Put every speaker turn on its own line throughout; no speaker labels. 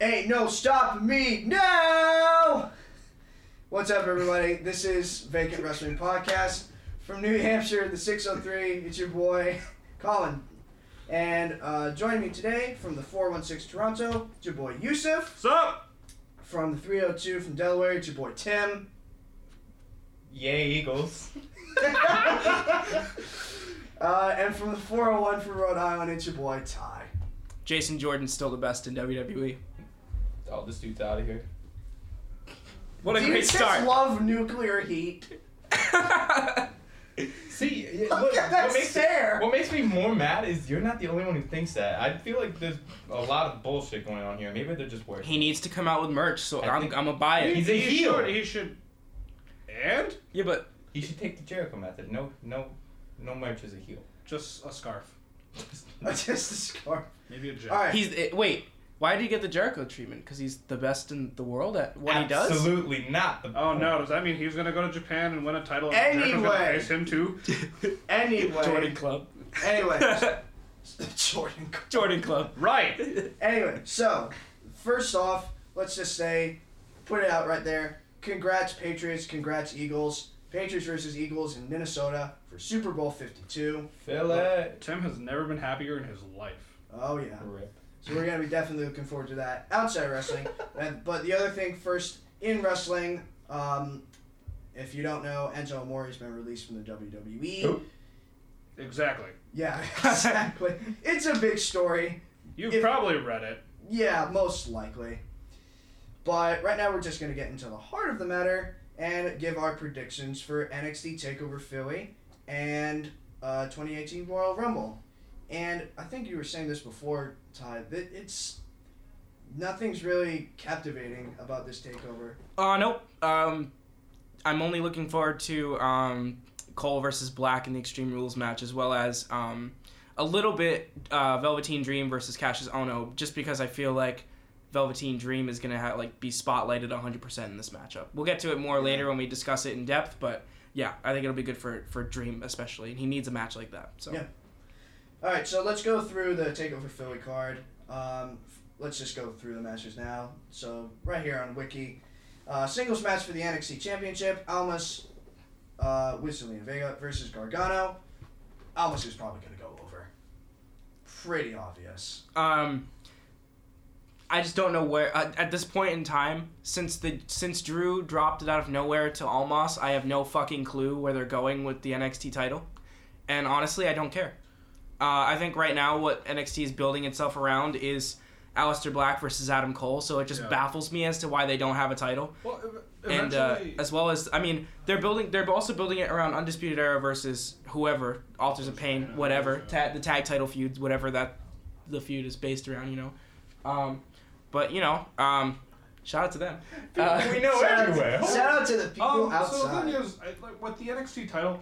Ain't no stopping me now. What's up, everybody? This is Vacant Wrestling Podcast from New Hampshire, the 603. It's your boy, Colin. And uh, joining me today from the 416 Toronto, it's your boy, Yusuf.
What's up?
From the 302 from Delaware, it's your boy, Tim.
Yay, Eagles.
Uh, and from the 401 from Rhode Island, it's your boy, Ty.
Jason Jordan's still the best in E. WWE.
Oh, this dude's out of here.
What a
Do you
great
just
start.
love nuclear heat?
See, yeah,
Look
what,
at
what,
that
makes,
stare.
what makes me more mad is you're not the only one who thinks that. I feel like there's a lot of bullshit going on here. Maybe they're just worse.
he needs to come out with merch, so
I
I'm,
think-
I'm a buy it.
He's a
he
heel.
Should, he should. And
Yeah, but
He should take the Jericho method. No, no, no merch is a heel.
just a scarf,
Just the scarf.
maybe a jacket.
All right.
he's eh, wait. Why did he get the Jericho treatment? Because he's the best in the world at what he
Absolutely not. The
Oh no! Does that mean he's gonna go to Japan and win a title? and Jericho's gonna
Anyway.
face him too.
does.
Anyway.
Jordan Club.
Anyway. Jordan.
Jordan Club.
Right.
Anyway, so first off, let's just say, put it out right there. Congrats Patriots, congrats Eagles. Patriots versus Eagles in Minnesota for Super Bowl 52.
Fill it.
Tim has never been happier in his life.
Oh yeah.
Rip.
So we're gonna be definitely looking forward to that outside wrestling. and, but the other thing first in wrestling, um, if you don't know, Enzo Amore has been released from the WWE.
Who?
Exactly.
Yeah, exactly. it's a big story.
You've
If-
probably read it.
Yeah, most likely. But right now we're just going to get into the heart of the matter and give our predictions for NXT TakeOver Philly and uh, 2018 Royal Rumble. And I think you were saying this before, Ty, that it's nothing's really captivating about this takeover.
Uh, nope. Um, I'm only looking forward to um, Cole versus Black in the Extreme Rules match, as well as um, a little bit uh, Velveteen Dream versus Cassius Ono, just because I feel like Velveteen Dream is gonna ha- like be spotlighted 100% in this matchup. We'll get to it more later when we discuss it in depth, but yeah, I think it'll be good for for Dream especially, and he needs a match like that. So
Yeah. All right, so let's go through the Takeover Philly card. Um, f- let's just go through the matches now. So right here on Wiki, uh, singles match for the NXT Championship: Almas, uh, with Zelina Vega versus Gargano. Almas is probably gonna go over. Pretty obvious.
Um, I just don't know where at, at this point in time, since the since Drew dropped it out of nowhere to Almas, I have no fucking clue where they're going with the NXT title, and honestly, I don't care. Uh, I think right now what NXT is building itself around is Aleister Black versus Adam Cole, so it just
Yeah.
baffles me as to why they don't have a title.
Well,
And uh, as well as, I mean, they're building. They're also building it around Undisputed Era versus whoever, Alters of Pain, whatever, ta- the tag title feuds, whatever that the feud is based around. You know, um, but you know, um, shout out to them. Uh,
we know
Shout out to-
everywhere.
shout out to the people
Um, so the
outside.
thing is, I, like, with the NXT title,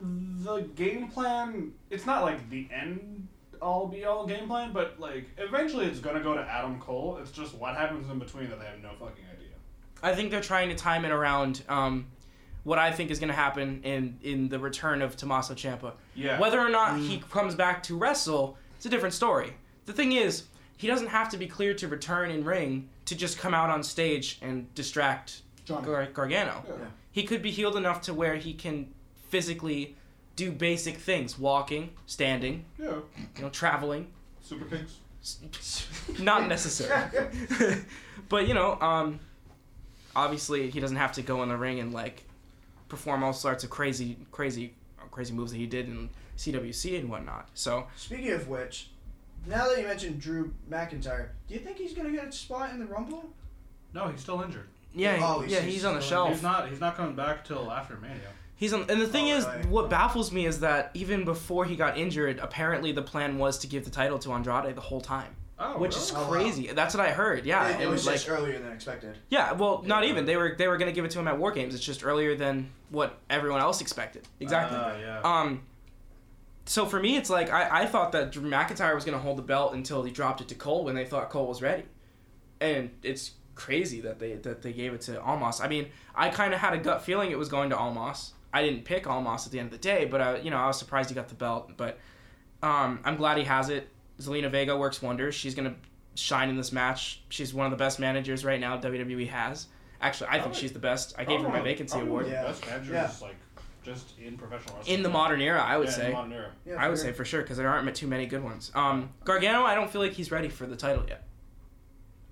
the game plan, it's not like the end all be all game plan, but like eventually it's going to go to Adam Cole. It's just what happens in between that they have no fucking idea.
I think they're trying to time it around um, what I think is going to happen in in the return of Tommaso Ciampa.
Yeah.
Whether or not he comes back to wrestle, it's a different story. The thing is, he doesn't have to be cleared to return in ring to just come out on stage and distract
Johnny.
Gar- Gargano.
Yeah.
He could be healed enough to where he can physically do basic things: walking, standing,
Yeah.
you know, traveling.
Super Kings.
Not necessary. but you know, um, obviously he doesn't have to go in the ring and like perform all sorts of crazy, crazy, crazy moves that he did in CWC and whatnot. So
Speaking of which, now that you mentioned Drew McIntyre, do you think he's gonna get a spot in the Rumble?
No, he's still injured.
yeah,
Oh,
he-
he's-
yeah,
he's
he's on the
still in-
shelf.
He's not. He's not coming back till after Mania.
He's on, and the thing
Oh,
is,
really?
what baffles me is that even before he got injured, apparently the plan was to give the title to Andrade the whole time,
Oh,
which
really?
is
Oh, wow.
crazy. That's what I heard. Yeah,
it, it was just earlier than expected.
Yeah, well, not
Yeah.
even. They were they were gonna give it to him at War Games. It's just earlier than what everyone else expected. Exactly.
Ah, yeah.
um, so for me, it's like I, I thought that Drew McIntyre was gonna hold the belt until he dropped it to Cole when they thought Cole was ready, and it's crazy that they that they gave it to Almas. I mean, I kind of had a gut feeling it was going to Almas. I didn't pick Almas at the end of the day, but I you know I was surprised he got the belt. But um, I'm glad he has it. Zelina Vega works wonders. She's gonna shine in this match. She's one of the best managers right now WWE has. Actually, I think
Probably-
she's the best. I gave her my
Probably-
vacancy
probably
award.
one of
Oh, Yeah.
The best managers,
Yeah.
like just in professional wrestling.
In the modern era, I would
Yeah, in
say.
the modern era.
Yeah,
I would
sure.
say for sure because there aren't too many good ones. Um, Gargano, I don't feel like he's ready for the title yet.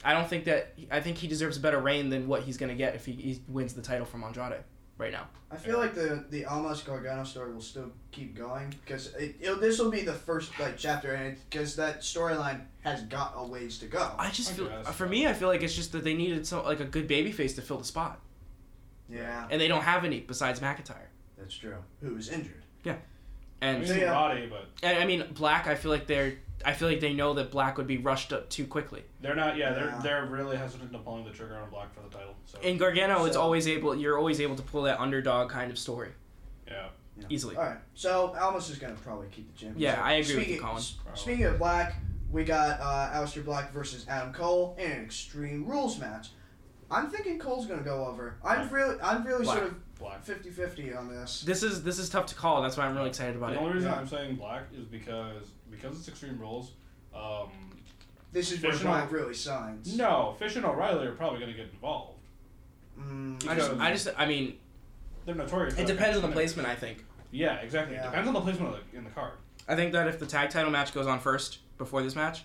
I don't think that. I think he deserves a better reign than what he's gonna get if he, he wins the title from Andrade right now.
I feel like the the Almas Gargano story will still keep going because it, it'll- this will be the first like chapter and because that storyline has got a ways to go.
I just
I
feel
guess.
for me, I feel like it's just that they needed some like a good babyface to fill the spot,
Yeah,
and they don't have any besides McIntyre.
that's true. Who was injured?
I
And
mean,
So,
the
yeah.
body, but
and, I mean Black, I feel like they're. I feel like they know that Black would be rushed up too quickly.
they're not. Yeah, they're
Yeah.
they're really hesitant to pulling the trigger on Black for the title. So
And Gargano, it's
So-
always able. You're always able to pull that underdog kind of story
yeah,
easily.
All right, so Almas is gonna probably keep the championship.
Yeah, I agree with
speaking,
you, Colin.
s- Speaking of Black, we got uh, Aleister Black versus Adam Cole in an Extreme Rules match. I'm thinking Cole's gonna go over. I'm really, I'm really
Black.
sort of
Black.
50-50 on this.
This is this is tough to call. That's why I'm really excited about
The
it.
only reason
Yeah.
I'm saying Black is because because it's Extreme Rules. Um,
This is where
There's no-
Black really signs.
no, Fish and O'Reilly are probably going to get involved.
Mm,
I just,
Because-
I just, I mean,
They're notorious.
it
for that
depends on
kind
the
of thing.
placement. I think.
Yeah, exactly.
Yeah.
It depends on the placement of the, in the card.
I think that if the tag title match goes on first before this match,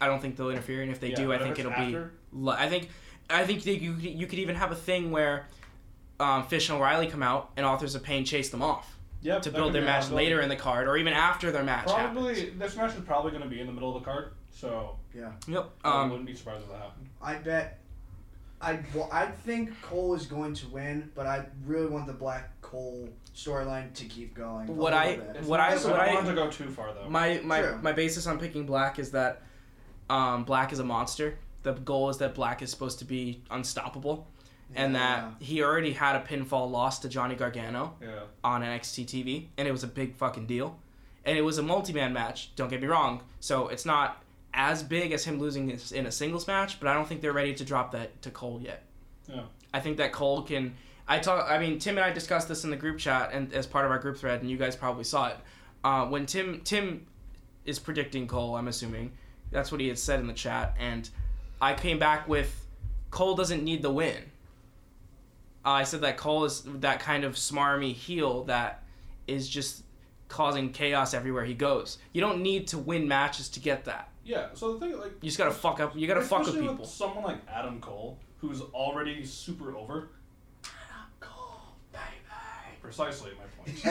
I don't think they'll interfere, and if they
Yeah,
do, I
but if
think
it's
it'll
after,
be. li- I think, I think that you you could even have a thing where, um, Fish and O'Reilly come out and Authors of Pain chase them off
Yep,
to
that
build
could
their
be
match
possible.
later in the card, or even after their match.
Probably
happens.
this match is probably going to be in the middle of the card, so
Yep.
I
Um,
wouldn't be surprised if that happened.
I bet. I well, I think Cole is going to win, but I really want the Black Cole storyline to keep going. a
What
little
I-
bit.
What I-
I don't
what I-
want to go too far though.
my my
True.
my basis on picking Black is that, um, Black is a monster. The goal is that Black is supposed to be unstoppable, and
Yeah.
that he already had a pinfall loss to Johnny Gargano.
yeah,
on NXT TV, and it was a big fucking deal. And it was a multi man match, don't get me wrong. So it's not as big as him losing this in a singles match, but I don't think they're ready to drop that to Cole yet.
Yeah.
I think that Cole can. I talk. I mean, Tim and I discussed this in the group chat and as part of our group thread, and you guys probably saw it. Uh, when Tim Tim is predicting Cole, I'm assuming that's what he had said in the chat, and I came back with Cole doesn't need the win. Uh, I said that Cole is that kind of smarmy heel that is just causing chaos everywhere he goes. You don't need to win matches to get that.
yeah. So the thing, like,
You just gotta fuck up. You gotta fuck with
especially
people.
someone like Adam Cole, who's already super over.
Cole, baby.
Precisely my point.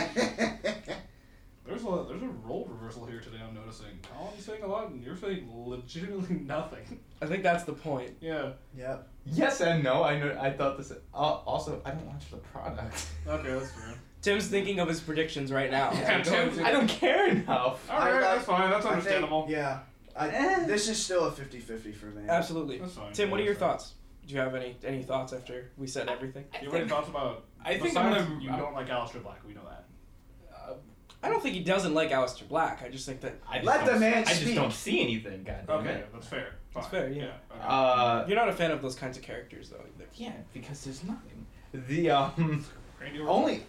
There's a there's a role reversal here today. I'm noticing. Colin's saying a lot, and you're saying legitimately nothing.
I think that's the point.
Yeah.
yep.
Yes and no. I know. I thought this. Uh, also, I don't watch the product.
Okay, that's fair.
Tim's thinking of his predictions right now.
Yeah, Tim's-
I don't care enough.
All right,
I-
that's fine. That's
I think-
understandable.
yeah. I,
Eh.
This is still a 50-50 for me.
Absolutely.
That's fine.
Tim, what are
Yeah,
your
that's fine.
thoughts? Do you have any any thoughts after we said everything?
You have any thoughts about?
I think I'm
besides
gonna.
You don't like Aleister Black. We know that.
I don't think he doesn't like Aleister Black. I just think that
I just
Let
don't-
the man
I just
speak.
don't see anything. God damn
Okay,
it.
that's fair.
That's
Fine.
fair, yeah.
okay.
Uh,
you're not a fan of those kinds of characters though either.
yeah, because there's nothing. The um.
Randy Orton.
Only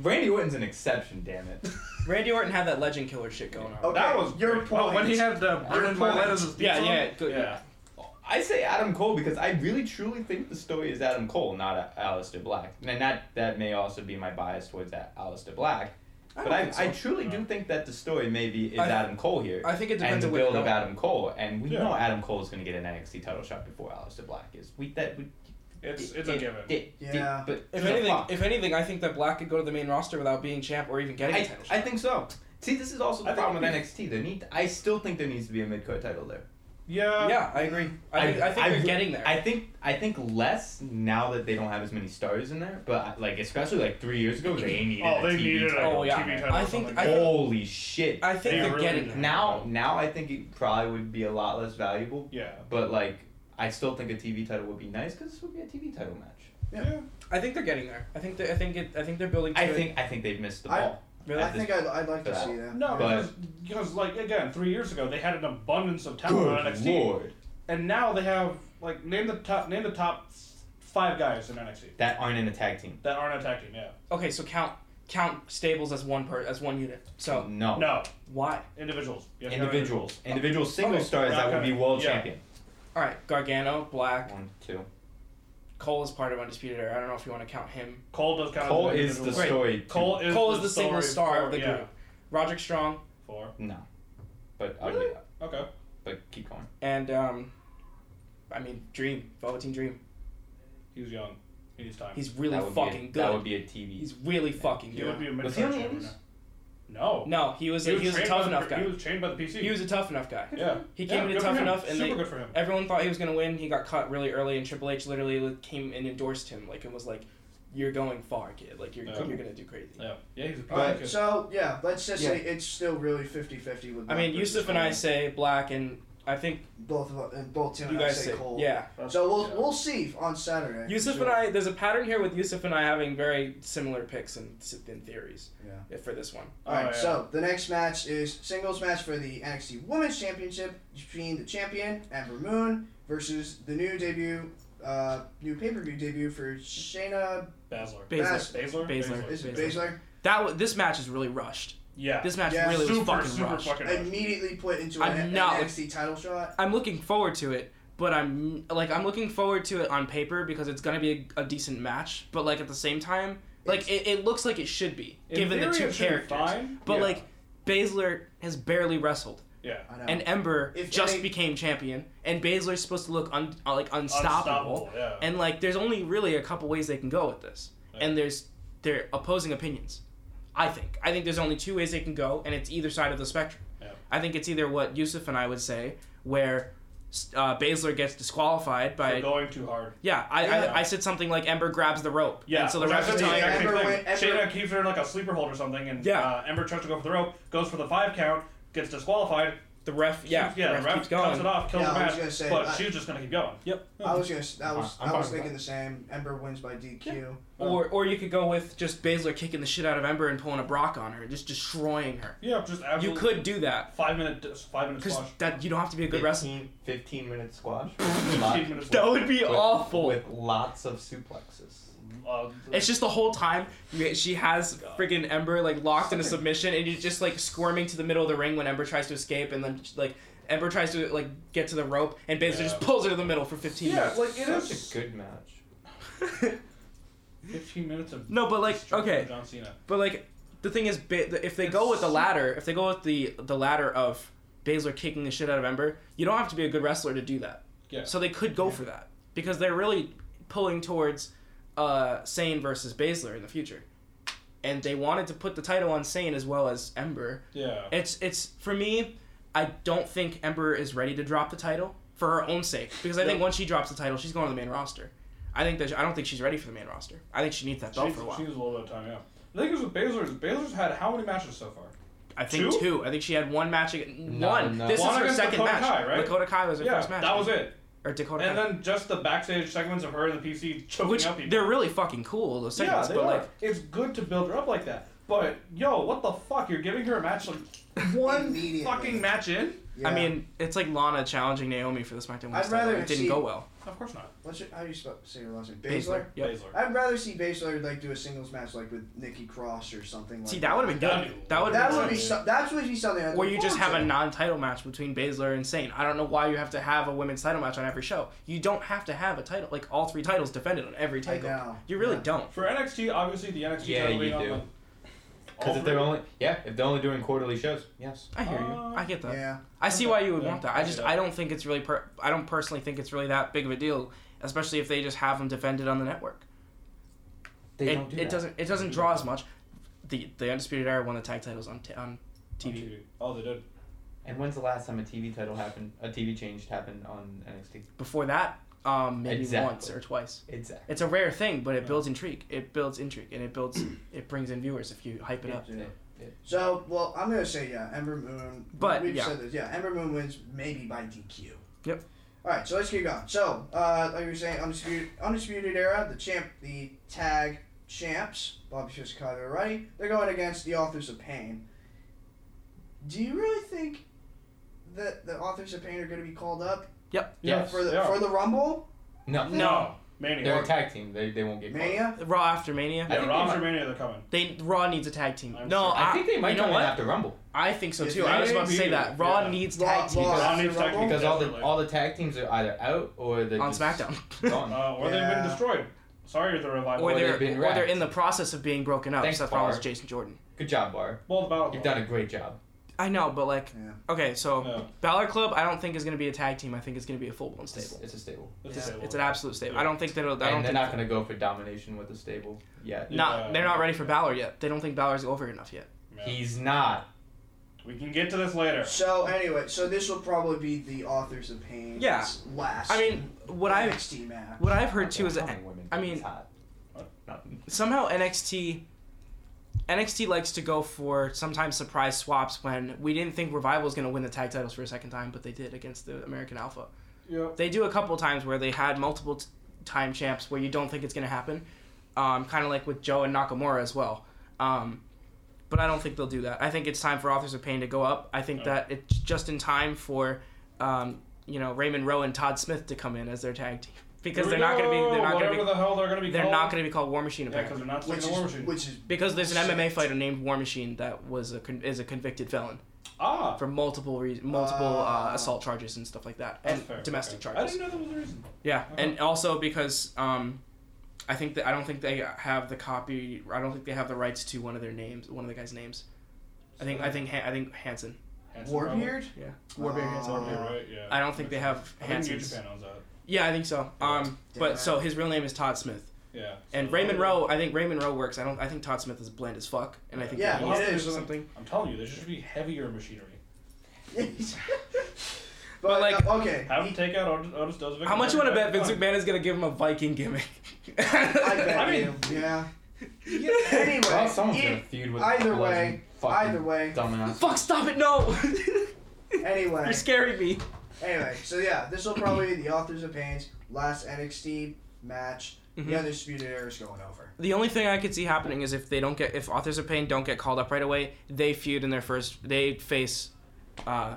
Randy Orton's an exception, damn it.
Randy Orton had that legend killer shit going on.
Okay,
that was
your
great. Oh, when
point.
he had the
Your
burning my
point.
lettuce. as
Yeah,
pizza?
yeah, good.
yeah.
I say Adam Cole because I really truly think the story is Adam Cole, not A- Alistair Black. And that that may also be my bias towards that Alistair Black. But
I don't
I,
think so.
I truly do think that the story maybe is
I-
Adam Cole here.
I think it
and
depends
the
on where
build
you're
of
going.
Adam Cole, and we
Yeah.
know Adam Cole is going to get an NXT title shot before Alistair Black is. We that we,
It's
it-
it's a
it-
given.
it- it-
Yeah.
but
If
the
anything,
fuck?
if anything, I think that Black could go to the main roster without being champ or even getting a
I,
title shot.
I think so. See, this is also the
I think
problem with
we-
NXT. There need I still think there needs to be a mid card title there.
Yeah.
yeah, I agree. I, think, I think they're
re-
getting there.
I think I think less now that they don't have as many stars in there, but like especially like three years ago, they needed.
Oh,
a
they
TV
needed a
title.
Oh, yeah.
TV title.
I
or
think-
something.
I-
Holy shit!
I think
They
they're
really
getting
do.
there.
now now I think it probably would be a lot less valuable,
yeah.
but like I still think a TV title would be nice because this would be a TV title match.
Yeah.
Yeah.
I think they're getting there. I think they I think it. I think they're building. To
I
it.
think I think they've missed the
I-
ball.
Really?
I think I'd, I'd like to
Yeah.
see that.
No,
Yeah.
But-
because, because like again, three years ago they had an abundance of talent on
Good
NXT,
lord,
and now they have like name the top name the top five guys in NXT
that aren't in a tag team.
that aren't attacking. Yeah,
Okay, so count count stables as one per as one unit. So
No.
No,
why?
individuals. You have to count
Individuals. Individual single
Okay.
stars that would be world
Yeah.
champion.
All right, Gargano, Black,
One, two.
Cole is part of Undisputed Era. I don't know if you want to count him.
Cole does count.
Cole
as an
is the
individual.
story.
Cole is
Cole
the
is the single
story
star
for-
of the
yeah,
group. Roderick Strong
Four.
No. But I'll
Really?
give up.
Okay.
But keep going.
and um, I mean Dream, Velveteen Dream.
He's young. He needs time.
He's really
that would
fucking
be a,
good.
That would be a TV.
He's really fucking
he
good.
would be a
Was he on the
mid-card
Indies?
champion. No.
no, he was a, he was a
trained
tough
by the-
enough guy.
He was trained by the PC.
He was a tough enough guy.
yeah.
He
Yeah,
came in
good for
tough
him.
enough, and
super
they,
good for him.
everyone thought he was gonna win. He got caught really early, and Triple H literally came and endorsed him. Like it was like, "You're going far, kid. Like you're
Yeah.
you're gonna do crazy."
Yeah. Yeah, he's a
All right,
good.
so yeah, let's just say
Yeah.
it's still really 50-50 with.
I mean,
Black
Yusuf
versus
and I
Cole.
say black, and I think
both of and both Tim
you
and I
guys
say
say
Cole.
yeah.
So we'll
Yeah.
we'll see on Saturday.
Yusuf
Sure.
and I, there's a pattern here with Yusuf and I having very similar picks and, s- and theories
Yeah.
for this one.
All right.
Oh, yeah.
So the next match is singles match for the NXT Women's Championship between the champion Amber Moon versus the new debut, uh, new pay per view debut for Shayna.
Basler.
Bas-
Basler.
Baszler.
Is it
Baszler.
Baszler?
That w- this match is really rushed.
Yeah.
This match
Yeah.
really
super,
was fucking
super
rushed.
fucking rushed.
Immediately put into
I'm
an,
not-
an NXT title shot.
I'm looking forward to it, but I'm like I'm looking forward to it on paper because it's gonna be a, a decent match. But like at the same time, like it, it looks like it should be
In
given the
theory,
two
it should be
characters.
fine.
But
Yeah.
like Baszler has barely wrestled,
Yeah.
I know.
and Ember
If
just
any-
became champion, and Baszler's supposed to look un, uh, like unstoppable.
Unstoppable, Yeah.
And like there's only really a couple ways they can go with this,
Yeah.
and there's their opposing opinions. I think I think there's only two ways they can go, and it's either side of the spectrum.
Yeah.
I think it's either what Yusuf and I would say, where uh, Baszler gets disqualified
For
by.
going too hard.
Yeah, I,
Yeah.
I, I said something like Ember grabs the rope.
Yeah,
And so the
which I
ref
said
is
the
telling
exact
her,
Ember
thing.
went- Ember-
Shayna keeps her in like a sleeper hold or something, and
Yeah.
uh, Ember tries to go for the rope, goes for the five count, gets disqualified.
the ref, yeah,
yeah,
the ref, keeps going.
cuts it off, kills
Yeah,
the
I was
match,
gonna say,
but
I-
she's just gonna keep going.
Yep.
I was gonna. s- That was.
I'm
I was
fine with
thinking the same. Ember wins by DQ.
Or, or you could go with just Baszler kicking the shit out of Ember and pulling a Brock on her, just destroying her.
Yeah, just
You
absolutely.
could do that
five minute five minute
because
squash,
that you don't have to be a good wrestler.
15, 15 minute squash.
fifteen minutes.
That would be
with,
awful.
With lots of suplexes.
Uh,
It's just the whole time you- she has
God.
freaking Ember like locked in a submission, and you're just like squirming to the middle of the ring when Ember tries to escape, and then like Ember tries to like get to the rope, and Baszler
Yeah.
just pulls her to the middle for 15
yeah, like it
Such
is
a good match.
fifteen minutes of
No, but, like,
destruction
okay.
of John Cena.
But like the thing is, ba- if they go with the ladder, if they go with the the ladder of Baszler kicking the shit out of Ember, you don't have to be a good wrestler to do that.
Yeah.
So they could go for that because they're really pulling towards uh, Sane versus Baszler in the future, and they wanted to put the title on Sane as well as Ember.
Yeah,
It's it's for me. I don't think Ember is ready to drop the title for her own sake because I think
Yeah.
once she drops the title, she's going to the main roster. I think that I don't think she's ready for the main roster. I think she needs that
she
belt
needs,
for a while.
she needs a little bit of time. Yeah, the thing is with Baszler, is Baszler's had how many matches so far?
I think
Two?
two? I think she had one match. Against,
No,
one.
no.
This
One
is her
against
second
Dakota
match.
Kai, right?
Dakota Kai was her
yeah,
first match.
that was it.
Or Dakota
And
Kai.
then just the backstage segments of her and the PC choking
Which
out people.
they're really fucking cool. Those segments,
yeah, they
but
are.
like
it's good to build her up like that. But yo, what the fuck? You're giving her a match like one
Immediately.
fucking match in?
I
Yeah.
mean, it's like Lana challenging Naomi for the SmackDown Women's
I'd rather
title. It didn't
see-
go well.
Of course not.
what's your, how do you spell, say your last name? Baszler.
Yep.
Baszler.
I'd rather see Baszler like do a singles match like with Nikki Cross or something. Like
See, that would have been
That'd
good.
be-
That would
That
have
would
been.
be
good.
so, that would be something. I'd
Or
look
you just
forward
have a
to.
non-title match between Baszler and Sane. I don't know why you have to have a women's title match on every show. You don't have to have a title like all three titles defended on every
I
title.
know.
You really
Yeah.
don't.
For NXT, obviously the NXT
Yeah,
title
you
being on
do.
the- all
Because if they're
three-
only yeah, if they're only doing quarterly shows, yes.
I hear you.
Uh,
I get that.
Yeah.
I see why you would
Yeah,
want that. I
I see
just
that.
I don't think it's really per- I don't personally think it's really that big of a deal, especially if they just have them defended on the network.
They
it
don't do
it
that.
doesn't it doesn't draw as much. The the undisputed era won the tag titles on t- on
on
TV.
Oh, they did.
And when's the last time a TV title happened? A TV change happened on NXT?
Before that, um, maybe
Exactly.
once or twice.
Exactly.
It's a rare thing, but it
Yeah.
builds intrigue. It builds intrigue and it builds it brings in viewers if you hype it up.
Yeah.
Yeah.
So, well, I'm gonna say yeah, Ember Moon.
But,
we've
yeah.
said this. Yeah, Ember Moon wins maybe by DQ.
Yep.
All right, so let's keep going. So, uh, like we were saying, undisputed, undisputed era, the champ, the tag champs, Bobby Fish, Kyle O'Reilly, they're going against the Authors of Pain. Do you really think that the Authors of Pain are gonna be called up
Yep.
for the
they are.
for the Rumble?
No.
No.
Mania.
They're a tag team. They, they won't get caught.
Mania?
Raw after Mania.
I
yeah,
think
Raw
they
after Mania they're coming.
They Raw needs a tag team.
I'm
no,
sure.
I think they might
You know
come in
what?
after Rumble
I think so
Is
too. I was about to say
maybe-
that Raw
yeah.
needs
Raw-
tag team
Raw
Raw
after
needs tag
Rumble?
team.
because all the
Definitely.
all the tag teams are either out or they're
on
just
SmackDown,
gone.
Uh, or
Yeah.
they've been destroyed. Sorry, the revival.
or
they've
they're
been
or they're
wrecked.
in the process of being broken up.
Thanks,
Seth
Barr.
Rollins, Jason Jordan.
Good job, Bar.
well, the battle.
You've done a great job.
I know, but like,
Yeah.
okay, so
Yeah.
Balor Club, I don't think is going to be a tag team. I think it's going to be a full blown
It's,
stable.
it's a stable,
It's,
Yeah,
a stable.
it's an absolute stable. I don't think that. I don't
and they're
think
not uh, gonna go for domination with a stable yet.
Yeah.
not- they're not ready for Balor yet. They don't think Balor's over enough yet.
Yeah.
He's not.
We can get to this later.
So anyway, so this will probably be the authors of pain.
Yeah.
Last.
I mean, what I
NXT match.
what I've heard too is
Come
that
on, women.
I mean-
It's hot.
What?
Not-
somehow NXT NXT likes to go for sometimes surprise swaps when we didn't think Revival was going to win the tag titles for a second time, but they did against the American Alpha.
Yep.
They do a couple times where they had multiple t- time champs where you don't think it's going to happen, um, kind of like with Joe and Nakamura as well. Um, but I don't think they'll do that. I think it's time for Authors of Pain to go up. I think
Yeah.
that it's just in time for um, you know Raymond Rowe and Todd Smith to come in as their tag team because
Here
they're not
we
going to be
go,
they're not going
whatever
to
the hell they're gonna be.
be they're
called.
not going to be called War Mhin
Yeah,
apparently.
because they're not
which
taking the war
is
machine.
which is
Because there's an
Shit.
MMA fighter named War Machine that was a con- is a convicted felon
ah,
for multiple reasons, multiple uh,
Ah.
assault charges and stuff like that,
that's
and
fair.
domestic
Okay. I
charges.
didn't know that was a reason.
Yeah,
Okay.
and also because um, I think that I don't think they have the copy. I don't think they have the rights to one of their names, one of the guys' names. I think I think Han- I think Hanson.
Hanson probably-
Warbeard.
Yeah,
Uh,
Warbeard Hanson.
Warbeard, right? Yeah.
I don't think they have
Oh, I think New
Hanson's.
Japan owns that.
Yeah, I think so. Um,
Damn.
but so his real name is Todd Smith.
Yeah.
And
So-
Raymond Rowe, I think Raymond Rowe works. I don't. I think Todd Smith is bland as fuck, and I think
Yeah,
that
he
he's
is.
or something.
I'm telling you, there should be heavier machinery.
but
like-
like, okay.
Have him take out Otis, Otis Dozovic.
How much you want to bet Vince McMahon is gonna give him a Viking gimmick?
I bet
I mean-
you. Yeah. Anyway,
Well, someone's
e-
gonna feud with
either
Lesnar.
way,
Fucking
either way.
dumbass.
Fuck! Stop it! No.
anyway,
You're scaring me.
anyway. So yeah, this will probably be the authors of pain's last NXT match.
Mhm.
The undisputed era is going over.
The only thing I could see happening is if they don't get if Authors of Pain don't get called up right away, they feud in their first. They face, uh,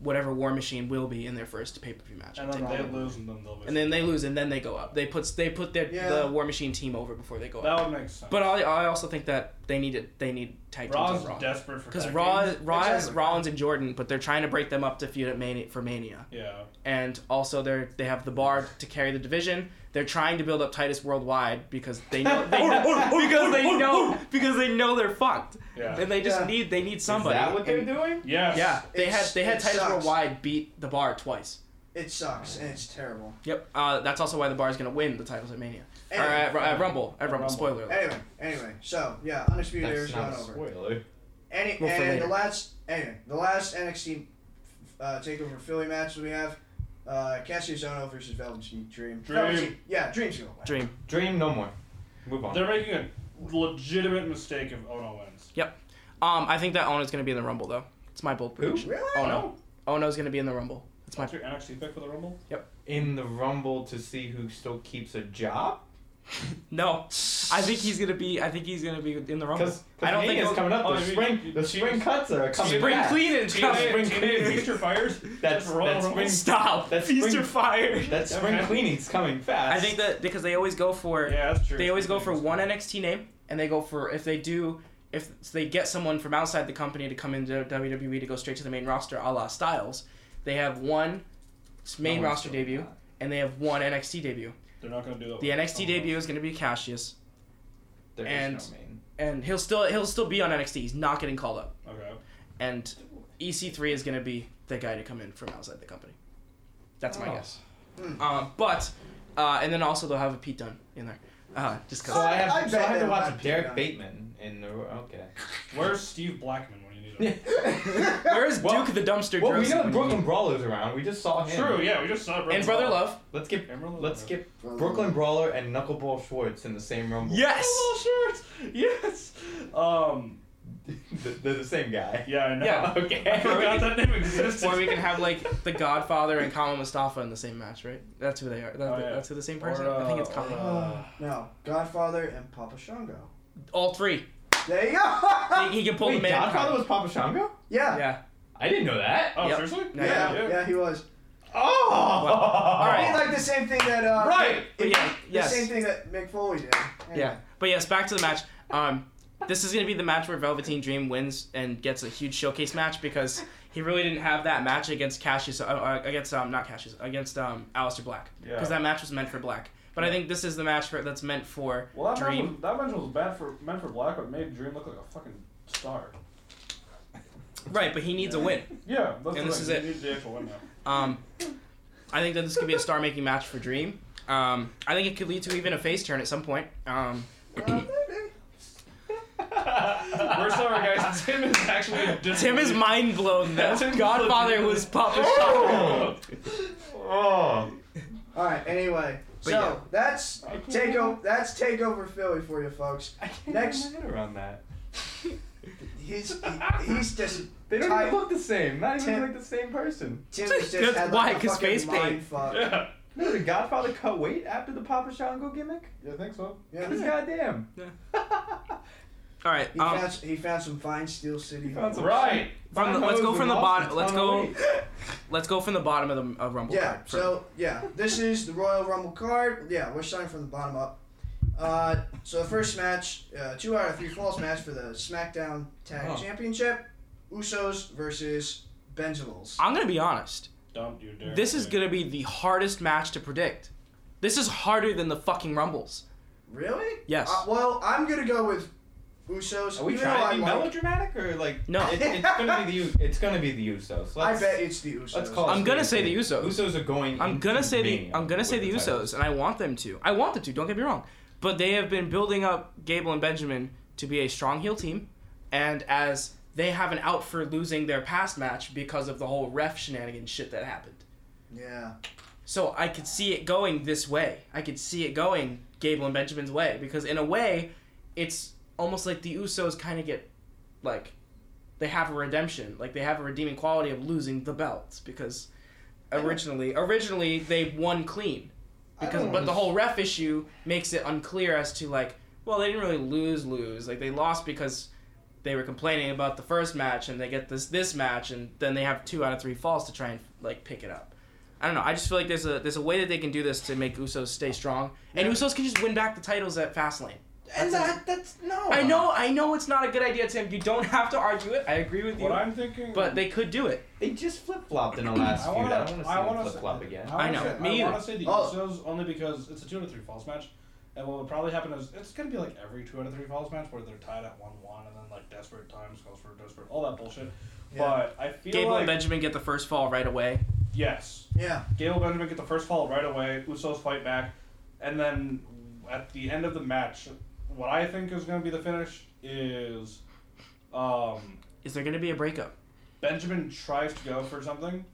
whatever War Machine will be in their first pay per view match.
And then they lose, and then they'll lose.
And then they lose, and then they go up. They put they put their
Yeah.
the War Machine team over before they go up.
that would make sense.
But I, I also think that they need it. They need tag teams
Raw's
on Raw.
desperate for
Because
tag
Raw,
teams.
Raw is
Exactly.
Rollins and Jordan, but they're trying to break them up to feud at Mania for Mania,
Yeah.
and also they are they have the bar to carry the division. They're trying to build up Titus worldwide because they know, they know because they know because they know they're fucked,
Yeah.
and they just
Yeah.
need they need
Somebody.
somebody.
Is that what they're doing?
And-
Yes.
Yeah, they had
It's-
they had
it
Titus
sucks.
worldwide beat the bar twice.
It sucks and it's terrible.
Yep, uh, that's also why the bar is gonna win the titles at Mania or
Anyway,
at, at Rumble at Rumble.
At Rumble.
Spoiler alert.
anyway, anyway. So yeah, undisputed era
That's
is
not
going
a
over.
spoiler.
Any
Well, for
and
later.
the last anyway, the last NXT uh, takeover Philly match we have uh, Cassius Ohno versus Velveteen Dream.
Dream.
Velveteen- yeah, Dream's gonna win.
Dream.
Dream no more. Move on.
They're making a legitimate mistake if Ono wins.
Um, I think that Ono's gonna be in the Rumble though. It's my bold prediction.
Really?
Oh, no. Ono's gonna be in the Rumble. It's my
That's your NXT pick for the Rumble?
In the rumble to see who still keeps a job.
No, I think he's gonna be. I think he's gonna be in the rumble.
Because
I don't think
it's
it'll-
coming up.
oh,
The
I mean,
spring, the
she-
spring cuts are coming
Spring
back.
cleanage.
TNA,
guys.
spring
TNA
cleaning.
Feaster fires?
That's-
Royal
that's
Rumble?
spring-
Stop.
That's
Feast
spring-
or fire.
That spring
Okay.
cleaning's coming fast.
I think that because they always go for
Yeah, that's true.
they always go for one NXT name and they go for if they do if they get someone from outside the company to come into WWE to go straight to the main roster, a la Styles, they have one main
No one's
roster
doing
debut
that.
and they have one NXT debut.
They're not going to do that.
The
with
NXT
Ono.
debut is gonna be Cassius,
There is
and-
no main.
and he'll still he'll still be on NXT. He's not getting called up,
Okay.
and EC3 is gonna be the guy to come in from outside the company. That's my
Oh.
guess.
Hmm.
Um, but uh, and then also they'll have a Pete Dunne in there, uh, just
So
cause.
I have
I
so I
bet
have to
they'll
watch
have
Derek
Pete
Bateman in the okay.
Where's Steve Blackman when you need him?
Where
Where is
Well-
Duke the Dumpster?
well, we
Drosy
know
when
Brooklyn Brawler's around. We just saw him.
True, yeah, we just saw
he-
Brother
And Brother Love.
Let's skip.
Emerald
Let's
Love.
skip Brooklyn Brawler and Knuckleball Schwartz in the same rumble.
Yes.
Oh, shirts! Yes! Um,
Th- They're the same guy.
yeah, I know.
Yeah.
Okay.
I forgot that name existed.
Or we can have like the Godfather and Kama Mustafa in the same match, right? That's who they are. That-
Oh, yeah.
That's who the same
Or,
person. I think it's
uh,
Kama.
uh,
No, Godfather and Papa Shango.
All three.
There you go.
He, he can pull
Wait,
the man.
Godfather was Papa Shango?
yeah. Yeah.
Yeah.
I didn't know that.
Oh,
Yep.
seriously?
No,
Yeah, he was.
Oh.
Well, all
I
right.
mean, like the same thing that uh,
Right.
But yeah,
The
yes.
same thing that Mick Foley did. Anyway.
Yeah. But yes, back to the match. Um, this is going to be the match where Velveteen Dream wins and gets a huge showcase match because he really didn't have that match against Cassius, uh, uh, against, um, not Cassius, against um, Alistair Black.
Yeah.
Because that match was meant for Black. But I think this is the match for, that's meant for
Well, that
Dream.
match was, that match was bad for meant for Black, but made Dream look like a fucking star.
Right, but he needs a win.
Yeah, that's
And
the
this
thing.
is it.
You need the actual win now.
Um, I think that this could be a star-making match for Dream. Um, I think it could lead to even a face turn at some point. Um,
Uh, maybe.
We're sorry, guys. Tim is actually a dis-
Tim is mind blown. That
Tim is
Godfather
legit-
was Papa
Oh.
Shot.
Oh.
All right. Anyway,
But
so
yeah.
that's
I can't-
takeover. That's takeover Philly for you folks.
I can't
Next-
get my head around that.
He's he, he's just
They don't
Ty-
even look the same. Not even
Tim-
like the same person.
Tim was just
That's
had
why,
like a
'cause
fucking
face paint.
mind fuck. Yeah.
Yeah.
No, did Godfather cut weight after the Papa Shango gimmick?
Yeah, I think so.
Cause goddamn.
All right.
He,
Um,
found, he found some fine Steel City.
He found some
Right.
From the-
Fine
let's go
hose
from
and
the
lost a
bottom- let's
ton of
go-
weight.
let's go from the bottom of the of Rumble.
Yeah,
card.
so yeah, this is the Royal Rumble card. Yeah, we're starting from the bottom up. Uh, so the first match, uh, two out of three falls match for the SmackDown Tag
Oh.
Championship, Usos versus Benjamins.
I'm gonna be honest.
Don't you dare.
This is gonna be the hardest match to predict. This is harder than the fucking Rumbles.
Really?
Yes.
Uh, well, I'm gonna go with Usos.
Are we
even
trying to
though
be
I like-
melodramatic or like?
No.
It, it's gonna be the U- it's gonna be the Usos. Let's,
I bet it's the Usos.
Let's call.
I'm
it
gonna
a
say
day.
the Usos.
Usos are going.
I'm gonna
into
say the
Mania
I'm gonna say
with
the
title.
Usos, and I want them to. I want them to. Don't get me wrong, but they have been building up Gable and Benjamin to be a strong heel team, and as they have an out for losing their past match because of the whole ref shenanigans shit that happened.
Yeah.
So I could see it going this way. I could see it going Gable and Benjamin's way because in a way, it's almost like the Usos kind of get like they have a redemption, like they have a redeeming quality of losing the belts because originally originally they won clean
I
because
don't
but the
wanna-
whole ref issue makes it unclear as to like well they didn't really lose lose like they lost because they were complaining about the first match and they get this this match and then they have two out of three falls to try and like pick it up i don't know i just feel like there's a there's a way that they can do this to make usos stay strong and usos can just win back the titles at fastlane
And
That's
that that's no.
i know i know it's not a good idea tim you don't have to argue it i agree with you
What I'm thinking.
but they could do it
They just flip flopped in the last
I
few.
wanna,
I don't
I
want to
wanna
see flip flop again.
I, wanna
I know,
Say,
me
I
either.
want to say the
Oh.
Usos only because it's a two out of three falls match, and what will probably happen is it's gonna be like every two out of three falls match where they're tied at one one, and then like desperate times calls for desperate, all that bullshit.
Yeah.
But I feel
gable
like
and benjamin get the first fall right away
yes,
Yeah.
Gable and Benjamin get the first fall right away. Usos fight back, and then at the end of the match, what I think is gonna be the finish is, um,
is there going to be a breakup
Benjamin tries to go for something.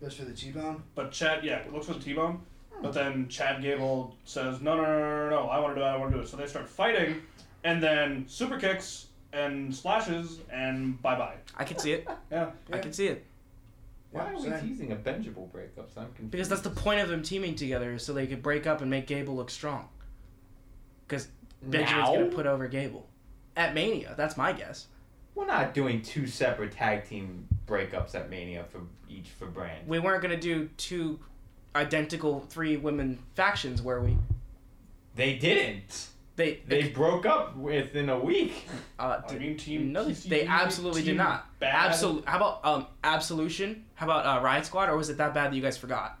Goes for the T-bone.
But Chad, yeah, looks for the T-bone. But then Chad Gable says, no, no, no, no, no, no, I want to do it, I want to do it. So they start fighting, and then super kicks and splashes, and bye-bye.
i could see it
Yeah.
i
Yeah.
could see it
Why are we
Same.
teasing a benchable breakup? So I'm confused.
Because that's the point of them teaming together, is so they could break up and make Gable look strong. Benjamin's
Now?
gonna put over Gable at Mania. That's my guess.
We're not doing two separate tag team breakups at Mania for each for brand.
We weren't gonna do two identical three women factions, were we?
They didn't.
They
They broke up within a week.
uh,
I
did,
mean, team.
no, they,
TCU,
they absolutely
team
did not.
Bad.
Absolute. How about um Absolution? How about uh, Riot Squad? Or was it that bad that you guys forgot?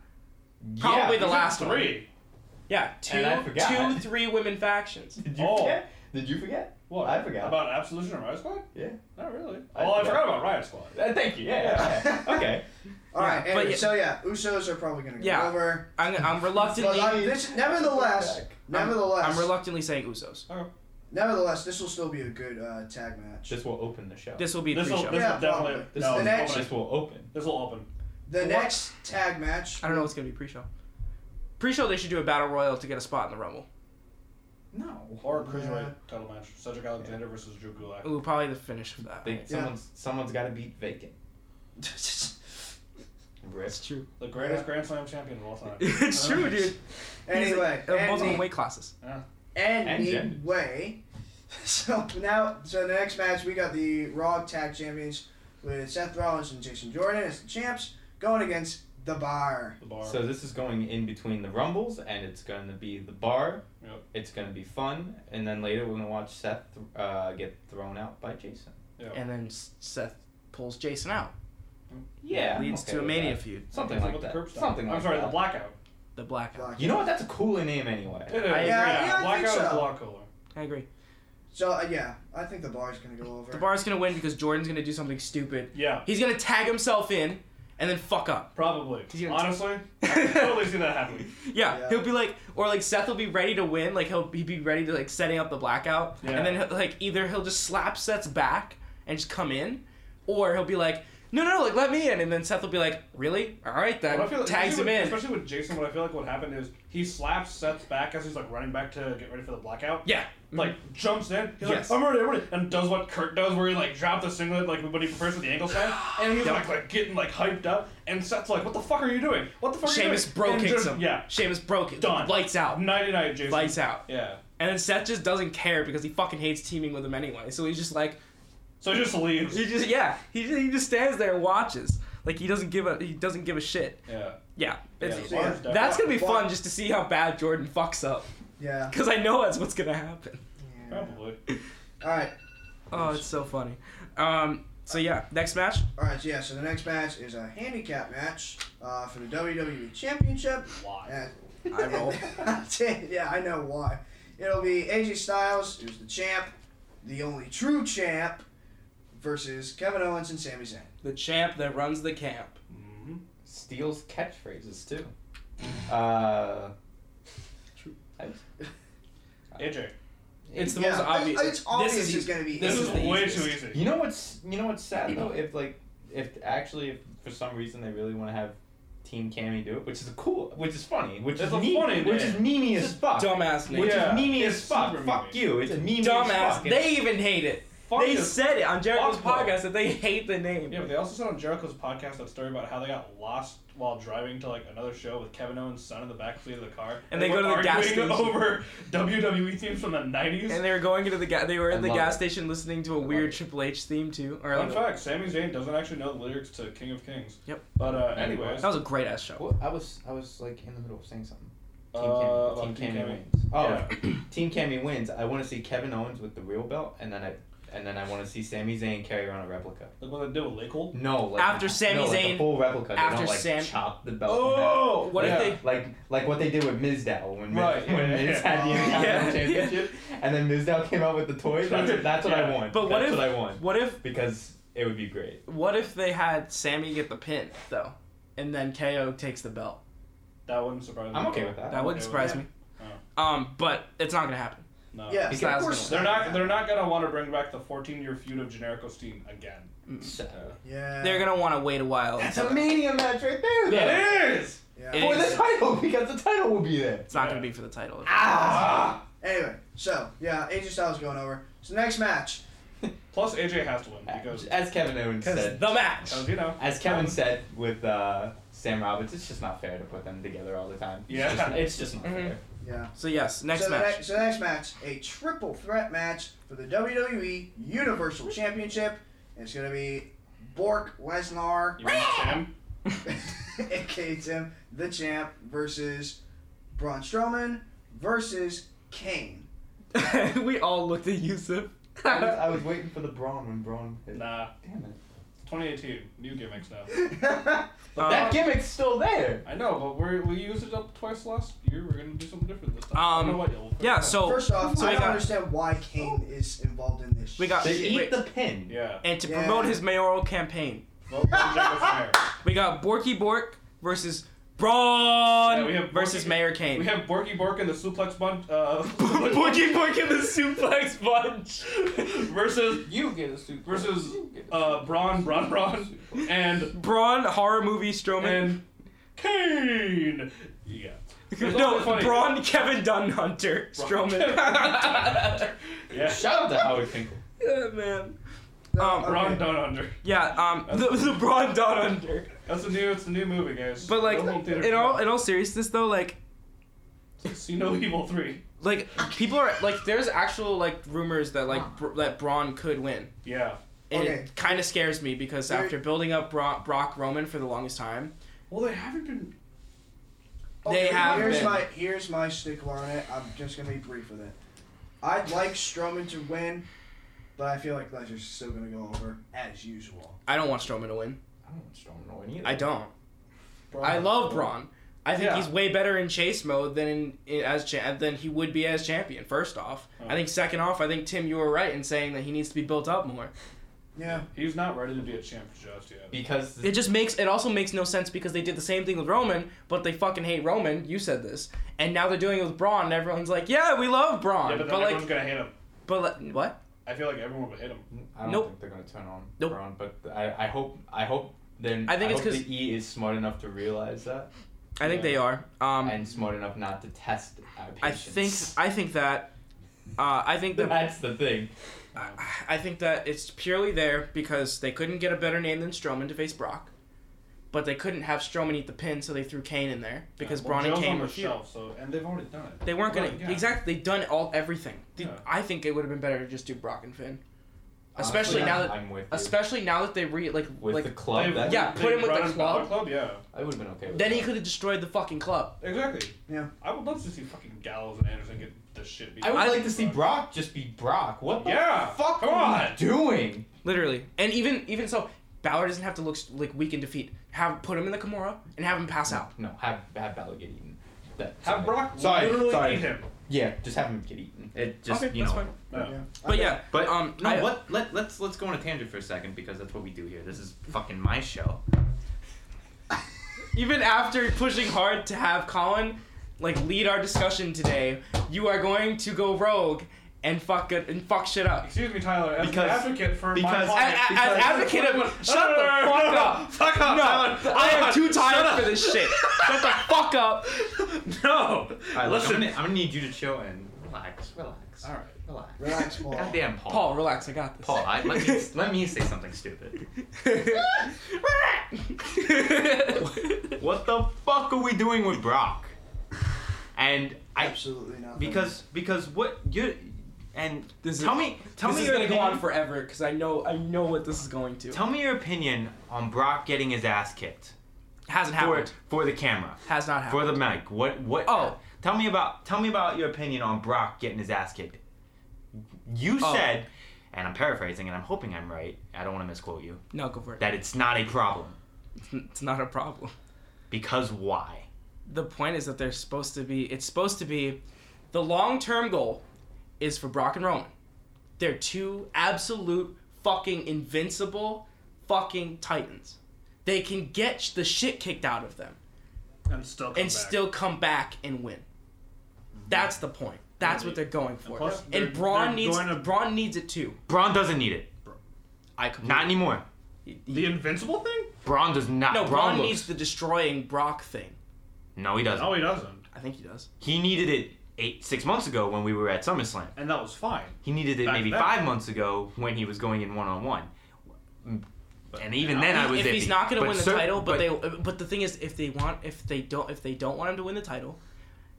Probably
yeah.
the last one.
three.
Yeah, two,
And I forgot.
two, three women factions.
Did you
Oh.
forget? Did you forget?
What?
I forgot.
about Absolution and Riot Squad?
Yeah.
Not really.
I
oh, I
forgot.
forgot about Riot Squad.
Uh, thank you. Yeah. yeah, yeah. okay.
All right.
but
anyway,
yeah-
So yeah, Usos are probably gonna go
Yeah.
over.
I'm, I'm
But
reluctantly,
I'm, this, nevertheless,
Back.
nevertheless,
I'm reluctantly saying Usos.
nevertheless, this will still be a good uh, tag match.
This will open the show.
This will be the
This will,
pre-show.
this
Yeah,
will definitely.
probably.
This
no,
is
the next-
This
This
will open.
will open.
This will open.
The
What?
next tag match.
I don't know what's gonna be pre-show. Pre-show, they should do a battle royal to get a spot in the rumble.
No.
Or a cruiserweight title match. Cedric Alexander versus Drew Gulak.
Ooh, probably the finish of that.
They,
That's
Someone's someone's got to beat Vacant. Rip.
true.
The greatest Grand Slam champion of all time.
it's true, dude.
Anyway,
They're both in
any-
weight classes.
And gender.
anyway, so now, so the next match we got the Raw Tag Champions with Seth Rollins and Jason Jordan as the champs going against The bar.
The bar.
So this is going in between the rumbles, and it's going to be the bar.
Yep.
It's going to be fun, and then later we're going to watch Seth uh, get thrown out by Jason.
yeah.
and then S- Seth pulls Jason out.
Yeah, I'm
leads
okay
to a
with
mania
that.
feud.
Something like
with the
that.
curb stop.
Something like
I'm sorry,
that.
the blackout.
The blackout.
Black.
You know what? That's a cooler name anyway.
It is,
yeah,
I-
yeah, I think
blackout is
so.
a lot cooler.
I agree.
So uh, yeah, I think the bar's gonna go over.
The bar's gonna win because Jordan's gonna do something stupid.
Yeah,
He's gonna tag himself in and then fuck up.
probably.
He's gonna-
Honestly, I've totally seen that happen.
Yeah,
Yeah.
he'll be like, or like Seth will be ready to win, like he'll he'd be ready to like setting up the blackout,
Yeah.
and then he'll, like either he'll just slap Seth's back and just come in, or he'll be like, no, no, no, like let me in, and then Seth will be like, really? All right, then
What I feel-
tags him
especially with-
in.
Especially with Jason, what I feel like would happen is he slaps Seth back as he's like running back to get ready for the blackout.
Yeah, Mm-hmm.
Like jumps in, he's
Yes.
like, I'm ready, I'm ready, and does what Kurt does, where he like drops the singlet, like when he prepares for the ankle stand, and he's
Yep.
like, like getting like hyped up, and Seth's like, what the fuck are you doing? What the fuck are you doing?
Seamus bro
And
kicks
just-
him.
Yeah,
Seamus bro kicks.
Done.
Lights out.
ninety nine Jason.
Lights out.
Yeah,
And then Seth just doesn't care because he fucking hates teaming with him anyway. So he's just like,
so he just leaves.
he just yeah, he just, he just stands there and watches. Like he doesn't give a he doesn't give a shit.
yeah,
Yeah,
Yeah,
it's,
so yeah,
definitely-
that's gonna be
Fuck.
fun just to see how bad Jordan fucks up
yeah.
because I know that's what's gonna happen.
yeah.
probably.
All right.
Oh, it's so funny. Um, so yeah, next match.
All right. So yeah. So the next match is a handicap match uh, for the WWE Championship.
Why?
And
I roll.
yeah, I know why. It'll be AJ Styles, who's the champ, the only true champ, versus Kevin Owens and Sami Zayn.
The champ that runs the camp.
Mm-hmm.
Steals catchphrases too. Uh,
AJ,
It's the
yeah,
most
I-
obvious.
it's obvious
This is
it's
easy.
gonna be
This
this
easy.
is
is the
way
easiest.
too easy.
You know what's you know what's sad though if like if actually if for some reason they really want to have Team Cammy do it, which is a cool, which is funny, which
It's
is
a
meme,
funny
which is
name.
memey
It's
as fuck,
Dumbass name.
which
Yeah,
is memey
it's
as fuck.
super
Fuck
memey.
you, it's memey as
Dumbass.
fuck.
They even hate it.
Fuck
they
is-
said it on Jericho's
fuck Paul.
podcast that they hate the name.
Yeah, but they also said on Jericho's podcast that story about how they got lost while driving to like another show with Kevin Owens' son in the backseat of the car,
And they go to
were
the gas
arguing
station.
over WWE themes from the nineties.
And they were going into the ga- they were
I
in the
love
gas
it.
station listening to a
love
weird
it.
Triple H theme too. Or
Fun
like,
fact: Sami Zayn doesn't actually know the lyrics to King of Kings.
Yep.
But uh,
Anyway.
anyways,
that was a great ass show.
Well, I was I was like in the middle of saying something.
Oh,
Team Cammy,
Uh, about
Team
Team
Cammy
Cammy.
wins. Oh, Team Cammy wins. I want to see Kevin Owens with the real belt, and then I and then I want to see Sami Zayn carry around a replica.
look what they did with Lakel.
No, like
After Sami
no, like
Zayn-
a full replica. They
after
don't, like,
Sam-
chop the belt. in half.
Oh,
What if
yeah.
they-
like like what they did with Mizdow when Miz,
Right, yeah,
when
yeah,
Miz
yeah.
had the
Oh.
Intercontinental
Yeah.
Championship, and then Mizdow came out with the toy. That's, that's what I
Yeah.
want.
But what
that's
if-
what I want
What if
because it would be great.
what if they had Sammy get the pin though, and then KO takes the belt?
That wouldn't surprise me.
I'm okay with that.
That wouldn't
okay
surprise me.
with
Um, but it's not gonna happen.
No.
Yeah,
Styles
of course.
They're not. They're not gonna want to bring back the 14-year feud of Generico's team again.
So,
Yeah.
They're gonna want to wait a while.
that's a mania match right there. Though.
It is.
Yeah.
It
for
is.
the title because the title will be there.
It's not
Yeah.
gonna be for the title.
Ah.
Anyway, so yeah, AJ Styles going over. So next match.
Plus, AJ has to win because,
Ah. As Kevin Owens
Because
said,
the match.
because you know.
as Kevin said with uh, Sam Roberts, it's just not fair to put them together all the time. It's
Yeah.
just- it's just not
Mhm.
fair.
Yeah.
So yes, next
so the
match.
ne- so the next match, a triple threat match for the WWE Universal Championship. And it's gonna be Bork Lesnar.
You mean Sam?
aka Tim, the champ, versus Braun Strowman versus Kane.
we all looked at Yusuf.
I was, I was waiting for the Braun when Braun. Hit.
Nah.
Damn it.
2018, new gimmicks now.
Oh,
Uh,
But
Um,
that gimmick's still there.
I know, but we we used it up twice last year. We're gonna do something different this time. I don't
Um,
know what you'll
yeah. So
First off,
so
I
we
don't
got-
understand why Kane is involved in this.
We got-
They
Wait.
eat the pin.
Ah, yeah.
and to
Yeah.
promote his mayoral campaign,
Well, we'll check it from
we got Borky Bork versus Braun
Yeah, we have
versus
Borky-
Mayor
there.
Kane.
We have Borky Bork and the Suplex Bunch uh,
Borky Bork in the suplex bunch.
versus
You get a super.
versus uh, Braun Braun Braun and
Braun horror movie Strowman.
and Kane. Yeah. It's
no,
also funny.
Braun Kevin Dunn Hunter
Braun-
Strowman.
Yeah.
Shout out to Howard Finkel.
yeah, man.
No,
um,
Braun
okay.
Down Under.
Yeah, um, the, the Braun Dunn Hunter.
That's the new. It's the new movie, guys.
But like,
No home theater.
in all in all seriousness though, like
see no evil three.
like people are like there's actual like rumors that like br- that Braun could win.
Yeah.
And
Okay.
it kind of scares me because
There-
after building up Bro- Brock Roman for the longest time,
Well, they haven't been.
They have
here's
been.
my here's my stick on it. I'm just gonna be brief with it. I'd like Strowman to win, but I feel like Lesnar's still gonna go over as usual.
I don't want Strowman to win.
I don't want Strowman to win either.
I don't. I love Braun. I think
Yeah.
he's way better in chase mode than in, as cha- than he would be as champion. First off, I think second off, I think Tim, you were right in saying that he needs to be built up more.
Yeah.
He's not ready to be a champ just yet.
because
It just makes it also makes no sense because they did the same thing with Roman, but they fucking hate Roman. You said this, and now they're doing it with Braun, and everyone's like, "Yeah, we love Braun,"
yeah,
but,
but then everyone's
like,
gonna hate him.
but like, what?
I feel like everyone would hate him.
I don't
Nope.
think they're gonna turn on
Nope.
Braun, but I, I hope I hope then
I think it's
hope
'cause-
the E is smart enough to realize that
I think
Yeah.
they are. Um,
and smart enough not to test our
I
patience.
think I think that uh, I think that
that's the thing.
I think that it's purely there because they couldn't get a better name than Strowman to face Brock, but they couldn't have Strowman eat the pin, so they threw Kane in there because
Yeah, well,
Braun and
Joe's
Kane
on
were
the
feuding.
shelf, so and they've already done it.
They weren't gonna
Right, yeah.
exactly. They've done all everything. The-
Yeah.
I think it would have been better to just do Brock and Finn,
Honestly,
especially now that
I'm with you.
especially now that they re like
with
like
the club, that,
yeah, put him with
brought
the club.
club. Yeah,
I would have been okay. With
then he
that.
could have destroyed the fucking club.
exactly.
Yeah.
I would love to see fucking Gallows and Anderson get the shit beat.
I would
out of
like
them.
to see Brock just be Brock. What the
Yeah,
fuck
come
are
on.
you doing?
Literally, and even even so, Balor doesn't have to look like weak in defeat. Have put him in the Kimura and have him pass out.
No, have have Balor get eaten. That,
Have
sorry.
Brock
sorry,
literally
sorry.
eat him.
Yeah, just have him get eaten. It just
okay,
you know.
that's fine.
No.
Yeah.
But
Okay.
yeah,
But
um,
um, no.
I-
what? Let let's let's go on a tangent for a second because that's what we do here. This is fucking my show.
even after pushing hard to have Colin like lead our discussion today, you are going to go rogue and fuck it and fuck shit up.
Excuse me, Tyler. As
Because-
an advocate for
because-
my
As,
client,
as, as advocate of shut the fuck up.
Fuck up,
No,
Tyler.
I am too
Shut
tired
up.
for this shit. Shut the fuck up.
No. Alright, listen, I'm
Listen.
gonna, I'm gonna need you to chill and relax, relax.
All right.
relax.
Relax, Paul.
Goddamn, Paul.
Paul, relax. I got this.
Paul, I, let me let me say something stupid. What the fuck are we doing with Brock? And I
Absolutely not.
because because what you and
This is-
tell me tell
this
me
is
your
gonna go
opinion-
on forever because I know I know what this is going to.
Tell me your opinion on Brock getting his ass kicked
Hasn't
for
happened.
for the camera.
Has not
for
happened.
the mic. What what?
Oh.
tell me about tell me about your opinion on Brock getting his ass kicked. You
Oh.
said, and I'm paraphrasing, and I'm hoping I'm right. I don't want to misquote you.
no, go for it.
That it's not a problem
It's not a problem.
because why?
the point is that they're supposed to be it's supposed to be the long-term goal is for Brock and Roman. They're two absolute fucking invincible fucking titans. They can get the shit kicked out of them
and still come
and
back. Mhm.
still come back and win. That's the point. That's what they're going for. And,
plus they're-
Braun
they're
needs
going to-
Braun needs it too.
Braun doesn't need it.
I completely
Not anymore.
the invincible thing?
Braun does not.
No,
Braun
Braun
looks-
needs Oh. the destroying Brock thing.
No, he doesn't.
No, he doesn't.
I think he does.
He needed it eight six months ago when we were at SummerSlam.
And that was fine.
He needed it
Back
maybe
then.
five months ago when he was going in one on one. And even then, I was.
if he's
iffy.
not going to
But
win the
cer-
title, but, they but the thing is, if they want, if they don't, if they don't want him to win the title,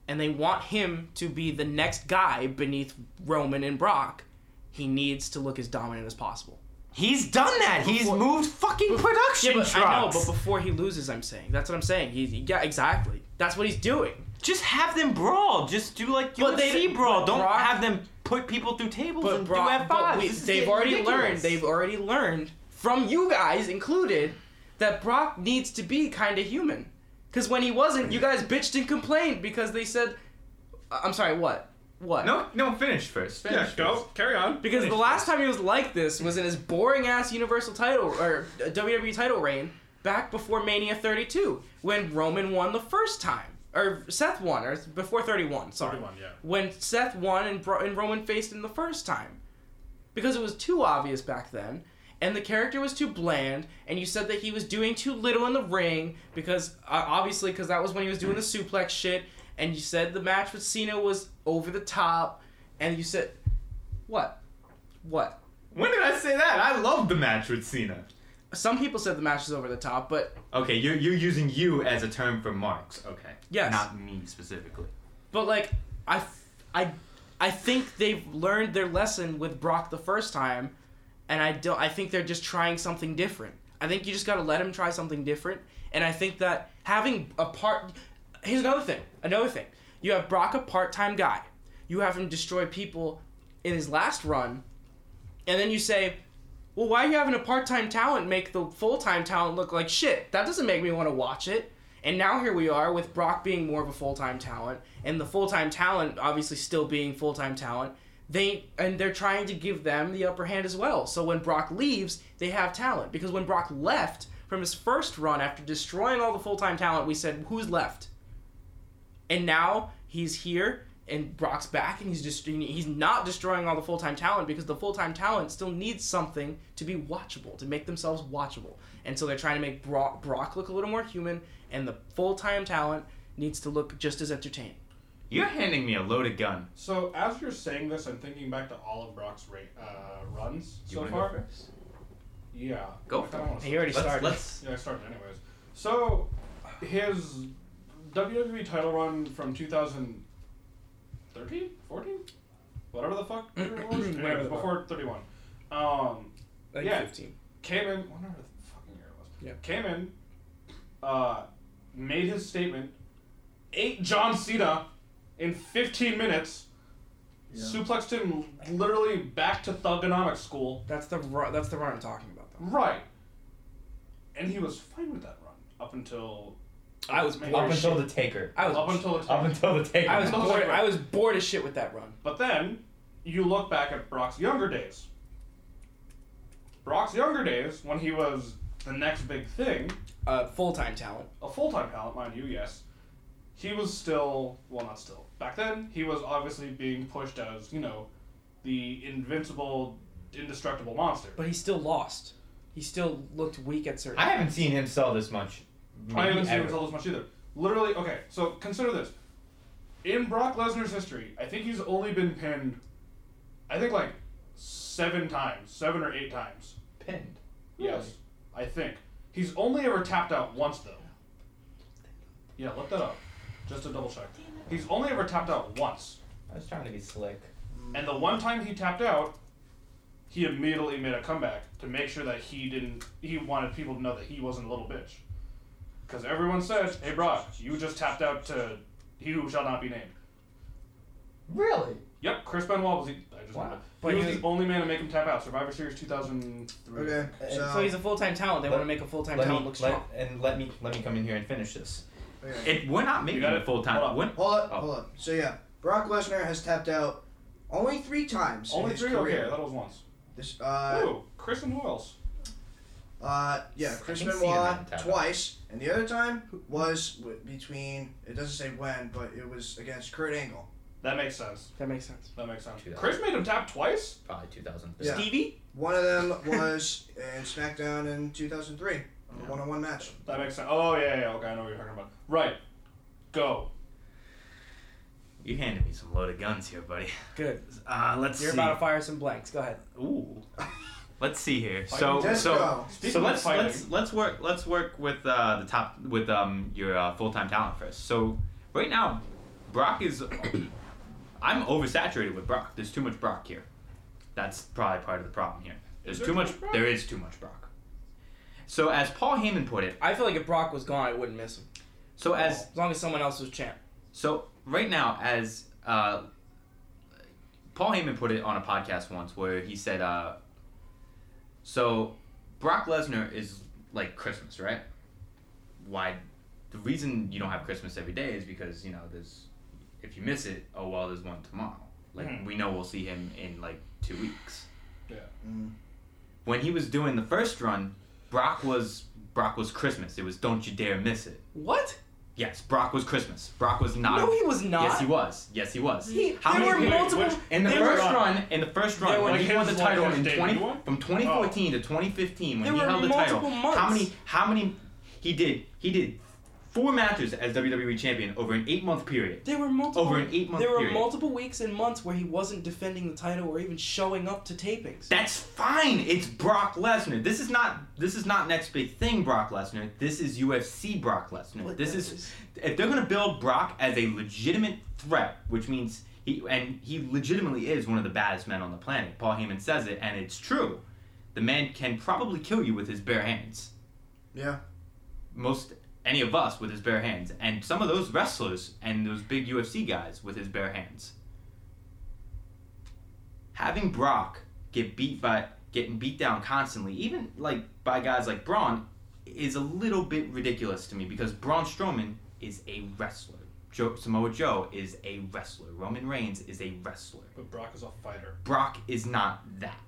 and they want him to be the next guy beneath Roman and Brock, he needs to look as dominant as possible.
He's done that. He's
Before-
moved fucking
Yeah,
production
but I know,
trucks.
but before he loses, I'm saying that's what I'm saying. He, yeah, exactly. That's what he's doing.
Just have them brawl. Just do like UFC
But they-
brawl.
but
Don't
Brock-
have them put people through tables
But
and
Brock,
do F5.
but we,
This is
they've
getting
already
ridiculous.
learned. They've already learned from you guys included that Brock needs to be kind of human. Because when he wasn't, you guys bitched and complained because they said, I- "I'm sorry, what? What?"
No, no, finish first. Finish
Yeah, go. Carry on.
Because the last time he was like this was in his boring ass Universal title or uh, WWE title reign back before Mania 32 when Roman won the first time. Or Seth won, or before 31, sorry.
31, yeah.
When Seth won and, Bro- and Roman faced him the first time. Because it was too obvious back then, and the character was too bland, and you said that he was doing too little in the ring, because uh, obviously, because that was when he was doing the suplex shit, and you said the match with Cena was over the top, and you said. What? What?
When did I say that? I love the match with Cena.
Some people said the match is over the top, but
Okay, you're, you're using you as a term for marks. Okay.
Yes.
Not me specifically.
but like I I I think they've learned their lesson with Brock the first time, and I don't I think they're just trying something different. I think you just got to let him try something different And I think that having a part. Here's another thing. Another thing. You have Brock, a part time guy. You have him destroy people in his last run. And then you say, well, why are you having a part time talent make the full time talent look like shit? That doesn't make me want to watch it. And now here we are with Brock being more of a full time talent, and the full time talent obviously still being full time talent. They and they're trying to give them the upper hand as well. So when Brock leaves, they have talent because when Brock left from his first run after destroying all the full time talent, we said who's left, and now he's here and Brock's back and he's just he's not destroying all the full time talent because the full time talent still needs something to be watchable to make themselves watchable and so they're trying to make Brock, Brock look a little more human and the full time talent needs to look just as entertaining.
You're handing me a loaded gun.
So as you're saying this, I'm thinking back to all of Brock's ra- uh, runs
Do you
so
wanna
far.
go first?
Yeah.
Go
I
for
kinda
it.
wanna
He already
Let's,
started.
let's
Yeah, I started anyways. So, his WWE title run from 2013, 14, whatever the fuck year it was,
Whatever
Yeah, it was
the fuck.
before 31. Um,
Like
Yeah.
15.
came in, whatever the fucking year it was.
Yeah.
Came in, uh, made his statement, ate John Cena in 15 minutes, suplexed him literally back to thugonomics school.
That's the ru- that's the run I'm talking about. Though.
Right. And he was fine with that run up until
I was
maybe-
bored
up
as
until the taker.
I was
up until the
Up until the taker.
I was
Those
bored
are-
I was bored as shit with that run.
But then you look back at Brock's younger days. Brock's younger days when he was the next big thing,
Uh, full time talent.
a full-time talent, mind you, yes. He was still, well, not still. Back then, he was obviously being pushed as, you know, the invincible, indestructible monster.
But he still lost. He still looked weak at certain.
I haven't seen him sell this much.
I
maybe
haven't seen
ever.
him sell this much either. Literally, okay, so consider this. In Brock Lesnar's history, I think he's only been pinned, I think like seven times, seven or eight times.
pinned.
Yes, I think. He's only ever tapped out once, though. Yeah, look that up. Just to double check. He's only ever tapped out once.
I was trying to be slick.
And the one time he tapped out, he immediately made a comeback to make sure that he didn't. He wanted people to know that he wasn't a little bitch. Because everyone said, "Hey, Brock, you just tapped out to he who shall not be named."
Really?
Yep, Chris Benoit was. The, I just
Wow.
remembered.
But
he
he-
was the only man to make him tap out. Survivor Series 2003.
Okay.
And
So,
so he's a full time talent. They
Let-
want to make a full time
Let
talent
me,
look strong.
let, and let me let me come in here and finish this.
okay.
It, we're not making
got
it
it?
full
Hold
time.
on.
When-
hold up,
Oh.
hold up. So yeah, Brock Lesnar has tapped out only three times. in
Only
his
three.
Career.
Okay, that was once.
This uh,
Ooh, Chris and who else?
uh, yeah,
I
Chris
can see
Benoit
him tap out.
twice, and the other time was w- between. It doesn't say when, but it was against Kurt Angle.
That makes sense.
That makes sense.
That makes sense.
2000.
Chris made him tap twice.
Probably 2003.
Yeah.
Stevie?
One of them was in SmackDown in 2003, on a one-on-one match.
That makes sense. Oh yeah, yeah. Okay, I know what you're talking about. Right. Go.
You handed me some loaded guns here, buddy.
Good.
Uh, let's
You're
see.
about to fire some blanks. Go ahead.
Ooh. let's see here. So
Just
Oh, so
go.
Speaking
so
of
let's
fighting-
let's let's work let's work with uh, the top with um your uh, full time talent first. So right now, Brock is. I'm oversaturated with Brock. There's too much Brock here. That's probably part of the problem here. There's
Is there
too
too
much.
much Brock?
There is too much Brock. So as Paul Heyman put it.
I feel like if Brock was gone, I wouldn't miss him.
So as
As long as someone else was champ.
So right now, as uh, Paul Heyman put it on a podcast once, where he said, uh, "So Brock Lesnar is like Christmas, right? Why? The reason you don't have Christmas every day is because you know there's if you miss it, oh well, there's one tomorrow. Like
Mhm.
we know we'll see him in like two weeks.
Yeah.
Mm.
When he was doing the first run, Brock was Brock was Christmas. It was don't you dare miss it.
What?
Yes, Brock was Christmas. Brock was not.
No, he was not.
Yes, he was. Yes, he was.
He-
How
there
many
were
people-
multiple.
which-
in the
there
first
were-
run, in the first
There
run,
were-
when he
His
won the
one
title
his
in
debut
twenty
one?
from twenty fourteen to twenty fifteen, when
There
he
were
held the title,
multiple
how
months.
many? How many? He did. He did four matches as WWE champion over an eight month period.
there were multiple.
Over an eight-month
There were
period.
multiple weeks and months where he wasn't defending the title or even showing up to tapings.
That's fine. It's Brock Lesnar. This is not. This is not next big thing, Brock Lesnar. This is UFC Brock Lesnar.
What
this
that
is
is.
if they're gonna build Brock as a legitimate threat, which means he and he legitimately is one of the baddest men on the planet. Paul Heyman says it, and it's true. The man can probably kill you with his bare hands.
Yeah.
Most any of us with his bare hands, and some of those wrestlers and those big UFC guys with his bare hands. Having Brock get beat by getting beat down constantly, even like by guys like Braun, is a little bit ridiculous to me because Braun Strowman is a wrestler. Joe, Samoa Joe is a wrestler. Roman Reigns is a wrestler.
But Brock is a fighter.
Brock is not that.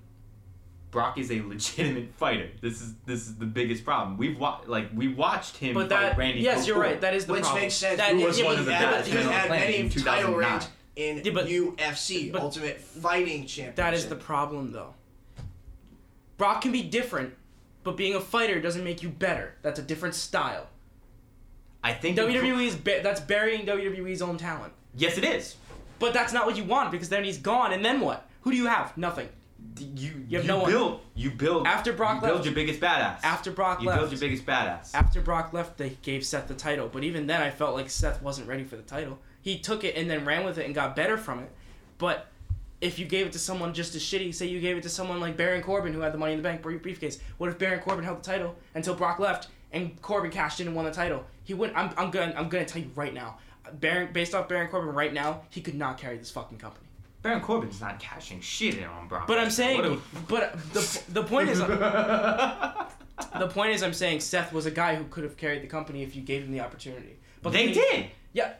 Brock is a legitimate fighter. This is this is the biggest problem. We've wa- like we watched him
But
fight
that
Randy.
yes, you're
Couture.
right. That is the
Which
problem.
makes sense.
That
Who
is-
was
yeah,
one
but-
of the
yeah,
best
but-
he's
men on
had
the planet
many
in
title
2009.
reigns in
Yeah, but-
UFC
but-
Ultimate Fighting Championship.
That is the problem, though. Brock can be different, but being a fighter doesn't make you better. That's a different style.
I think
WWE is ba- that's burying WWE's own talent.
Yes, it is.
But that's not what you want because then he's gone, and then what? Who do you have? Nothing.
D- You
You
you,
have no one.
build you build
After Brock
you build
left-
your biggest badass.
After Brock
you
left,
build your biggest badass.
after Brock left, they gave Seth the title. But even then, I felt like Seth wasn't ready for the title. He took it and then ran with it and got better from it. But if you gave it to someone just as shitty, say you gave it to someone like Baron Corbin who had the Money in the Bank br- briefcase. What if Baron Corbin held the title until Brock left and Corbin cashed in and won the title? He wouldn't. I'm, I'm gonna I'm gonna tell you right now. Baron, based off Baron Corbin right now, he could not carry this fucking company.
Baron Corbin's not cashing shit in on Brock.
But I'm saying,
What a-
but the, the point is, the point is, I'm saying Seth was a guy who could have carried the company if you gave him the opportunity. But
they
the-
did,
Yeah,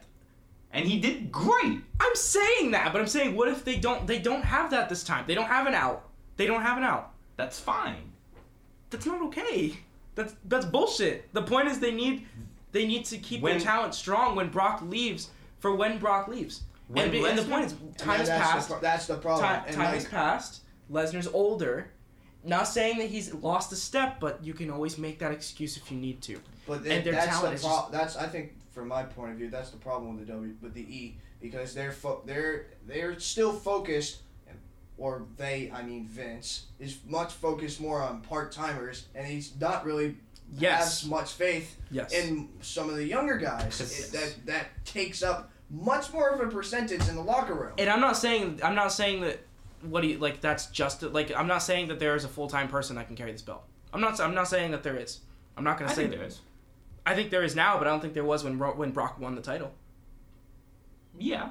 and he did great.
I'm saying that, but I'm saying what if they don't? They don't have that this time. They don't have an out. They don't have an out.
That's fine.
That's not okay. That's that's bullshit. The point is they need they need to keep
When-
their talent strong when Brock leaves for when Brock leaves.
When
and, be- and the
Lesnar-
point is
And
time
that-
has
that's
passed.
The, pro- that's the problem.
Time,
and
time
like,
has passed. Lesnar's older. Not saying that he's lost a step, but you can always make that excuse if you need to.
But
And
th-
their
that's
talent
the
is
pro-
just-
that's I think from my point of view that's the problem with the W with the E because they're fo- they're they're still focused or they I mean Vince is much focused more on part timers and he's not really
Yes.
has much faith
Yes.
in some of the younger guys
Yes.
It- that that takes up much more of a percentage in the locker room.
and I'm not saying I'm not saying that what do you like that's just like I'm not saying that there is a full time person that can carry this belt. I'm not I'm not saying that there is. I'm not
I
gonna say
think
that.
there is.
I think there is now, but I don't think there was when Ro- when Brock won the title.
Yeah,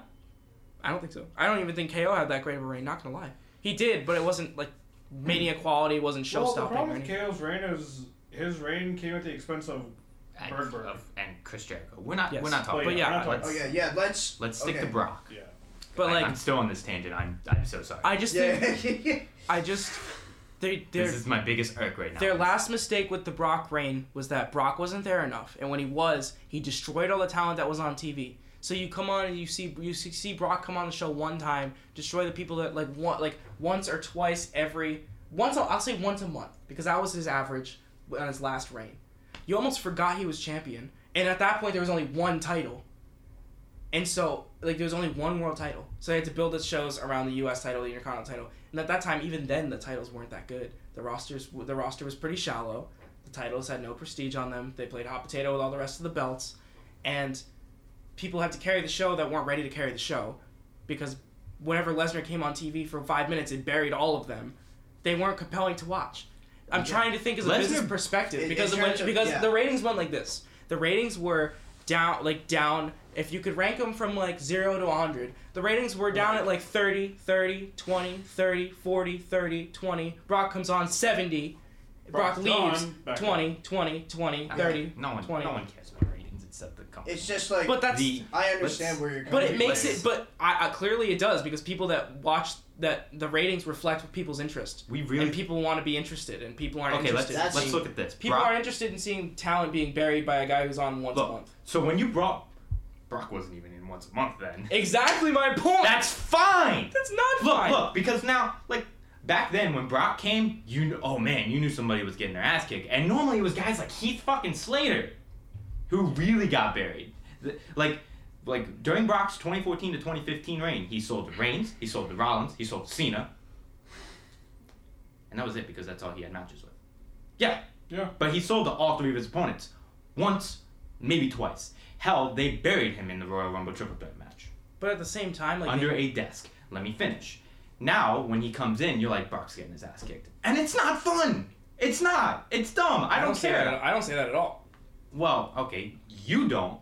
I don't think so. I don't even think KO had that great of a reign. Not gonna lie, he did, but it wasn't like mania quality. It wasn't show
Well, the
stopping. or
problem with
anything.
KO's reign is his reign came at the expense of
and,
Bird Bird.
of- and Chris Jericho. We're not
Yes.
we're not talking.
But
about
yeah,
that.
we're not
let's,
oh yeah, yeah. Let's
let's stick
okay.
to Brock.
Yeah.
But
I,
like
I'm still on this tangent. I'm I'm so sorry.
I just think
Yeah.
I just they they're
this is my biggest irk right now.
Their last mistake with the Brock reign was that Brock wasn't there enough, and when he was, he destroyed all the talent that was on TV. So you come on and you see you see- see Brock come on the show one time, destroy the people that like one like once or twice every once I'll, I'll say once a month because that was his average on his last reign. You almost forgot he was champion, and at that point there was only one title, and so like there was only one world title. So they had to build its shows around the U.S. title, the Intercontinental title, and at that time, even then, the titles weren't that good. The rosters, the roster was pretty shallow. The titles had no prestige on them. They played hot potato with all the rest of the belts, and people had to carry the show that weren't ready to carry the show, because whenever Lesnar came on TV for five minutes, it buried all of them. They weren't compelling to watch. I'm trying to think as a
Lesnar-
business perspective
In-
because
in
it went-
terms of-
because
yeah.
the ratings went like this. The ratings were down like down if you could rank them from like 0 to 100 the ratings were down at like 30 30 20 30 40 30 20 brock comes on 70 brock,
Brock's
leaves
gone, back
20 20 20 30
No one
20.
no one cares about ratings except the company.
It's just like
but that's
the
I understand
let's-
where you're coming.
but it makes
Let's-
it but I, I clearly it does because people that watch that the ratings reflect people's interest
we really
and people want to be interested and people aren't
okay. Let's
interested in
That's-
let's
seeing-
look at this.
people
Brock-
aren't interested in seeing talent being buried by a guy who's on once
Look.
a month
So when you brought Brock wasn't even in once a month then.
exactly my point
That's fine.
that's not
Look,
fine.
look, because now like back then when Brock came, you kn- oh man, you knew somebody was getting their ass kicked, and normally it was guys like Heath fucking Slater, who really got buried. Th- Like. Like during Brock's 2014 to 2015 reign, he sold to Reigns, he sold to Rollins, he sold to Cena, and that was it because that's all he had matches with. Yeah,
Yeah.
but he sold to all three of his opponents. Once, maybe twice. Hell, they buried him in the Royal Rumble triple threat match.
But at the same time, like
under
they-
a desk. Let me finish. Now, when he comes in, you're like, Brock's getting his ass kicked. And it's not fun! It's not! It's dumb! I, don't,
say
care.
that. I don't say that at all.
well, okay, you don't.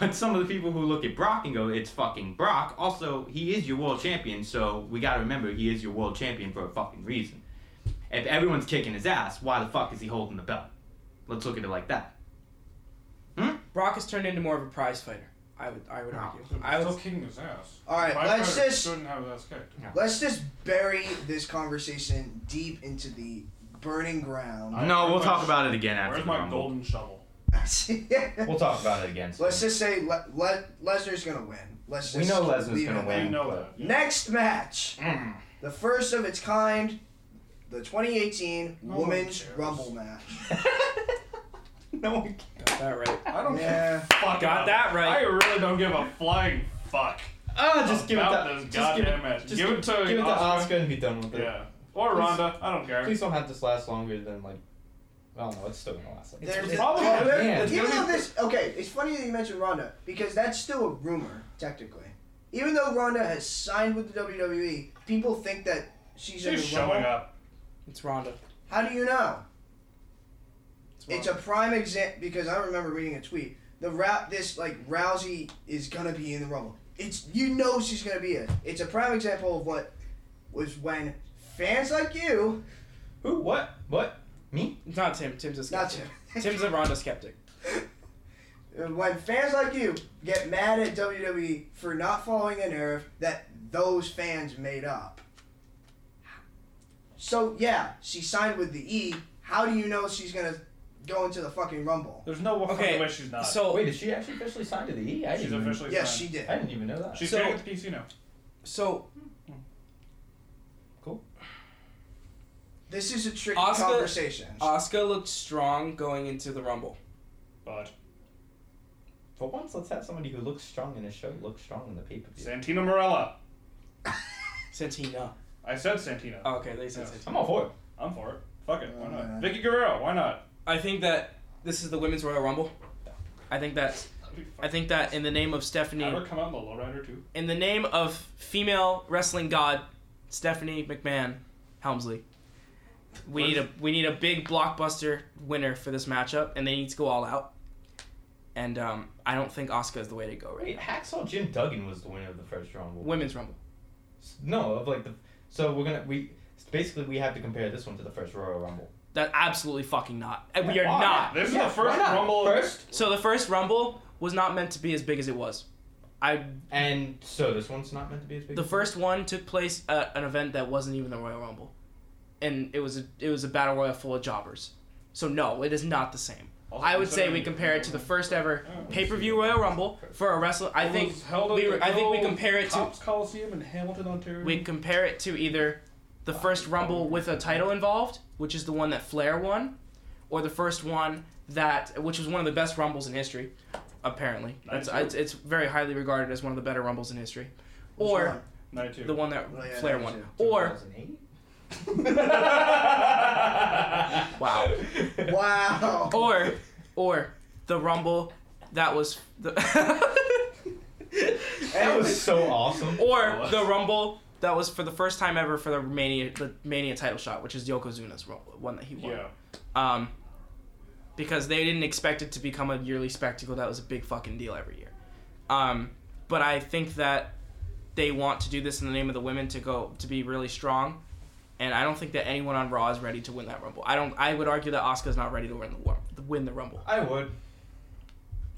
But some of the people who look at Brock and go, it's fucking Brock. Also, he is your world champion, so we gotta remember he is your world champion for a fucking reason. If everyone's kicking his ass, why the fuck is he holding the belt? Let's look at it like that.
Brock has turned into more of a prize fighter. I would, I would
No.
argue.
Still
I would,
kicking his ass.
All right,
My
let's
fighter
just-
shouldn't have his ass kicked.
Let's just bury this conversation deep into the burning ground.
I-
no, we'll
where's
talk
my-
about it again after
Where's
the
my
Rumble.
golden shovel?
We'll talk about it again.
Let's just say Le- Le- Lesnar's gonna win. Let's just
We know Lesnar's
leave
gonna
it at
win.
You know
but-
that.
Next match, the first of its kind, the 2018
No one
Women's
cares.
Rumble match.
no one cares.
got that right.
I don't
Yeah.
give a
Got
fuck. about
that
it.
right.
I really don't give a flying fuck.
Ah, just give it
About
to
this
just give
goddamn
it,
match.
just
Give it to
give it to
Oscar.
Oscar and be done with it.
Yeah. Or
Please-
Ronda. I don't care.
Please don't have this last longer than like. I don't know. It's still gonna last. Like,
There-
It's
it-
probably
yeah,
there.
Yeah.
It's
Even
gonna
though
be-
this, okay, it's funny that you mentioned Ronda because that's still a rumor technically. Even though Ronda has signed with the WWE, people think that she's, in the
She's showing
Rumble.
up.
It's Ronda.
How do you know?
It's,
It's a prime example because I remember reading a tweet. The rap, this like Rousey is gonna be in the Rumble. It's you know she's gonna be it. It's a prime example of what was when fans like you,
Who? What? What? Me?
It's not Tim. Tim's a
not
skeptic.
to,
Tim's a Ronda skeptic.
when fans like you get mad at WWE for not following a nerve that those fans made up. So yeah, she signed with the E. How do you know she's gonna go into the fucking Rumble?
There's no fucking
Okay,
way she's not.
Uh,
So
Oh, Wait, is she actually officially signed to the E? I
she's
didn't.
officially
Yes,
signed.
she did.
Even, I didn't even know that.
She's
So-
so, at the PC now.
So
This is a tricky
Asuka-
conversation.
Oscar looked strong going into the Rumble.
But
For once, let's have somebody who looks strong in a show look strong in the pay per view.
Santina Morella.
Santina.
I said Santina.
Oh, okay, they said
Yeah.
Santina.
I'm all for it.
I'm for it. Fuck it. Why
Oh,
not?
man.
Vicky Guerrero. Why not?
I think that this is the women's Royal Rumble. I think that
That'd be fucking-
I think that in the name of
Have
Stephanie,
her come out in the lowrider too.
in the name of female wrestling god Stephanie McMahon Helmsley, we need a we need a big blockbuster winner for this matchup, and they need to go all out. And um, I don't think Oscar is the way to go right
Wait,
now.
Hacksaw Jim Duggan was the winner of the first Rumble.
Women's Rumble.
S- No, of like the. So we're gonna we basically we have to compare this one to the first Royal Rumble.
That absolutely fucking not. And we are
Why?
not.
This
Yeah,
is the first
why not?
Rumble.
First,
So the first Rumble was not meant to be as big as it was. I
and so this one's not meant to be as big.
the
as-
first one took place at an event that wasn't even the Royal Rumble, and it was a it was a battle royal full of jobbers. So no, it is not the same.
Also
I would say we
considering-
compare it to the first ever
Oh,
pay per view Royal Rumble for a wrestler. I
It
think
was held at
we were-
the
I think we
good old
compare it to-
Topps Coliseum in Hamilton, Ontario.
we compare it to either the first Rumble with a title involved, which is the one that Flair won, or the first one that which was one of the best Rumbles in history, apparently. It's,
Nice.
it's, it's very highly regarded as one of the better Rumbles in history, or
Night two.
the one that
Oh, yeah,
Flair
that was
won,
it.
or
2008?
Wow.
Wow.
or or the rumble that was the
That was so awesome.
or the rumble that was for the first time ever for the mania the mania title shot which is yokozuna's ru- one that he won
Yeah.
um because they didn't expect it to become a yearly spectacle that was a big fucking deal every year um but i think that they want to do this in the name of the women to go to be really strong and i don't think that anyone on raw is ready to win that rumble i don't i would argue that oscar's not ready to win the war, win the rumble
I would.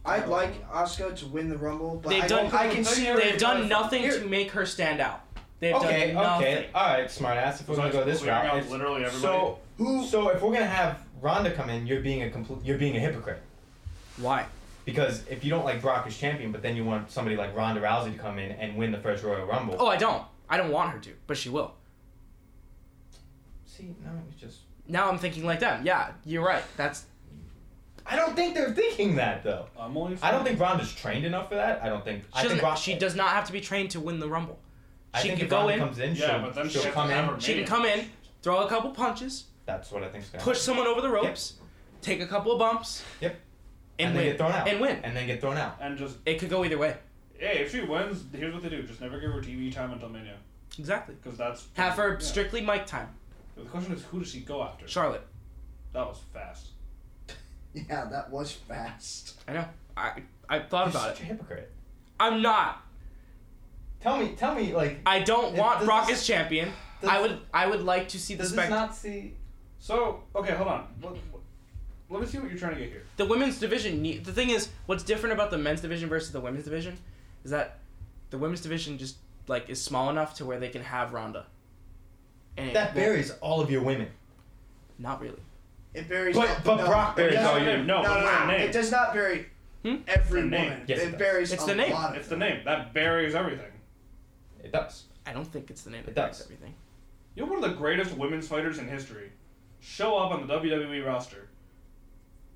I'd like Oscar to win the Rumble, but
They've
I,
done- E
don't, I can see
They've done nothing
Here-
to make her stand out. They've
Okay,
done nothing.
okay. Alright, smart ass. If we're
So
gonna
it's
go this
clearing out
route. it's-
literally everybody.
So
who.
so if we're gonna have Ronda come in, you're being a complete you're being a hypocrite.
Why?
Because if you don't like Brock as champion, but then you want somebody like Ronda Rousey to come in and win the first Royal Rumble.
Oh, I don't. I don't want her to, but she will.
See, no, it's just
Now I'm thinking like them. Yeah, you're right. That's
I don't think they're thinking that though.
I'm only
I don't think Ronda's trained enough for that. I don't think.
she
I think
doesn't.
Ron-
she does not have to be trained to win the rumble.
I
She
think
can
if
go
Ronda
in.
comes in,
Yeah,
she'll,
but then
she'll
she'll
come
never
in.
make
She can
Mania.
come in, throw a couple punches,
That's what I think's gonna
push
happen.
someone over the ropes, take a couple of bumps.
Yep.
And,
and then
win.
get thrown out.
And win.
And then get thrown out.
And just
It could go either way.
hey, if she wins, here's what they do: just never give her TV time until Mania,
Exactly.
because that's
Have her
yeah.
strictly mic time.
The question is, who does she go after?
Charlotte.
That was fast.
Yeah, that was fast.
I know. I I thought
You're
about
such
it.
a hypocrite.
I'm not.
Tell me, tell me, like,
I don't
It-
want
does
Brock
this-
as champion.
does-
I would I would like to see the
does
spec
this not see?
So okay, hold on. Let, let me see what you're trying to get here.
the women's division need, the thing is what's different about the men's division versus the women's division is that the women's division just like is small enough to where they can have Ronda. And it
That
won't-
buries all of your women.
Not really.
It buries.
But- but
no,
Brock buries
no,
all
no,
your-
No,
No,
no,
it's
no,
the name.
It does not bury
Hmm?
every
The name.
woman.
Yes, it
it
does.
buries
It's
a
the name.
lot. of
It's the
them.
name that buries everything.
It does.
I don't think it's the name that
It
buries
does.
everything.
You're one of the greatest women's fighters in history. Show up on the WWE roster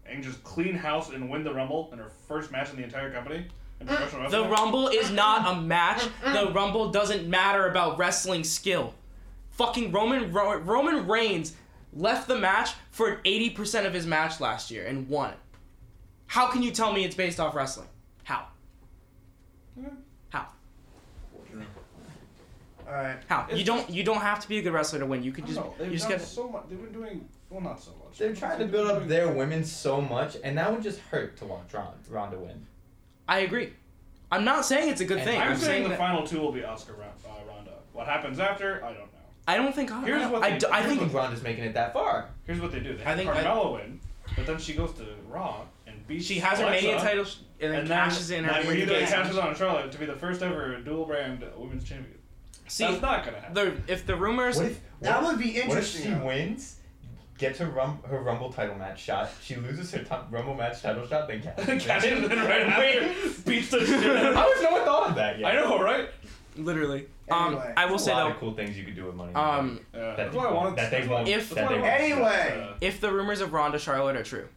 and just clean house and win the Rumble in her first match in the entire company in professional
The
wrestling.
Rumble is not a match. The Rumble doesn't matter about wrestling skill. Fucking Roman Ro- Roman Reigns left the match for 80% of his match last year and won. How can you tell me it's based off wrestling? How?
Hmm.
How?
All right.
How?
It's
you don't you don't have to be a good wrestler to win. You
I
could
don't
just
know. They've
you just
done
gotta
so much. They've been doing well, not so much.
They're trying to
They've
build
been
up
doing-
their women so much, and that would just hurt to watch Ron, Ronda win.
I agree. I'm not saying it's a good
And
thing.
I'm,
I'm,
saying,
saying
the
that
final two will be Oscar Ra- uh, Ronda. What happens after? I don't know.
I don't think I,
Here's what
I,
they-
d- I
I don't think
think
Ronda's making it that far.
Here's what they do. They
I
have
think I-
Carmella win, but then she goes to Raw and beats.
she has her
Alexa,
Mania title sh- and then
and then
cashes in her
like,
win
immediately
against-
cashes on Charlotte to be the first ever dual brand women's champion.
See,
That's not gonna happen.
the, if the rumors
What if,
That
what
would be
if- what if she
interesting. though.
wins, gets her rum, her Rumble title match shot, she loses her t- Rumble match title shot, then cashes
Cashes in right
Wins.
after. Beats the shit out
How
of-
has no one thought of that yet?
I know, right?
literally, um,
Anyway.
I will
There's a
say
lot
though,
of cool things you could do with money. in the
um,
Yeah,
That
that's
they
what I
won't-
wanted.
that they
that's
won't-
What,
If-
that's what I
that
wanted.
they
won't.
Uh,
if the rumors of Ronda Charlotte are true,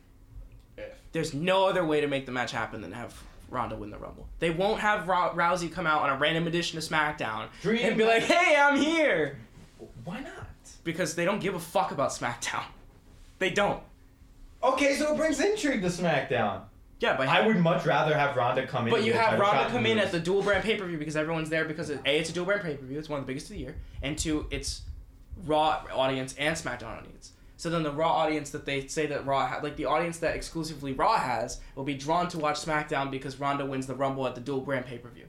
if.
there's no other way to make the match happen than have Ronda win the Rumble. They won't have Rou- Rousey come out on a random edition of SmackDown
Dream
and be like, "Hey, I'm here,"
won. Why not?
because they don't give a fuck about SmackDown. They don't.
Okay, so it brings intrigue to SmackDown.
Yeah, but
I would much rather have Ronda come in.
But
and
you
get a
have
title
Ronda
shot
come
than
in
lose.
at the dual brand pay per view because everyone's there because it, a it's a dual brand pay per view. It's one of the biggest of the year, and two, it's Raw audience and SmackDown audience. So then the Raw audience that they say that Raw ha- like the audience that exclusively Raw has will be drawn to watch SmackDown because Ronda wins the Rumble at the dual brand pay per view.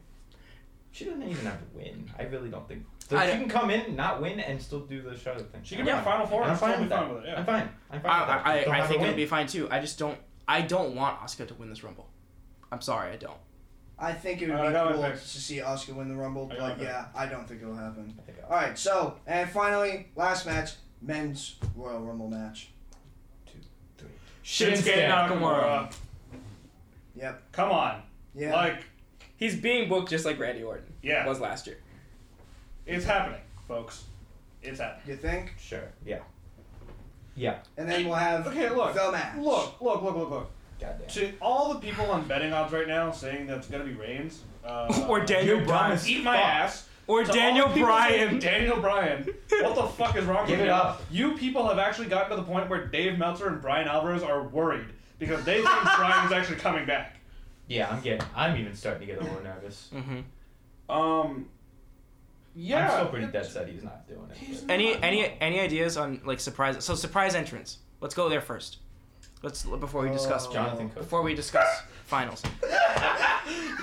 She doesn't even have to win. I really don't think. So
I-
she can come in, not win, and still do the Charlotte thing.
She can
I'm
be a
fine.
Final Four,
And I'm
I'm
fine
totally
with that.
fine with it, yeah.
I'm fine. I'm fine. with that.
I
Just don't
I, I
have
think
her win.
it'd be fine too. I just don't I don't want Oscar to win this Rumble. I'm sorry, I don't.
I think it would
Uh,
be
that would
cool
make-
to see Oscar win the Rumble,
I
but
like that.
yeah, I don't think it'll happen.
I think
All right. So, and finally, last match, men's Royal Rumble match.
Shinsuke Nakamura.
Yep.
Come on.
Yeah.
Like,
He's being booked just like Randy Orton
yeah.
was last year.
It's happening, folks. It's happening.
you think?
Sure. Yeah.
And then we'll have
Okay, look.
the match.
Look, look, look, look, look.
Goddamn.
To all the people on betting odds right now saying that's going to be Reigns. Uh,
Or Daniel
You're dumb
Bryan.
as-
Eat my
Fuck.
ass.
Or
To all
Daniel
the people saying
Bryan.
Daniel Bryan. What the fuck is wrong
Give
with
it
you?
up.
You people have actually gotten to the point where Dave Meltzer and Brian Alvarez are worried because they think Bryan is actually coming back.
Yeah, I'm getting. I'm even starting to get a little nervous.
Mm-hmm.
Um, yeah.
I'm still pretty
it-
dead set he's not doing it.
He's
but-
Any
not-
any any ideas on like surprise? So surprise entrance. Let's go there first. Let's before we discuss
Oh.
Jonathan Cook.
before we discuss finals.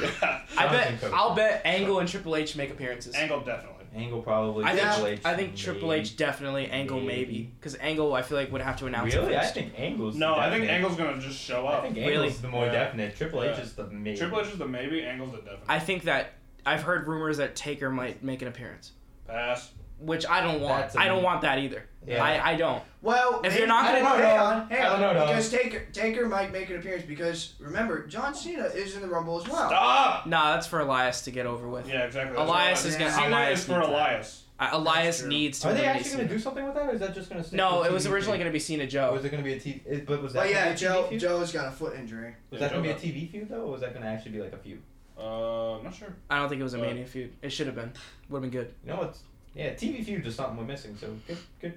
Yeah.
I
Jonathan
bet
Cook.
I'll bet Angle and Triple H make appearances.
Angle definitely.
Angle probably.
I think
Triple H.
I think Triple
maybe.
H definitely Angle maybe
Maybe.
because Angle I feel like would have to announce
Really,
it
I
first.
think Angle's.
No,
the
I think
definite.
Angle's gonna just show
I
up.
think
Really?
Angle's the more
Yeah.
definite. Triple H
Yeah.
is the maybe.
Triple H is the maybe. Angle's the definite.
I think that I've heard rumors that Taker might make an appearance,
Pass.
which I don't want.
That's a-
I don't want that either.
Yeah.
I, I don't.
Well,
If
hey,
you're not
I
gonna-
don't know,
I
hang
don't
on,
know,
hang
I
on,
don't know,
because Taker Taker might make an appearance because remember John Cena is in the Rumble as well.
Stop.
Nah, that's for Elias to get over with.
Yeah, exactly.
Elias is
gonna-
Cena
Elias
is for
needs that.
Elias.
I, Elias
true.
needs to.
Are they
eliminate
actually going
Cena.
to do something with that, or is that just going to stay?
No, it was originally Oh, going to be Cena Joe.
Was it going to be a TV? It, but was that?
But
gonna
yeah,
be a TV
Joe
feud?
Joe's got a foot injury.
Was that going to be a TV feud though, or was that going to actually be like a feud?
Uh, I'm not sure.
I don't think it was a
Uh,
Mania feud. It should have been. Would have been good.
You know what's? Yeah, TV feud is something we're missing. So good, good.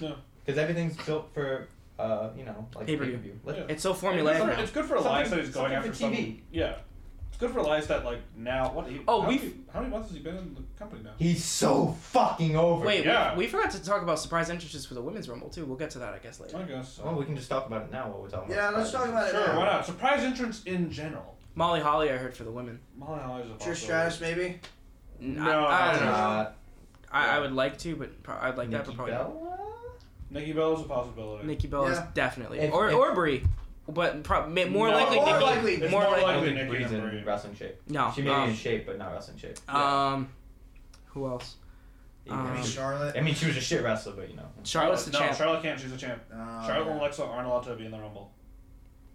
Yeah.
Because everything's built for, uh, you know, like
Pay-per-view.
pay-per-view. Let-
Yeah.
It's so
It's good,
formulaic
for,
now.
it's good for Elias
Something-
that he's going
something
after
for TV.
someone. Yeah. It's good for Elias that like now what? He,
Oh,
how
we've-
many, how many months has he been in the company now?
He's so fucking over.
Wait,
Yeah.
we, we forgot to talk about surprise entrances for the women's rumble too. We'll get to that, I guess,
I
later.
guess. So.
Oh, we can just talk about it now while we're talking.
Yeah,
about
let's talk about it
Sure,
now.
why not? Surprise entrance in general.
Molly Holly, I heard for the women.
Molly Holly's a
Trish
possibility.
Stratus, maybe?
N-
No,
I, I don't know.
Uh,
I, I would like to, but pro- I'd like that,
Nikki
but probably not.
Bella?
Nikki Bell is a possibility.
Nikki Bell is
Yeah.
definitely
If-
or
if-
or Brie, but prob- ma- more
No.
likely
More
Nikki.
likely-
It's
more
more
likely-
I don't
likely
think
Nikki
Bree's
than
in
Bree.
wrestling shape.
No.
She may be
um,
in shape, but not wrestling shape.
um, who else?
Maybe
Um,
Charlotte.
I mean, she was a shit wrestler, but you know.
Charlotte's the
Oh, no,
champ.
Charlotte can't. She's a champ.
Uh,
Charlotte and Alexa aren't allowed to be in the Rumble.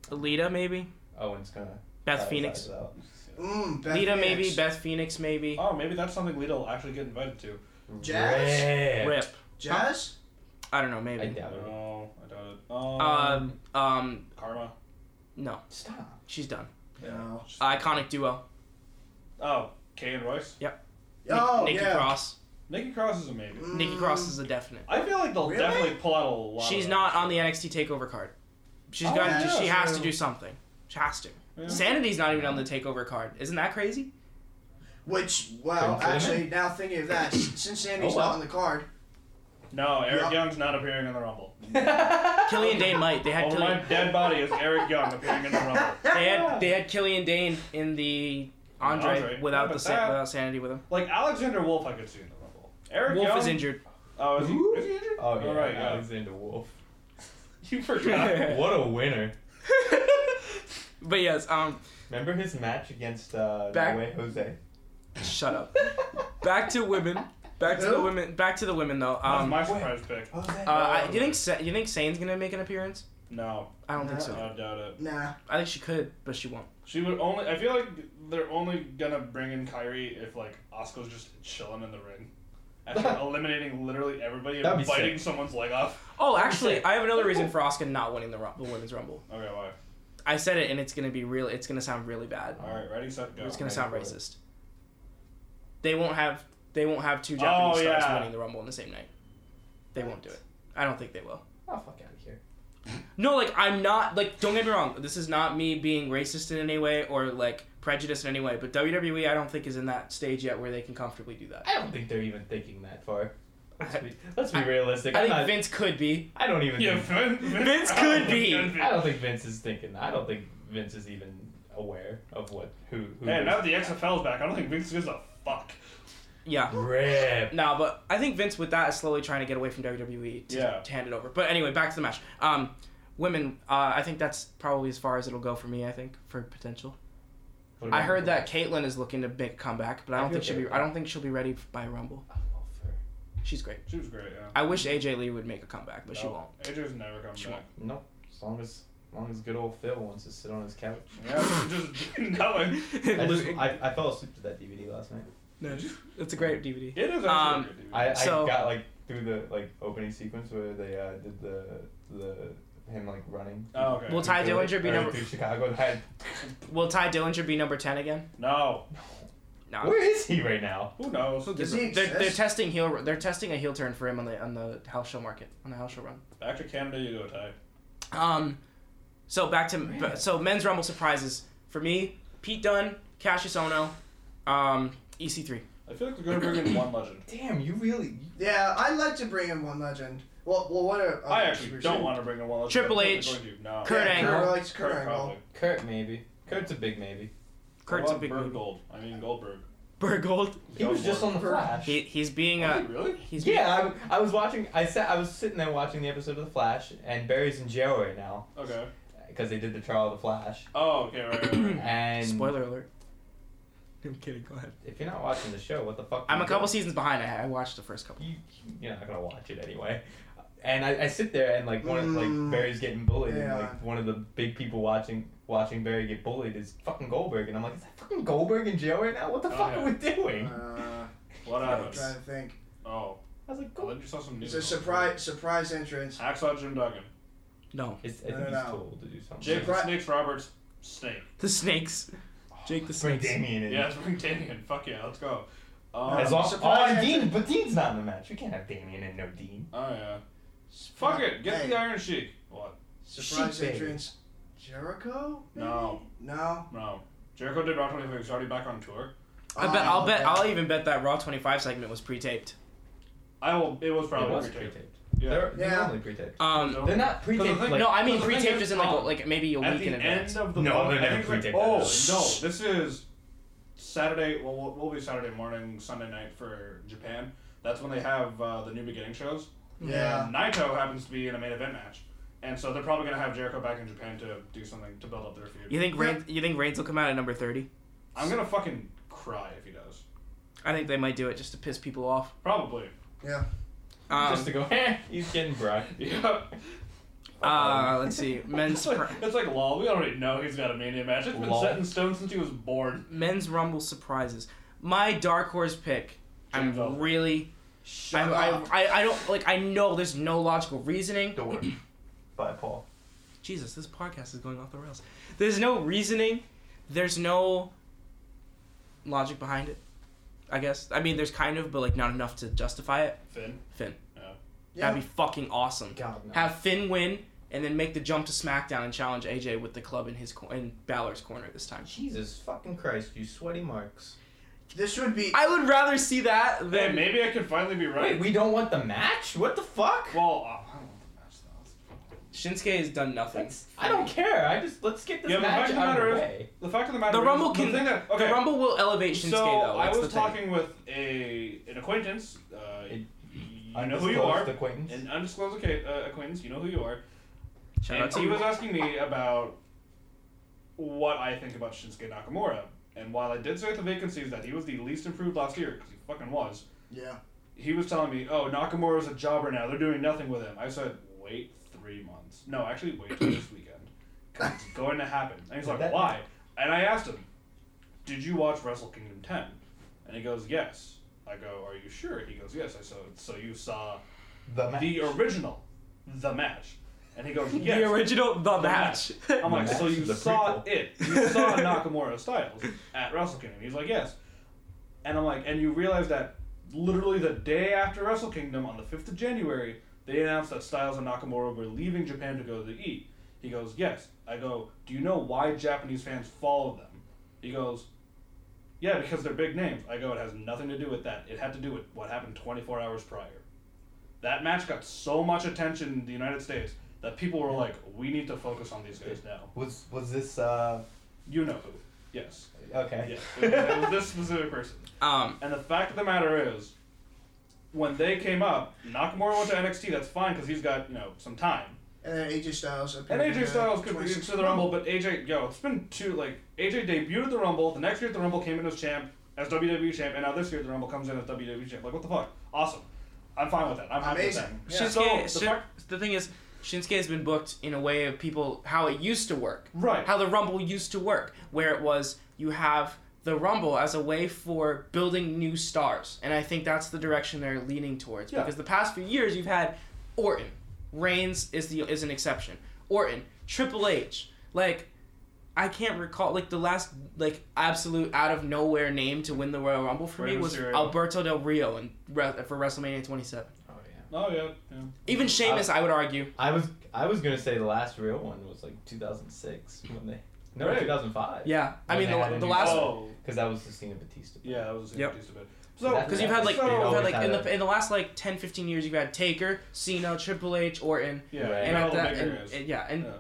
Lita maybe.
Owen's gonna.
Beth
cut his
Phoenix.
eyes out.
Mm, Beth
Lita
Phoenix.
maybe. Beth Phoenix maybe.
Oh, maybe that's something Lita will actually get invited to.
Jazz?
Rip.
Rip.
Jazz?
I don't know.
I
Maybe.
doubt it.
No, I doubt it. Um,
Um. Um.
Karma.
No,
Stop.
she's done.
No.
Iconic duo.
Oh, Kay and Royce.
Nick-
Oh,
Nikki
yeah.
Cross.
Nikki Cross is a maybe.
Mm,
Nikki Cross is a definite.
I feel like they'll
Really?
definitely pull out a lot.
She's
of
not on the NXT Takeover card. She's
Oh,
got.
yeah,
she has
so-
to do something. She has to.
Yeah.
Sanity's not even on the Takeover card. Isn't that crazy?
Which, well,
Couldn't fit him
actually, now thinking of that, s- since Sandy's
Oh, wow.
not on the card,
No, Eric
Yeah.
Young's not appearing in the Rumble.
Killian Dane might. They had
Over Oh, my
Killian.
dead body is Eric Young appearing in the Rumble.
They had they had Killian Dane in the Andre,
Andre.
without
How
the
about
sa-
that?
without Sanity with him.
Like Alexander Wolf, I could see in the Rumble. Eric
Wolf
Young
is injured.
Oh, is he,
Who?
is he injured?
Oh yeah,
All right, yeah. Um,
Alexander Wolf.
You forgot.
What a winner!
but yes, um,
Remember his match against uh,
Back-
Way Jose?
shut up. Back to women. Back to the
Who?
women. Back to the women though.
That's
Um, uh,
Oh my surprise pick.
Oh,
Jose.
I, you think Sa- you think Sane's gonna make an appearance?
No,
I don't think
No.
I
so.
doubt it.
nah.
I think she could, but she won't.
She would only. I feel like they're only gonna bring in Kyrie if like Oscar's just chilling in the ring, after eliminating literally everybody
That'd
and
be
biting someone's leg off.
Oh, actually, I have another reason for Oscar not winning the, Rum- the women's rumble.
Okay, why?
I said it, and it's gonna be real. It's gonna sound really bad.
All right, ready, set, go.
It's gonna sound
Ready for it.
racist. They won't have they won't have two Japanese
Oh,
stars
yeah.
winning the Rumble on the same night. They won't do it. I don't think they will.
Oh fuck out of here.
No, like I'm not like don't get me wrong. This is not me being racist in any way or like prejudiced in any way. But WWE, I don't think is in that stage yet where they can comfortably do that.
I don't think they're even thinking that far. Let's
I-
be, let's be
I-
realistic.
I
I'm
think
not,
Vince could be.
I don't even.
Yeah,
think,
Vin, Vin-
Vince
I
could
don't
be.
think
I
Vin-
don't think Vince is thinking. I don't think Vince is even aware of what who who.
Hey,
is-
now that the XFL's back, I don't think Vince gives a fuck.
Yeah.
Rip.
No, but I think Vince with that is slowly trying to get away from WWE to,
Yeah.
to hand it over. But anyway, back to the match. Um, women. Uh, I think that's probably as far as it'll go for me. I think for potential.
What
I
about
heard
you?
that Caitlyn is looking to make a comeback, but I
I
don't
feel
think she'll
okay
be.
with
I
that.
don't think she'll be ready by Rumble.
I love her.
She's great.
She was great, yeah.
I wish AJ Lee would make a comeback, but she
No,
won't.
AJ's never coming
She
back.
Nope. As long as, as long as good old Phil wants to sit on his couch.
Yeah, just going.
I, just,
Losing.
I, I fell asleep to that DVD last night.
No, it's a great DVD.
It is actually
Um,
a good dude.
I, I
So-
got like through the like opening sequence where they uh, did the the him like running.
oh, okay.
Will Ty
through Philly-
Dillinger be
or
number-
through Chicago? Ty-
Will Ty Dillinger be number ten again?
no,
No.
Where is he right now?
who knows?
Does he
They're, they're
exist?
testing heel. They're testing a heel turn for him on the on the house show market on the house show run.
Back to Canada, you go, Ty.
Um, so back to b- so men's rumble surprises for me. Pete Dunne, Cassius Ono, um, EC3.
I feel like they're gonna bring in one legend.
Damn, you really.
Yeah, I'd like to bring in one legend. Well, well what are.
I actually don't want to bring in one legend.
Triple
I'm definitely
H,
going to. No.
Kurt
yeah,
Angle.
Kurt likes Kurt,
Kurt
Angle.
probably.
Kurt maybe. Kurt's a big maybe.
Kurt's
What
a
about
big
Berg
movie.
Gold. I mean Goldberg.
Bergold.
He was just on the
Kurt.
Flash.
He, he's being
Oh,
a.
really?
He's being-
yeah, I, I was watching. I sat. I was sitting there watching the episode of the Flash, and Barry's in jail right now
uh,
Okay.
because they did the trial of the Flash.
Oh, okay, right, right, right.
And
Spoiler alert. I'm kidding. Go ahead.
If you're not watching the show, what the fuck?
I'm
you
a couple
doing?
seasons behind. I, I watched the first couple.
you, you're not gonna watch it anyway. And I, I sit there and like one of
Mm.
like Barry's getting bullied
Yeah.
and like one of the big people watching watching Barry get bullied is fucking Goldberg and I'm like, is that fucking Goldberg in jail right now? What the
Oh,
fuck
yeah.
are we doing?
Uh,
What
I'm
happened?
trying to think.
Oh,
I was like,
I
Gold.
think you saw some news.
It's a surprise surprise entrance.
Hacksaw Jim Duggan.
No.
It's, I
No,
think
no,
he's
no.
told to do something.
Jake
Surprise-
the Snakes Roberts. Snake.
The snakes. Jake the
Bring
Snakes.
Damien in.
Yeah, it's bring Damien. Fuck yeah, let's go. Um,
As long, oh,
Surprise
and Dean,
entrance.
but Dean's not in the match. We can't have Damien and no Dean.
oh yeah. Fuck it. Get
Hey,
the Iron Sheik. What?
surprise
Sheik, baby.
entrance. Jericho?
No.
No.
No. Jericho did Raw 25. He's already back on tour.
I
Oh,
bet. I'll bet. I'll even bet that Raw 25 segment was pre-taped.
I will. It was probably
it was
pre-taped.
pre-taped.
Yeah.
They're, they're
Yeah.
normally pre-taped.
Um,
No.
They're not
Because
pre-taped.
the thing-
like,
no, I mean
Because the thing
pre-taped
is,
just in like a-
um,
like maybe a
At
week
the
in advance.
end of the
No,
month,
they're
I think
never
it's like,
pre-taped
oh
that.
no, this is Saturday. Well, will will be Saturday morning, Sunday night for Japan. That's when they have uh, the new beginning shows.
Yeah.
And Naito happens to be in a main event match, and so they're probably gonna have Jericho back in Japan to do something to build up their feud.
You think Reigns? You think Reigns will come out at number 30?
I'm gonna fucking cry if he does.
I think they might do it just to piss people off.
Probably.
Yeah.
Um,
just to go, eh, he's getting broad.
Yeah.
uh, let's see. Men's
It's like,
pri-
it's like lol. We already know he's got a mania match. It's been
Lol.
set in stone since he was born.
men's rumble surprises. My dark horse pick. I'm
Jericho.
really. I,
Shut
I,
up.
I, I don't like. I know there's no logical reasoning.
Door by Paul.
Jesus, this podcast is going off the rails. There's no reasoning. There's no logic behind it. I guess. I mean, there's kind of, but like not enough to justify it.
Finn.
Finn.
yeah.
That'd be fucking awesome.
God, no.
Have Finn win and then make the jump to SmackDown and challenge AJ with the club in his cor- in Balor's corner this time.
Jesus fucking Christ, you sweaty marks.
this would be.
I would rather see that
Hey,
than
maybe I could finally be right.
Wait, we don't want the match? What the fuck?
Well, uh, I don't want the match though.
Shinsuke has done nothing.
That's- I don't care. I just let's get this
Yeah, but
match
the fact of the
out of
matter
the
is-
way.
The fact of the matter
The
is,
Rumble can-
the thing that, okay,
The Rumble will elevate Shinsuke
so
though.
I
That's
was
the thing.
talking with a an acquaintance. Uh,
It-
you know who you
Undisclosed
are.
Acquaintance.
An undisclosed acquaint- uh, acquaintance. You know who you are.
Shout
and
out to
he
you.
was asking me about what I think about Shinsuke Nakamura. And while I did say at the vacancies that he was the least improved last year, because he fucking was,
yeah.
he was telling me, "Oh, Nakamura's a jobber now. They're doing nothing with him." I said, "Wait three months. No, actually, wait till this weekend. 'Cause it's going to happen." And he's like,
That-
"Why?" And I asked him, "Did you watch Wrestle Kingdom 10?" And he goes, "Yes." I go, "Are you sure?" He goes, "Yes." I said, "So you saw
the match.
the original, the match?" And he goes,
The
"Yes."
original, the, match.
match. I'm like,
The
so
match
you
is the
saw
prequel."
it. You saw Nakamura Styles at Wrestle Kingdom. He's like, yes. And I'm like, and you realize that literally the day after Wrestle Kingdom, on the 5th of January, they announced that Styles and Nakamura were leaving Japan to go to the E. He goes, yes. I go, do you know why Japanese fans follow them? He goes, yeah, because they're big names. I go, it has nothing to do with that. It had to do with what happened 24 hours prior. That match got so much attention in the United States that people were like, we need to focus on these guys now.
was was this uh
You know who. Yes.
okay.
Yes. It was, it was this specific person.
Um,
And the fact of the matter is, when they came up, Nakamura went to NXT. That's fine because he's got, you know, some time.
And then AJ Styles. appeared
And
in
AJ
the
Styles could be
26
to the Rumble, but AJ, yo, it's been two, like, AJ debuted at the Rumble. The next year at the Rumble came in as champ, as WWE champ, and now this year at the Rumble comes in as WWE champ. Like, what the fuck? Awesome. I'm fine with that. I'm happy
Amazing.
with
Yeah.
that.
Shinsuke,
So, the
Shin-
fact-
the thing is, Shinsuke has been booked in a way of people how it used to work,
right.
how the Rumble used to work, where it was you have the Rumble as a way for building new stars, and I think that's the direction they're leaning towards
Yeah.
because the past few years you've had Orton, Reigns is the is an exception, Orton, Triple H, like. I can't recall like the last like absolute out of nowhere name to win the Royal Rumble for
Rey
me was
Mysterio.
Alberto Del Rio and re- for WrestleMania 27.
Oh yeah.
oh, yeah. yeah.
Even Sheamus, I would argue.
I was I was gonna say the last real one was like 2006 when they no
Right.
2005
Yeah, I
When
mean
they had
the,
a
the
new
last
Oh,
because that was Christina Batista.
yeah, that was a
Yep.
piece of it. So,
That's-
because you've had like
So-
you've had
always
like in
had
the in the last like 10, 15 years you've had Taker, Cena, Triple H, Orton,
yeah,
Right.
and,
all
at
the
that,
big
and,
areas.
and- yeah, and
Yeah.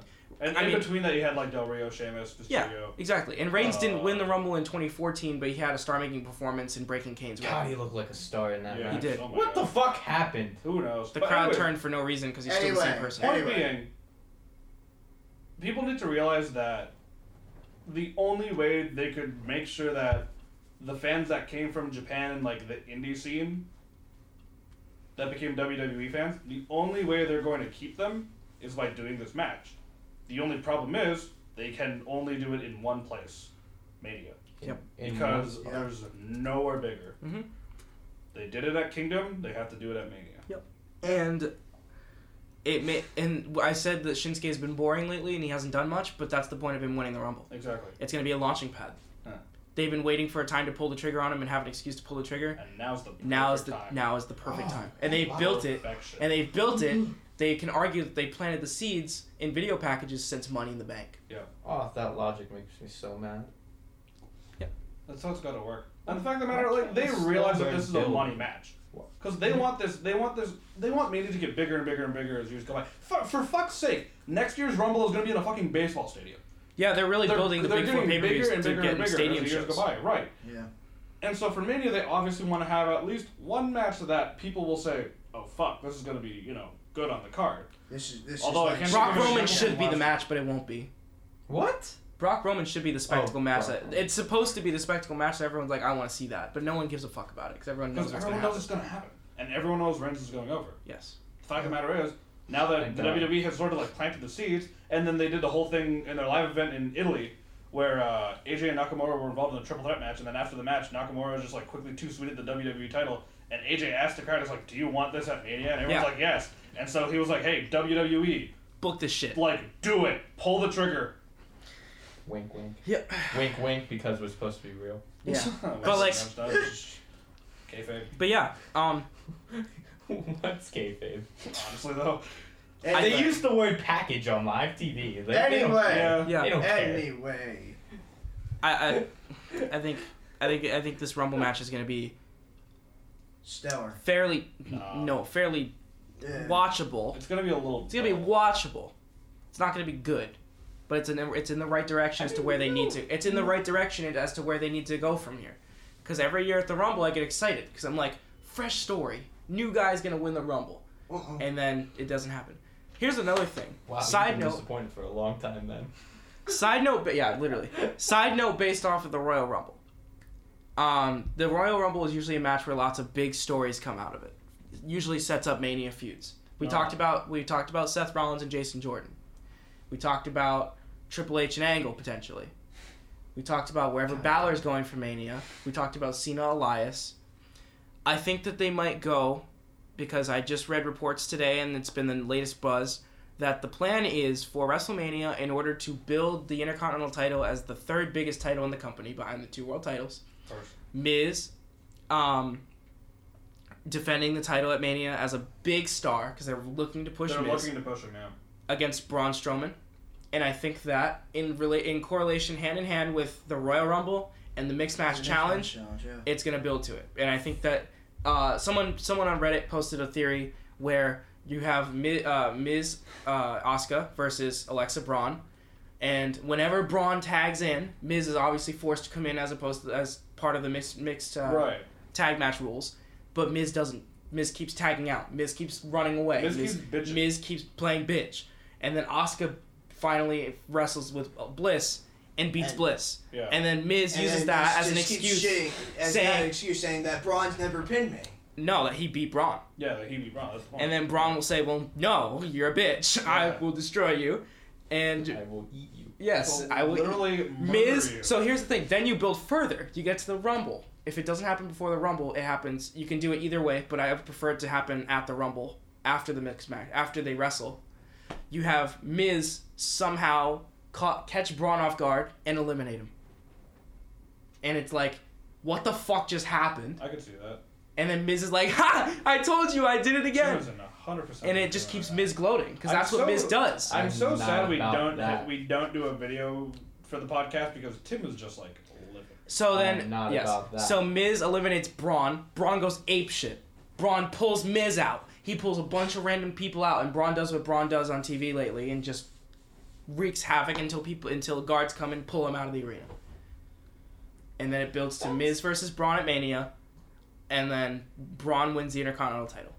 And
I
in
mean-
between that, you had like Del Rio, Sheamus, Mysterio.
Yeah. exactly. And Reigns didn't
Uh,
win the Rumble in twenty fourteen, but he had a star making performance in breaking Kane's
God,
record.
he looked like a star in that
Yeah.
He
match.
did.
Oh my
What the
God.
fuck happened?
Who knows?
The
But
crowd
anyway,
turned for no reason because he's still the same
Anyway.
person.
Point
Anyway.
being, people need to realize that the only way they could make sure that the fans that came from Japan and like the indie scene that became WWE fans, the only way they're going to keep them is by doing this match. The only problem is they can only do it in one place, Mania,
Yep.
In-
because
Yeah.
there's nowhere bigger.
Mhm.
They did it at Kingdom. They have to do it at Mania.
And it may, and I said that Shinsuke has been boring lately and he hasn't done much, but that's the point of him winning the Rumble.
Exactly.
It's gonna be a launching pad.
Huh.
They've been waiting for a time to pull the trigger on him and have an excuse to pull the trigger.
And now's the
Now is
perfect
the
time.
now is the perfect
Oh,
time, and they
wow.
have built it.
Perfection.
and they've built it, they can argue that they planted the seeds in video packages since Money in the Bank.
Oh, that logic makes me so mad.
That's how it's got to work. And the fact of the matter, like they realize that this is a money match, because they want this, they want this, they want Mania to get bigger and bigger and bigger as years go by. For, for fuck's sake, next year's Rumble is going to be in a fucking baseball stadium.
Yeah, they're really building the
they're
big four
getting
pay per views
bigger
to
and bigger
get
and
in
bigger
stadium
as the years
shows.
go by, right?
Yeah.
And so for Mania, they obviously want to have at least one match that people will say, "Oh fuck, this is going to be you know good on the card."
This is this
Although I
is like
can't
Brock
Give a
Roman
shit.
should be the
Watch.
match, but it won't be.
What?
Brock Roman should be the spectacle
Oh,
match.
Brock
That,
Roman.
it's supposed to be the spectacle match that everyone's like, I want to see that, but no one gives a fuck about it because everyone knows what's
Because everyone
going to
knows
happen.
it's going to happen, and everyone knows Reigns is going over.
Yes.
The fact of the matter is, now that
Thank
the
God.
WWE has sort of like planted the seeds, and then they did the whole thing in their live event in Italy, where uh, AJ and Nakamura were involved in a triple threat match, and then after the match, Nakamura was just like quickly two sweeted the WWE title, and AJ asked the crowd, "Is like, do you want this at Mania?" And everyone's
Yeah.
like, "Yes." And so he was like, "Hey, WWE,
Book this shit.
like, do it, pull the trigger."
Wink, wink.
Yeah.
Wink, wink, because we're supposed to be real.
Yeah.
Well,
like-
that was just kayfabe.
But yeah, um,
What's kayfabe?
Honestly, though,
And
They
they
use the word package on live TV. Like, they don't
Anyway.
care.
yeah.
yeah,
They don't care.
anyway.
I, I, I think, I think, I think this Rumble match is going to be
Stellar.
fairly,
No.
no, fairly
Yeah.
watchable.
It's gonna be a little.
It's going to be watchable. It's not going to be good, but it's in the, it's in the right direction as to where they need to. It's in the right direction as to where they need to go from here. Because every year at the Rumble, I get excited because I'm like, fresh story, new guy's going to win the Rumble,
Uh-uh.
and then it doesn't happen. Here's another thing.
Wow, you've
Side
been
note.
disappointed for a long time then.
Side note, but yeah, literally. Side note based off of the Royal Rumble. Um, the Royal Rumble is usually a match where lots of big stories come out of it. It usually sets up Mania feuds. We
Oh.
talked about we talked about Seth Rollins and Jason Jordan. We talked about Triple H and Angle potentially. We talked about wherever Balor's going for Mania. We talked about Cena Elias. I think that they might go because I just read reports today and it's been the latest buzz that the plan is for WrestleMania in order to build the Intercontinental title as the third biggest title in the company behind the two world titles.
First.
Miz um, defending the title at Mania as a big star because they're looking to push
They're
Miz
looking to push him, yeah.
against Braun Strowman, and I think that in rela- in correlation hand in hand with the Royal Rumble and the mixed match
Next
challenge,
challenge, yeah.
it's going to build to it. And I think that uh, someone someone on Reddit posted a theory where you have Mi- uh, Ms. Uh, Asuka versus Alexa Braun, and whenever Braun tags in, Miz is obviously forced to come in as opposed to, as part of the mixed mixed uh,
right.
tag match rules, but Miz doesn't. Miz keeps tagging out. Miz keeps running away.
Miz keeps bitching.
Miz keeps playing bitch, and then Oscar finally wrestles with Bliss and beats
And-
Bliss,
Yeah.
and then Miz
And
uses
then
that
just-
as an
just keep
excuse.
shitting- as
saying-
an excuse saying that Braun's never pinned me.
No, that he beat Braun.
Yeah, like he'd be wrong. That's the point.
And then Braun will say, "Well, no, you're a bitch. I
Yeah.
will destroy you." And
I will eat you.
yes,
Will
I will.
literally murder
Miz.
you.
So here's the thing. Then you build further. You get to the Rumble. If it doesn't happen before the Rumble, it happens. You can do it either way, but I would prefer it to happen at the Rumble after the mixed match, after they wrestle. You have Miz somehow caught, catch Braun off guard and eliminate him. And it's like, what the fuck just happened?
I could see that.
And then Miz is like, "Ha! I told you, I did it
Yeah.
again." and it just keeps Miz gloating because
I'm
that's what
so-
Miz does.
I'm
I'm
so
not
sad we
about
don't
that.
we don't do a video for the podcast because Tim was just like livid.
So then,
I'm not
yes.
about that.
So Miz eliminates Braun. Braun goes ape shit. Braun pulls Miz out. He pulls a bunch of random people out, and Braun does what Braun does on TV lately, and just wreaks havoc until people until guards come and pull him out of the arena. And then it builds to Miz versus Braun at Mania, and then Braun wins the Intercontinental title.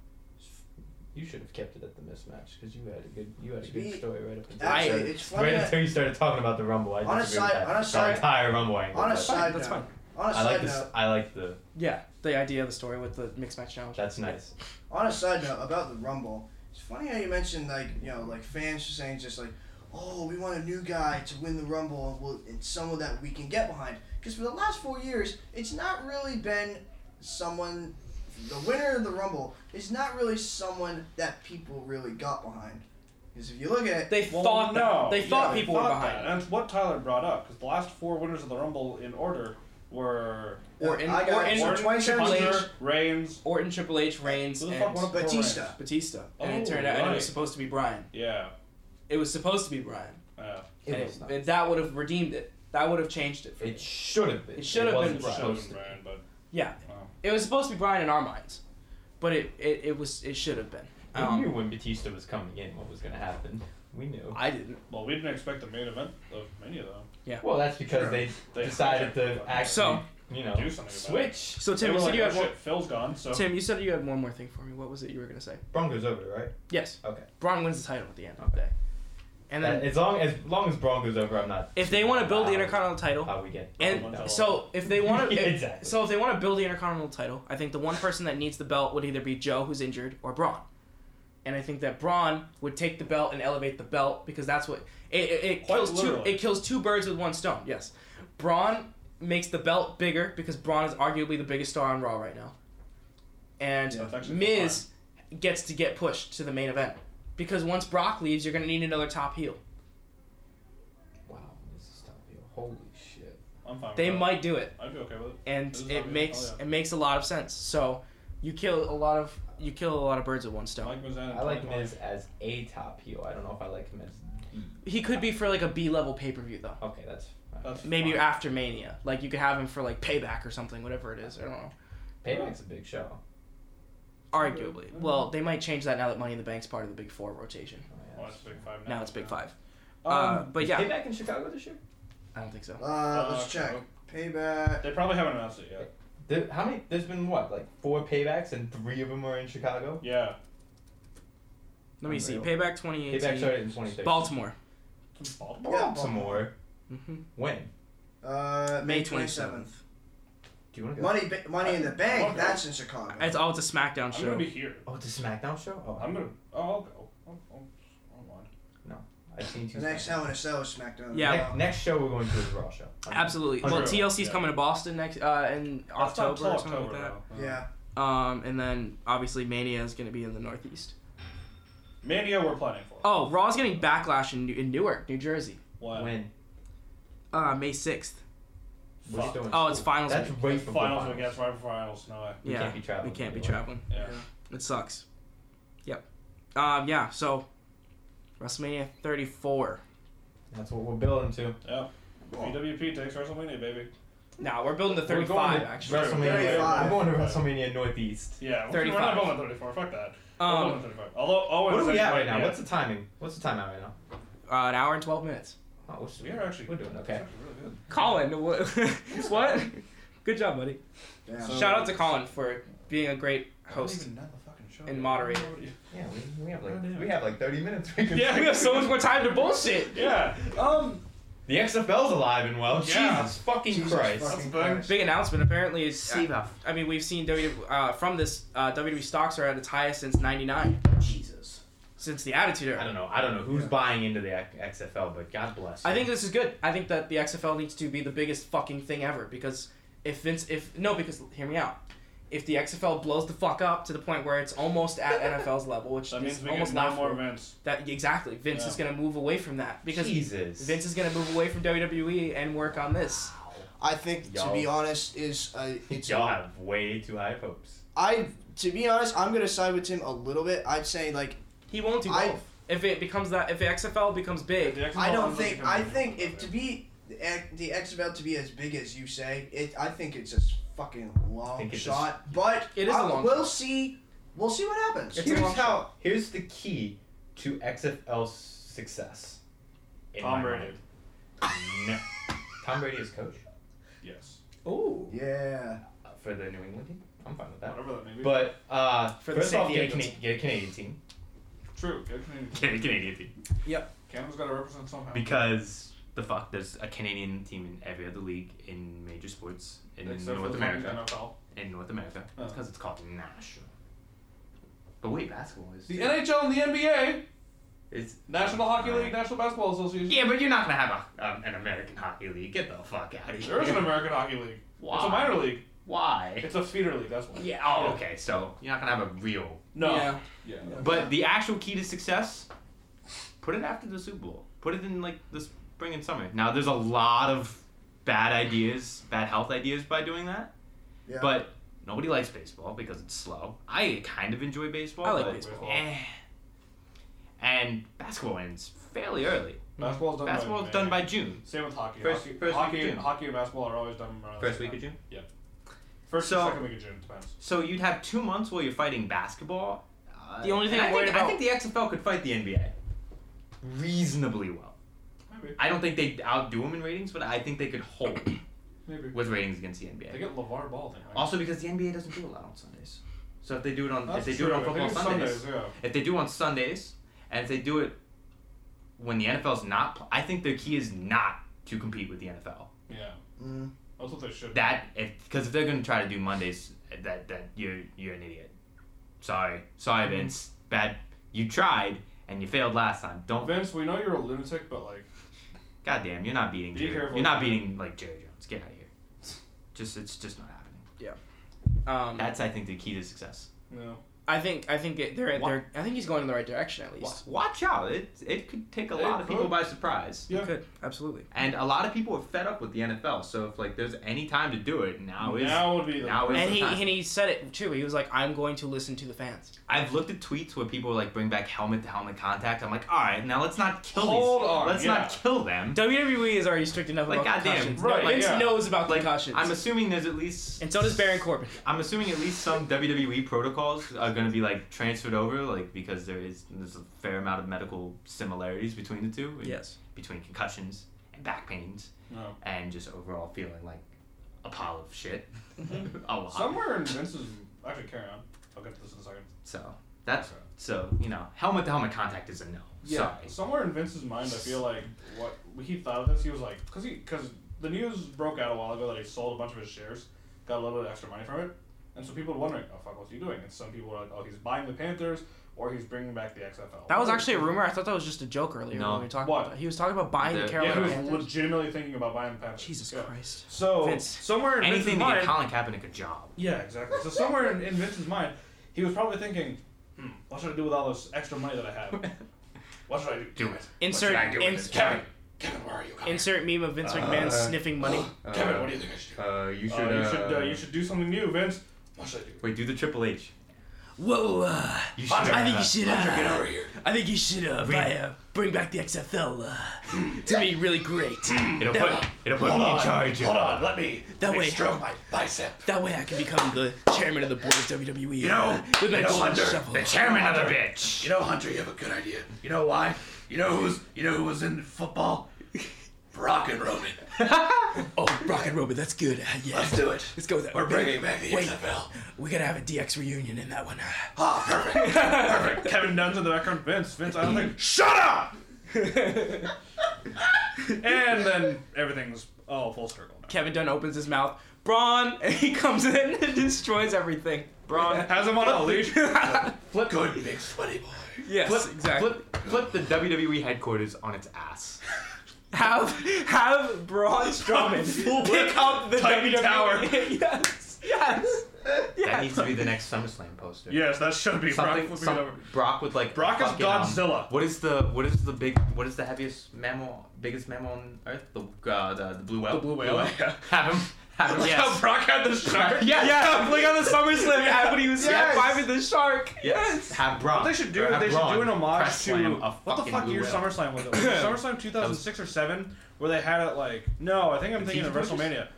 You should have kept it at the mismatch because you had a good you had a
Speak-
good story right up until
Actually,
you started-
it's funny
right
that-
until you started talking about the rumble. I
On a
disagree with
side-
that.
on a
The
side-
entire rumble angle.
On a
but
side
that's
note.
fine.
On a
I
side
like
note.
this. I like the.
Yeah, the idea of the story with the mixed match challenge.
That's nice.
On a side note about the Rumble, it's funny how you mentioned like you know like fans just saying just like, oh, we want a new guy to win the Rumble, and, we'll, and someone that we can get behind. Because for the last four years, it's not really been someone. The winner of the Rumble is not really someone that people really got behind. Because if you look at it,
They
Well,
thought
no.
that. They
Yeah,
thought people were
thought
behind.
that. And that's what Tyler brought up because the last four winners of the Rumble in order were
Or in,
I
or
got
in
Orton,
Triple H,
Hunter.
Hunter, Reigns.
Orton, Triple H, Reigns,
Who the fuck
and
won it?
Batista.
Batista. And
Oh,
it turned out and it
right.
was supposed to be Brian.
Yeah.
It was supposed to be Brian.
Uh,
and
It
it,
was not.
and that would have redeemed it. That would have changed it for me.
It should have been.
It should have been
wasn't
Brian.
supposed to be.
Brian, but
Yeah.
Wow.
It was supposed to be Brian in our minds, but it it, it was it should have been.
we knew
Um,
when Batista was coming in what was going to happen. We knew.
I didn't.
well, we didn't expect the main event of Mania though.
Well, that's because
Sure.
they,
They
decided to
So-
actually,
So-
you know,
Do something about it.
switch.
So
They
Tim,
were
you said
like,
you
"Oh,
had one.
shit, Phil's gone, so
Tim, you said you had one more thing for me. What was it you were gonna say?
Bronco's over, right?
Yes,
Okay.
Braun wins the title at the end of the day, and then
That- as long as long as Bronco's over, I'm not.
if they want to build the
Wow.
Intercontinental title,
How we get
And
that
Wow.
so if they want to,
Yeah, exactly.
so if they want to build the Intercontinental title, I think the one person that needs the belt would either be Joe, who's injured, or Braun. And I think that Braun would take the belt and elevate the belt because that's what it, it, it
Quite
kills two.
literally.
It kills two birds with one stone. Yes, Braun makes the belt bigger because Braun is arguably the biggest star on Raw right now, and
Yeah, it's actually
Miz gets to get pushed to the main event because once Brock leaves, you're gonna need another top heel.
Wow, this is tough. yo. Holy shit.
I'm fine.
They
with
might do it.
That. I'd be okay with it.
and
This is
it
obvious.
makes
Oh, yeah.
it makes a lot of sense. So you kill a lot of you kill a lot of birds with one stone.
Mike Mizan.
I like Miz as a top heel. I don't know if I like him as.
He could be for like a B level pay per view though.
Okay, that's.
That's
Maybe
fine.
after Mania, like you could have him for like Payback or something, whatever it is. I don't know.
Payback's a big show. Oh,
Arguably, well, they might change that now that Money in the Bank's part of the Big Four rotation.
Oh, yeah,
Well,
that's-
that's Big Five now.
Now it's Big Five.
Um,
Uh, but
Is
yeah,
Payback in Chicago this year?
I don't think so.
Uh,
Uh,
let's check. Payback.
They probably haven't announced it yet.
There, how many? There's been what, like four paybacks, and three of them are in Chicago.
Yeah.
Let me see.
Unreal.
Payback
Payback
2018.
started in 2013.
Baltimore.
It's in Baltimore.
Baltimore.
hmm
When?
Uh,
May
May
27th.
twenty-seventh.
Do you want to go?
Money, ba- money in the bank.
Okay.
That's in Chicago.
It's oh, it's a SmackDown
I'm
show.
gonna be here.
Oh, it's a SmackDown show. Oh,
I'm gonna. Oh, I'll go. I'll, I'll, I'll mind.
I've seen two.
The next
SmackDown.
Hell in a Cell is SmackDown.
Yeah.
Ne- next show we're going to is Raw show.
Absolutely. Well,
Unreal.
TLC's
Yeah.
coming to Boston next uh, in
That's not
October
till
or something like
October,
that.
though.
Yeah.
Um, and then obviously Mania is going to be in the Northeast.
Mania, we're planning for.
Oh, Raw's getting backlash in, New- in Newark, New Jersey,
What?
When?
uh, May sixth.
We're
Fuck.
still in
Oh, it's
school.
finals
That's
week.
right before
Finals,
finals.
I guess, right before finals. No way.
We
yeah,
can't be traveling.
we can't be
anywhere.
traveling.
Yeah.
It sucks. Yep. Um, yeah. So WrestleMania 34.
That's what we're building to.
Yeah.
Well,
PWP takes WrestleMania, baby.
No, we're building the
We're
35
going to
actually.
WrestleMania.
35.
We're going to WrestleMania Northeast.
Yeah, we're- we're
35.
not going 34. Fuck that. we're going
Um,
35. Although Owen
What are
is
we at
actually-
right now?
yeah.
What's the timing? What's the timeout right now?
uh, an hour and 12 minutes.
Oh, we're still-
we are actually
We're doing okay.
it's actually really good.
Colin, what? what? Good job, buddy.
Damn.
So-
Shout out to Colin for being a great
I don't
host.
even know the fucking show.
and moderator.
Yeah, we, we have like
Oh, damn.
we have like 30 minutes. We can
Yeah.
We have so much more time to bullshit.
Yeah. Um.
The XFL's alive and well.
Yeah.
Jesus fucking
Jesus
Christ.
fucking
That's big.
Christ.
Big announcement. Apparently, it's
Siva.
I mean, we've seen W uh, from this uh, WWE stocks are at its highest since '99,
Jesus.
since the Attitude
I
Era.
don't know. I don't know who's
Yeah.
buying into the X- XFL, but God bless.
I think this is good. I think that the XFL needs to be the biggest fucking thing ever because if Vince, if no, because hear me out. If the XFL blows the fuck up to the point where it's almost at NFL's level, which
That
is
means we
almost
get nine more
laughable,
events.
that exactly Vince
Yeah.
is gonna move away from that because
Jesus.
Vince is gonna move away from WWE and work on this.
I think to
Y'all-
be honest is uh, it's
Y'all have way too high hopes.
I to be honest I'm gonna side with Tim a little bit. I'd say like
He won't do both.
I-
if it becomes that, if the XFL becomes big,
The XFL
I don't
one's
think
gonna
I
be-
think if to be the X- the XFL to be as big as you say it I think it's a fucking long
think it's a-
shot. but
It is a
I-
long
We'll
shot.
see. We'll see what happens.
It's a
here's
long
how. Here's the key to XFL's success. In
Tom
my
Brady.
mind. No. Tom Brady is coach
Yes.
ooh,
yeah.
uh, for the New England team. I'm fine with that.
Whatever that may be.
But uh,
For the
first
San
off, get a,
Diegans.
Cana- get a Canadian team.
True. Get Canadian.
Get a Canadian team.
Canada's got to represent somehow.
Because the fuck, there's a Canadian team in every other league in major sports in
Except for
North
the
America.
fucking NFL.
In North America.
Oh.
It's because it's called national. But wait, basketball is.
The NHL and the NBA,
It's
National Hockey League, National Basketball Association.
Yeah, but you're not gonna have a, um, an American hockey league. Get the fuck out of here.
There is an American Hockey League.
Why?
It's a minor league.
Why?
It's a feeder league. That's why.
Yeah. Oh, okay. So you're not gonna have a real.
No.
Yeah.
Yeah.
But the actual key to success, put it after the Super Bowl. Put it in like the spring and summer. Now there's a lot of bad ideas, bad health ideas by doing that.
Yeah.
But nobody likes baseball because it's slow. I kind of enjoy baseball. eh.
I like
but
baseball.
eh. And basketball ends fairly early.
Basketball's done
Basketball's
by May.
done by June.
Same with hockey.
First-
hockey,
first week of
hockey,
June.
hockey and basketball are always done around the
First
same
week of
time.
June?
Yeah. First
So-
and second week of June, depends.
So you'd have two months while you're fighting basketball. Uh,
The only thing
and
I'm
I think,
worried about-
I think the XFL could fight the NBA reasonably well.
Maybe.
I don't think they'd outdo them in ratings, but I think they could hold
Maybe.
with ratings against the
They
NBA.
get LeVar Ball then. right?
Also, because the NBA doesn't do a lot on Sundays, so if they do it on
That's
if they
true.
do it on
If they
football
do
Sundays,
Sundays,
if they do on Sundays, and if they do it when the NFL's not, pl- I think the key is not to compete with the NFL.
yeah. Yeah.
Mm.
That's what they should.
That if because if they're gonna try to do Mondays, that that you're you're an idiot. Sorry, sorry,
Mm-hmm.
Vince. Bad. You tried and you failed last time. Don't.
Vince, we know you're a lunatic, but like,
Goddamn, you're not beating.
Be
Jerry,
careful.
You're not beating like Jerry Jones. Get out of here. Just it's just not happening.
Um,
That's I think the key to success.
no.
I think I think it, they're,
Wha-
they're I think he's going in the right direction at
Wa-
least.
Watch out! It it could take a
It
lot of people
could.
by surprise.
Yeah.
Good, absolutely.
And a lot of people are fed up with the NFL. So if like there's any time to do it, now is
now would be the
now is-
And
the
he
time.
and he said it too. He was like, "I'm going to listen to the fans."
I've looked at tweets where people like bring back helmet to helmet contact. I'm like, all right, now let's not kill
Hold
these.
on,
let's
yeah.
not kill them.
WWE E is already strict enough
Like,
about
goddamn,
concussions.
right,
no, Vince
yeah.
knows about
Like,
concussions.
I'm assuming there's at least.
and so does Baron Corbin.
I'm assuming at least some WWE protocols are going to be like transferred over, like because there is there's a fair amount of medical similarities between the two.
Yes.
Between concussions and back pains
No.
and just overall feeling like a pile of shit.
Mm-hmm.
a lot.
Somewhere in Vince's. Actually, carry on. I'll get to this in a second.
So that's so you know helmet to helmet contact is a no. Sorry.
Somewhere in Vince's mind, I feel like what he thought of this, he was like, because he, because the news broke out a while ago that he sold a bunch of his shares, got a little bit of extra money from it, and so people were wondering, oh fuck, what's he doing? And some people were like, oh, he's buying the Panthers or he's bringing back the XFL.
That was actually a rumor. I thought that was just a joke earlier
No.
when we were talking
What?
about that. He was talking about buying the
The-
Yeah, he
Carolina
was
Panthers.
legitimately thinking about buying the Panthers.
Jesus
Yeah.
Christ.
So
Vince.
somewhere in
Anything
Vince's
to get Colin
mind,
Kaepernick a job.
yeah, exactly. So somewhere in, in Vince's mind, he was probably thinking, hmm, what should I do with all this extra money that I have? What should I do?
Do it.
Insert
What should I do with
ins-
this?
Kevin, Kevin, where are you? Kevin,
Insert meme of Vince McMahon
Uh,
sniffing money.
oh.
Kevin, what do you think I should do?
Uh, you should.
Uh, you should uh,
uh,
you should do something new, Vince. What should I do?
Wait, do the Triple H.
Whoa! Uh,
You should.
Hunter, I think
uh,
should.
Hunter, get over here.
I think you should uh,
Bring-
buy, uh, bring back the XFL.
Hmm.
Uh, to be really great.
It'll
That-
put it'll put
uh, Hold
me
on.
in charge. of-
Hold on. Let me.
That
let me
way-
stroke my bicep.
That way I can become the chairman of the board of E. WWE. You
know,
with my
you know,
golden
Hunter,
shovel.
The chairman of the bitch.
You know, Hunter, you have a good idea. You know why? You know who's you know who was in football? Brock and Roman.
oh, Rock and Robin, that's good. Uh, yeah.
Let's do it.
Let's go with that.
We're bringing back the
Wait.
XFL.
We gotta have a DX reunion in that one. Uh,
Ah, perfect. perfect. Kevin Dunn's in the background. Vince, Vince, I don't think. Shut up. and then everything's all full circle. now.
Kevin Dunn opens his mouth. Braun, and he comes in and destroys everything.
Braun.
Has him on a leash.
Flip,
Good big sweaty boy.
Yes,
flip,
exactly.
flip, flip the WWE headquarters on its ass.
Have have Braun Strowman pick up the
Titan
WWE.
Tower.
yes, yes,
That
yes.
needs to be the next SummerSlam poster.
Yes, that should be
Something,
Brock.
some, Brock with like
Brock is
fucking, um,
Godzilla.
what is the what is the big what is the heaviest mammal biggest mammal on earth the uh, the, the blue whale
The blue whale, yeah.
have him have him
Like how
yes
Brock had the shark.
yeah
yeah, like on the SummerSlam ad when he was
Yes.
high-fiving the shark.
yes have Brock
What they should do
or
is
have
they should
Braun
do an homage
press
to
slam a
what the
fucking
fuck
blue
year
whale.
SummerSlam was it? Was it SummerSlam 2006 or seven, where they had it like no, I think I'm thinking of
Tiki Torches?
WrestleMania.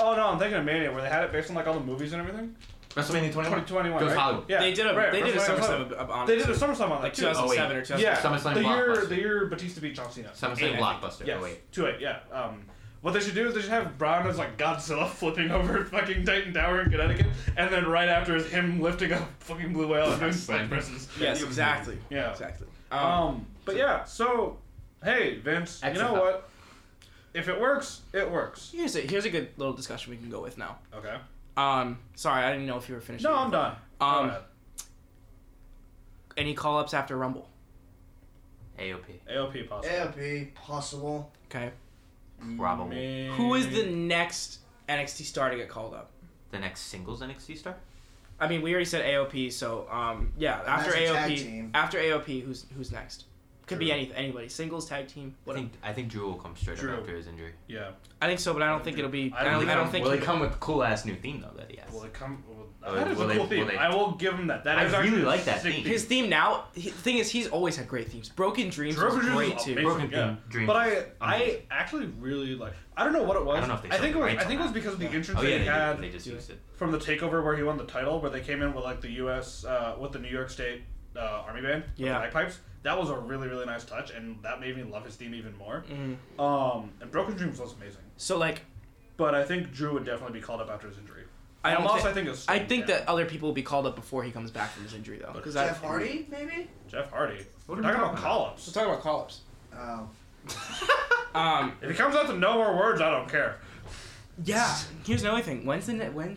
Oh no, I'm thinking of Mania, where they had it based on like all the movies and everything.
WrestleMania 21
2021,
goes
right?
Hollywood
Yeah,
They did a
right,
they did a
WrestleMania
SummerSlam.
was-
ab- ab-
They did a SummerSlam on
like
that too.
2007 or 2000.
Oh, yeah,
SummerSlam
the year
Blockbuster.
the year Batista beat John Cena.
SummerSlam
Eight, I think.
blockbuster
Yes,
oh wait
two eight. Yeah. Um, what they should do is they should have Brown as like Godzilla flipping over fucking Titan Tower in Connecticut, and then right after is him lifting up fucking Blue Whale and doing spine presses.
Yes, exactly,
Yeah.
exactly.
Um, but yeah, so hey Vince, you know
XFL.
what? If it works, it works.
here's a here's a good little discussion we can go with now.
Okay.
Um, sorry, I didn't know if you were finished.
No, I'm done.
Um, Any call ups after Rumble?
AOP
AOP possible.
It'll be possible.
Okay.
eh, probably
Who is the next NXT star to get called up?
the next singles NXT star
I mean, we already said AOP, so um, yeah. After
that's a tag
AOP,
team.
after AOP, who's who's next? Could be any anybody. Singles, tag team,
I
whatever.
think I think Drew will come straight
Drew.
up after his injury.
Yeah.
I think so, but I don't think it'll be. I
I don't
don't,
think
I don't think.
Will
he-
they come with cool ass new theme though that he has?
Will it come? Will,
Oh,
that is
will
a
they-
cool
will
theme.
they-
I will give him that. That
I
is actually
really
a
like that
sick
theme.
His theme now. The thing is, he's always had great themes. Broken Dreams
Broken
was
Dreams
great
was
too.
amazing.
Broken
yeah.
theme, Dream.
But I, I
Amazing.
actually really like. I don't know what it was.
I don't know if they sold
think it
the
was.
rights
I think
on
it was
that.
because of the entrance
oh yeah,
they,
they,
had
did. They just used it.
from the takeover where he won the title, where they came in with like the U.S. Uh, with the New York State uh, Army Band, with
Yeah.
the bagpipes. That was a really really nice touch, and that made me love his theme even more.
Mm.
Mhm.
Um, and Broken Dreams was amazing,
So like,
but I think Drew would definitely be called up after his injury.
I don't.
Unless
thi-
I think it's
I think that other people will be called up before he comes back from his injury though. Because
Jeff Hardy, maybe?
Jeff Hardy.
What
What
are we
are talking
talking
about
about?
call
So
ups?
talk about call-ups.
Oh.
Um,
If he comes out to no more words, I don't care.
yeah. Here's another thing. When's the ne- when?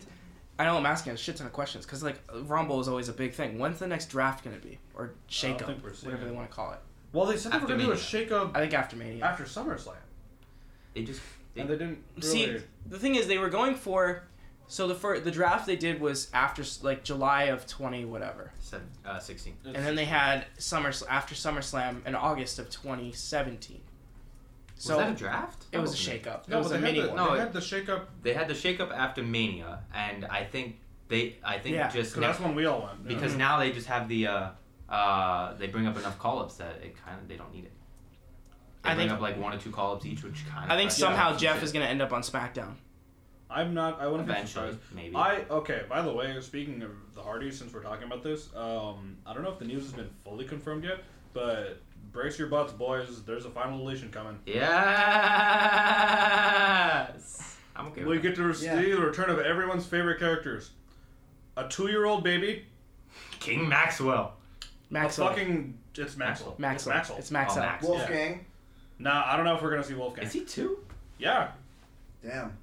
I know I'm asking a shit ton of questions because like Rumble is always a big thing. When's the next draft gonna be or shake up,
think we're seeing
whatever they
it.
want to call it?
Well, they said they were
After
going to do a
Mania.
shake up
I think after Mania.
after SummerSlam,
They just they,
and they didn't really.
See, the thing is, they were going for. So the fir- the draft they did was after s- like July of twenty whatever,
said uh, 16.
and then they had summer after SummerSlam in August of twenty seventeen. So
was that a draft?
it was a
Probably.
shakeup.
no,
it was
but
a
they,
mini
had the,
one.
No,
they
it-
had the shake up
They had the shakeup after Mania, and I think they I think
Yeah,
just
because that's when we all went. yeah.
because
Mhm.
now they just have the uh, uh, they bring up enough call ups that it kind of they don't need it. They
I
bring
think-
up like one or two call ups each, which kind of.
I think somehow Jeff is gonna end up on SmackDown.
I'm not. I wouldn't be
eventually
surprised.
maybe.
I okay. By the way, speaking of the Hardys, since we're talking about this, um, I don't know if the news has been fully confirmed yet, but brace your butts, boys. There's a final deletion coming.
yes, I'm okay.
we
with
get to see
Yeah.
the return of everyone's favorite characters: a two-year-old baby,
that. King Maxwell.
Max.
a fucking it's Maxwell.
Max.
It's Maxwell.
It's Max.
Oh, Max.
Wolfgang.
nah, I don't know if we're gonna see Wolfgang.
Is he two?
Yeah.
Damn.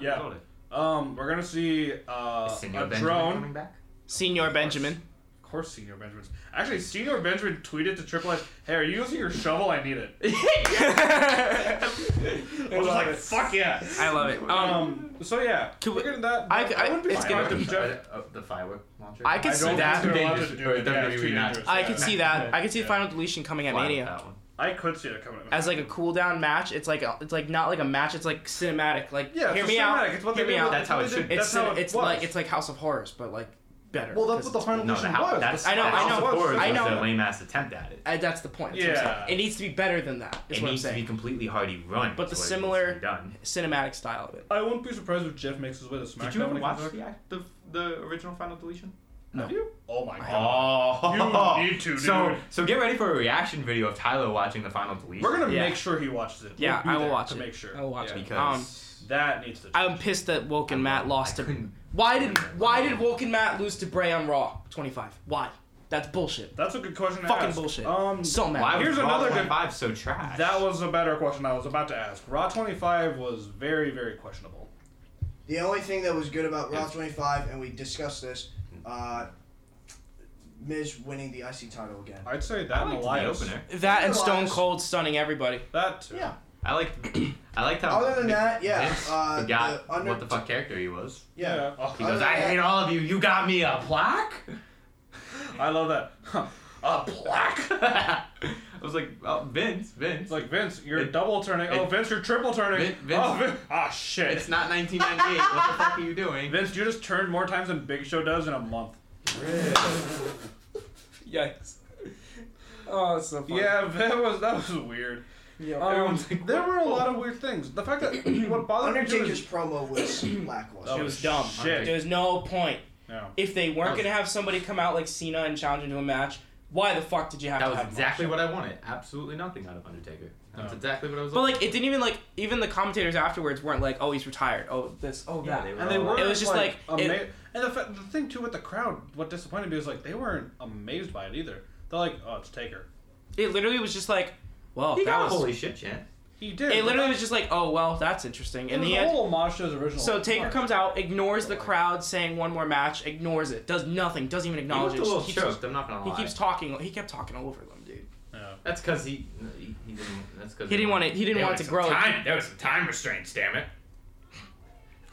Yeah. Um, we're gonna see uh,
Is
a
Senor Benjamin
drone.
coming back?
Senior Benjamin.
Of course, Senior Benjamin's. Actually, Senior Benjamin tweeted to Triple H, "Hey, are you using your shovel? I need it." I was like, "Fuck yeah!"
I love it. Um,
Um. So yeah,
Could we-
look at that.
I- I-
wouldn't be
it's
surprised
gonna
if
be-
Jeff-
Uh, the firework launcher.
I could
I
see
don't
that.
think they're allowed
Dangerous.
to do it.
Or
Yeah, it's
WWE
too
not.
dangerous.
I
Yeah.
could see that. I could see
Yeah.
final deletion coming at
Fly with
Mania.
that one.
I could see it coming.
as like a cool down match. It's like a, it's like not like a match. It's like cinematic. Like
yeah,
hear
it's
me
a
out.
cinematic. It's what
hear
they
me
did
out.
with-
That's how it
they did-
should be.
it's
That's how
cin-
it
it's
was.
like it's like House of Horrors, but like better.
well, that's
'cause
what the final
No,
edition
the house.
was.
That's,
I know,
the
I
House
know,
of Horrors
I
was
know.
the lame ass attempt at it.
it's- I, that's the point. that's what I'm
Yeah.
saying. it needs to be better than that. Is
It
what I'm
needs to be
saying.
completely Hardy run.
But the
is what it needs to
similar-
be done.
Cinematic style of it.
I wouldn't be surprised if Jeff makes his way to SmackDown.
Did you ever
when he
watch
comes
the, act- the the original final deletion?
back. Have you? Oh my god.
Oh,
You need to,
So
dude.
so get ready for a reaction video of Tyler watching the final deletion.
We're gonna
Yeah.
make sure he watches it.
Yeah,
We'll be
I will
there
watch
to
it.
Make sure.
I will watch
yeah.
it.
because
That needs to.
I'm pissed that Woke and Matt lost
I
to.
couldn't-
Why did why did Woke and Matt lose to Bray on Raw 25? Why? That's bullshit.
That's a good question. to
Fucking
ask.
bullshit.
Um,
So mad.
why
Here's
was Raw
another good-
25 so trash?
that was a better question I was about to ask. Raw 25 was very, very questionable.
The only thing that was good about Raw 25, and we discussed this, uh, Miz winning the IC title again.
I'd say that
I
and
liked the
Elias.
opener.
that and
Otherwise-
Stone Cold stunning everybody.
That too.
Yeah.
I liked I liked how
Other than that, yeah,
Vince
uh,
forgot
the under-
what the fuck character he was.
Yeah.
Oh,
He goes,
Other
I
than
hate all of you. You got me a plaque.
I love that. Huh. A plaque.
I was like, oh, Vince, Vince.
It's like Vince, you're
It-
double turning. oh,
it-
Vince, you're triple turning.
Vin- Vince-
oh, Vin- ah, shit.
It's not 1998. what the fuck are you doing?
Vince, you just turned more times than Big Show does in a month.
Yikes. Oh, it's so
Yeah, that was that was weird.
Yeah.
Um,
Everyone's like,
there were a lot of weird things. The fact that what bothered me too
Undertaker's
is
promo was
Oh,
It
lackluster.
was dumb.
Shit.
There's no point.
Yeah.
If they
That
weren't
was-
gonna have somebody come out like Cena and challenge into a match, why the fuck did you have
That
to
was
have
exactly
Moxley?
what I wanted. Absolutely nothing out of Undertaker. That's
No.
exactly what I was
But
looking
like, it didn't even like even the commentators afterwards weren't like, oh, he's retired. Oh, this. Oh,
Yeah,
that.
they were
And they
all
were
It was just like, it-
and the, fa- the thing too with the crowd, what disappointed me is like they weren't amazed by it either. They're like, oh, it's Taker.
It literally was just like, well,
He
that
got
was.
a holy shit chant.
He did.
it literally was just like, oh well, that's interesting.
It
And
was
he
a
had.
whole homage to his original.
So Taker
art.
comes out, ignores the crowd, saying one more match, ignores it, does nothing, doesn't even
He
acknowledge
looked a little
it. just keeps,
choked. I'm not gonna
he
lie.
keeps talking. He kept talking over them, dude.
Yeah.
That's because he, he he didn't. That's because
He didn't want it. He didn't want it to grow.
There was some time restraints. Damn it.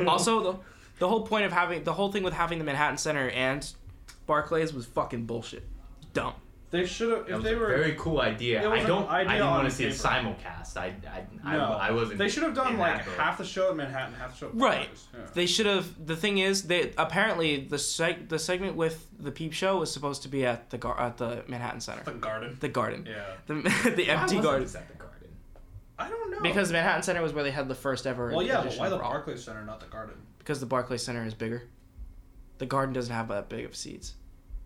also, the the whole point of having the whole thing with having the Manhattan Center and Barclays was fucking bullshit. Dumb.
They should have.
That
If
was
they
a
were,
very cool idea.
It was
I
an
don't. I
idea
didn't
on
want to see it
paper.
simulcast. I. I. I,
No.
I wasn't.
they should have done
in
like
that boat.
half the show in Manhattan, half the show. in
Right.
Paris. Yeah.
They should have. The thing is, they apparently the seg- the segment with the Peep Show was supposed to be at the gar- at the Manhattan Center,
The garden.
the Garden,
Yeah.
the the
Why
empty
wasn't
Garden.
this at the garden.
I don't know.
Because the Manhattan Center was where they had the first ever.
Well, yeah, but
edition
why
of
the
Raw.
Barclays Center, not the garden?
Because the Barclays Center is bigger. The Garden doesn't have that big of seats.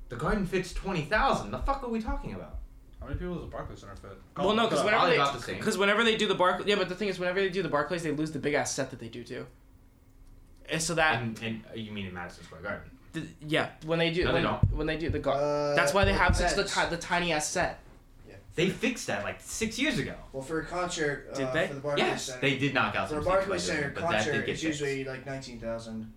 The garden fits twenty thousand. The fuck are we talking about?
How many people does the Barclays Center fit?
well, no, because
Uh,
whenever
Probably
they
about the same.
because whenever they do the Barclays, yeah, but the thing is, whenever they do the Barclays, they lose the big ass set that they do too. And so that
And, and uh, you mean in Madison Square Garden?
th- yeah, when they do
No, they
when,
don't.
when they do the Garden,
Uh,
that's why they
it
have such the,
depends.
ti- the tiny ass set.
They fixed that like six years ago.
Well, for a concert, uh,
Did they?
for the Barclays
Yes,
Center,
they did knock out
for a
some
Barclays
Steve
Center
Rogers, but that did
concert,
get
it's
fixed.
usually like nineteen thousand.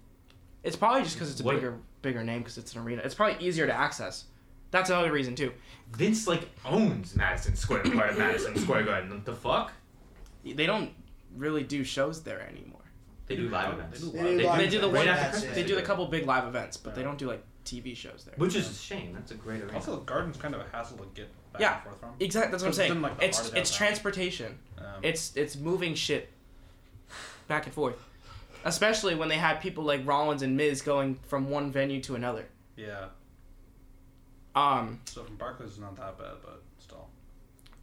It's probably just because it's a
What-
bigger bigger name because it's an arena. It's probably easier to access. That's another reason too.
Vince like owns Madison Square part of Madison Square Garden. What the fuck?
They don't really do shows there anymore.
They do live events.
They do
They do
live
live
They do the
events.
right
one.
after
That's
Christmas.
it.
They do the couple big live events, but they
Yeah.
don't do like TV shows there.
Which is a shame. That's a great arena.
Also, the garden's kind of a hassle to get back
Yeah.
and forth from.
Exactly. That's what I'm
Because it's
saying.
in, like, the
it's
heart of
it's
downtown.
transportation.
Um,
It's it's moving shit back and forth. Especially when they had people like Rollins and Miz going from one venue to another.
yeah.
Um.
So from Barclays is not that bad, but still.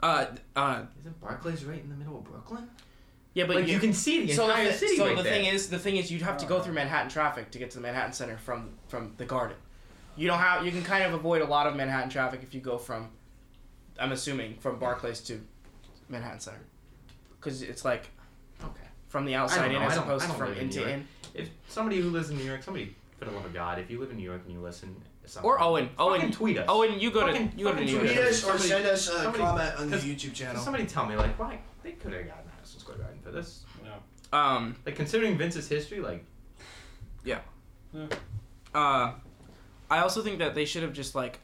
Uh. Uh.
Isn't Barclays right in the middle of Brooklyn?
Yeah, but
like you, can see the
so
entire
the,
city
so
right
the
there.
thing is, the thing is, you'd have to go
Oh.
through Manhattan traffic to get to the Manhattan Center from from the Garden. You don't have. You can kind of avoid a lot of Manhattan traffic if you go from. I'm assuming from Barclays to Manhattan Center, because it's like
okay.
from the outside
know,
in as
I don't-
opposed
I
to
don't
from
live in
in to
New
in.
If somebody who lives in New York, somebody for the love of God, if you live in New York and you listen, something,
Or Owen.
fucking
Owen.
tweet us.
Owen, you go to
Fucking-
you go to
fucking
New
tweet
Tweet
York.
us or
Somebody-
send us a
somebody-
comment on the
'cause-
YouTube channel.
Somebody tell me like why they could have gotten Madison Square Garden for this.
Yeah.
Um.
Like considering Vince's history, like
Uh. I also think that they should have just like.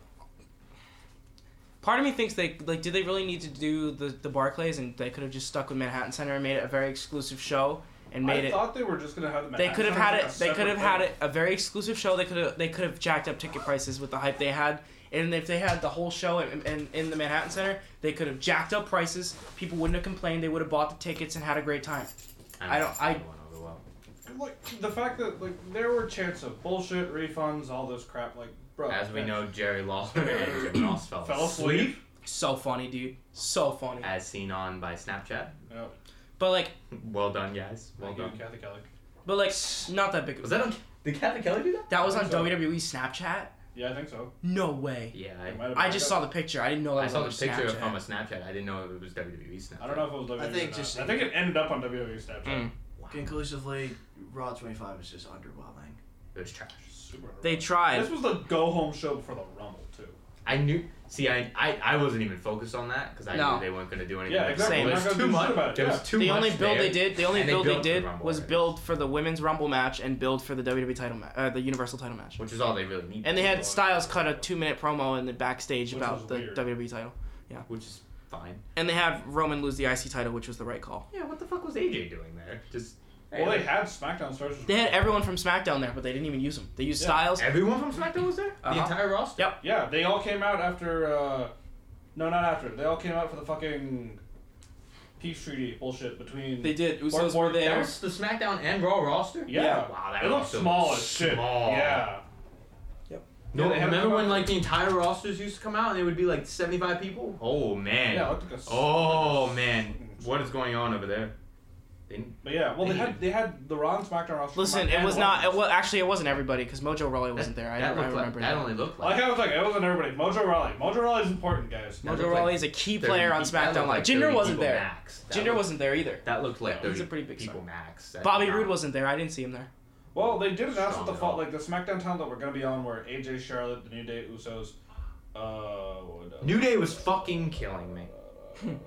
Part of me thinks they like. Did they really need to do the the Barclays and they could have just stuck with Manhattan Center and made it a very exclusive show and made
I
it.
thought they were just gonna have the.
They could have had
Manhattan
it.
Center
They
like a
could have
separate
had
thing.
it a very exclusive show. They could have. They could have jacked up ticket prices with the hype they had. And if they had the whole show in, in, in the Manhattan Center, they could have jacked up prices. People wouldn't have complained. They would have bought the tickets and had a great time. I don't- I-
want to overwhelm.
Like the fact that like there were chants of bullshit refunds, all this crap. Like, bro.
As we
that
know, Jerry Lawler and Jim Ross fell,
Fell asleep.
So funny, dude. So funny.
as seen on by Snapchat.
Yeah.
But like,
Well done, guys. Well
Thank you,
done.
Kathy Kelly.
but like, not that big. Of
Was that on? Did Kathy Kelly do that?
That was on
So-
WWE Snapchat?
Yeah, I think so.
No way.
Yeah,
It
I,
might have
I
been
just
like
saw the picture. I didn't know that
I
was
saw
on
the picture
Snapchat.
from a Snapchat. I didn't know it was WWE Snapchat.
that. I don't know if it was WWE.
I think
or
just-
not. I think it ended up on E WWE Snapchat.
Mm.
Wow.
Conclusively, Raw 25 is just underwhelming.
It was trash.
Super.
They
underwhelming.
tried.
This was the go home show before the Rumble too.
I knew. See, I I, I wasn't even focused on that because I
No.
knew they weren't going to do anything.
Yeah,
with
exactly.
Same.
It
We're
was
not gonna
too
do
much.
shit about it,
There
yeah.
was too
the
much
only build
there,
they did, the only
and they
build
built for
they
the
did
Rumble
was
already,
build for the women's Rumble match and build for the WWE title match, uh, the Universal title match.
which is all they really needed.
And they had
Which-
Styles cut a two-minute promo in the backstage
Which
about
was
the
weird.
WWE title,
which is fine.
and they had Roman lose the IC title, which was the right call.
Yeah, what the fuck was AJ doing there? Just
Well, they had SmackDown stars.
They had everyone from SmackDown there, but they didn't even use them. They used
Yeah.
Styles.
everyone from SmackDown was there. The
Uh-huh.
entire roster.
Yep.
Yeah, they all came out after. Uh, no, not after. They all came out for the fucking peace treaty bullshit between.
They did.
Or-
Usos
or
were there.
That was the SmackDown and Raw roster.
yeah.
Yeah.
Wow, that
they
was
look
so
small as shit.
small.
Yeah.
No,
Yeah, they had a
remember when
couple-
like the entire rosters used to come out and it would be like seventy-five people? Oh man.
Yeah, it looked like a.
Oh man, what is going on over there? They,
But yeah, well, they had they had the Raw and SmackDown roster.
Listen,
combined
it
and
was
the
not. It
Rumble.
was actually it wasn't everybody because Mojo Rawley wasn't there. I,
that
I
looked
remember
like, that only looked
Like
like.
I was like, it wasn't everybody. Mojo Rawley. Mojo Rawley's important, guys.
No.
Mojo
looked like
Rawley is a key
30
player on
people- that
SmackDown.
looked
Like
30
Jinder wasn't
people
there.
Max. That
Jinder
looked-
wasn't there either.
That looked like
No,
he's a
30
pretty big
people
star.
max. That
Bobby
did not-
Roode wasn't there. I didn't see him there.
Well, they did announce
Strong
what the
at
fuck,
all.
like the SmackDown town that we're gonna be on, where AJ, Charlotte, The New Day, Usos. Uh, what was it?
New Day was fucking killing me.
Uh, I don't remember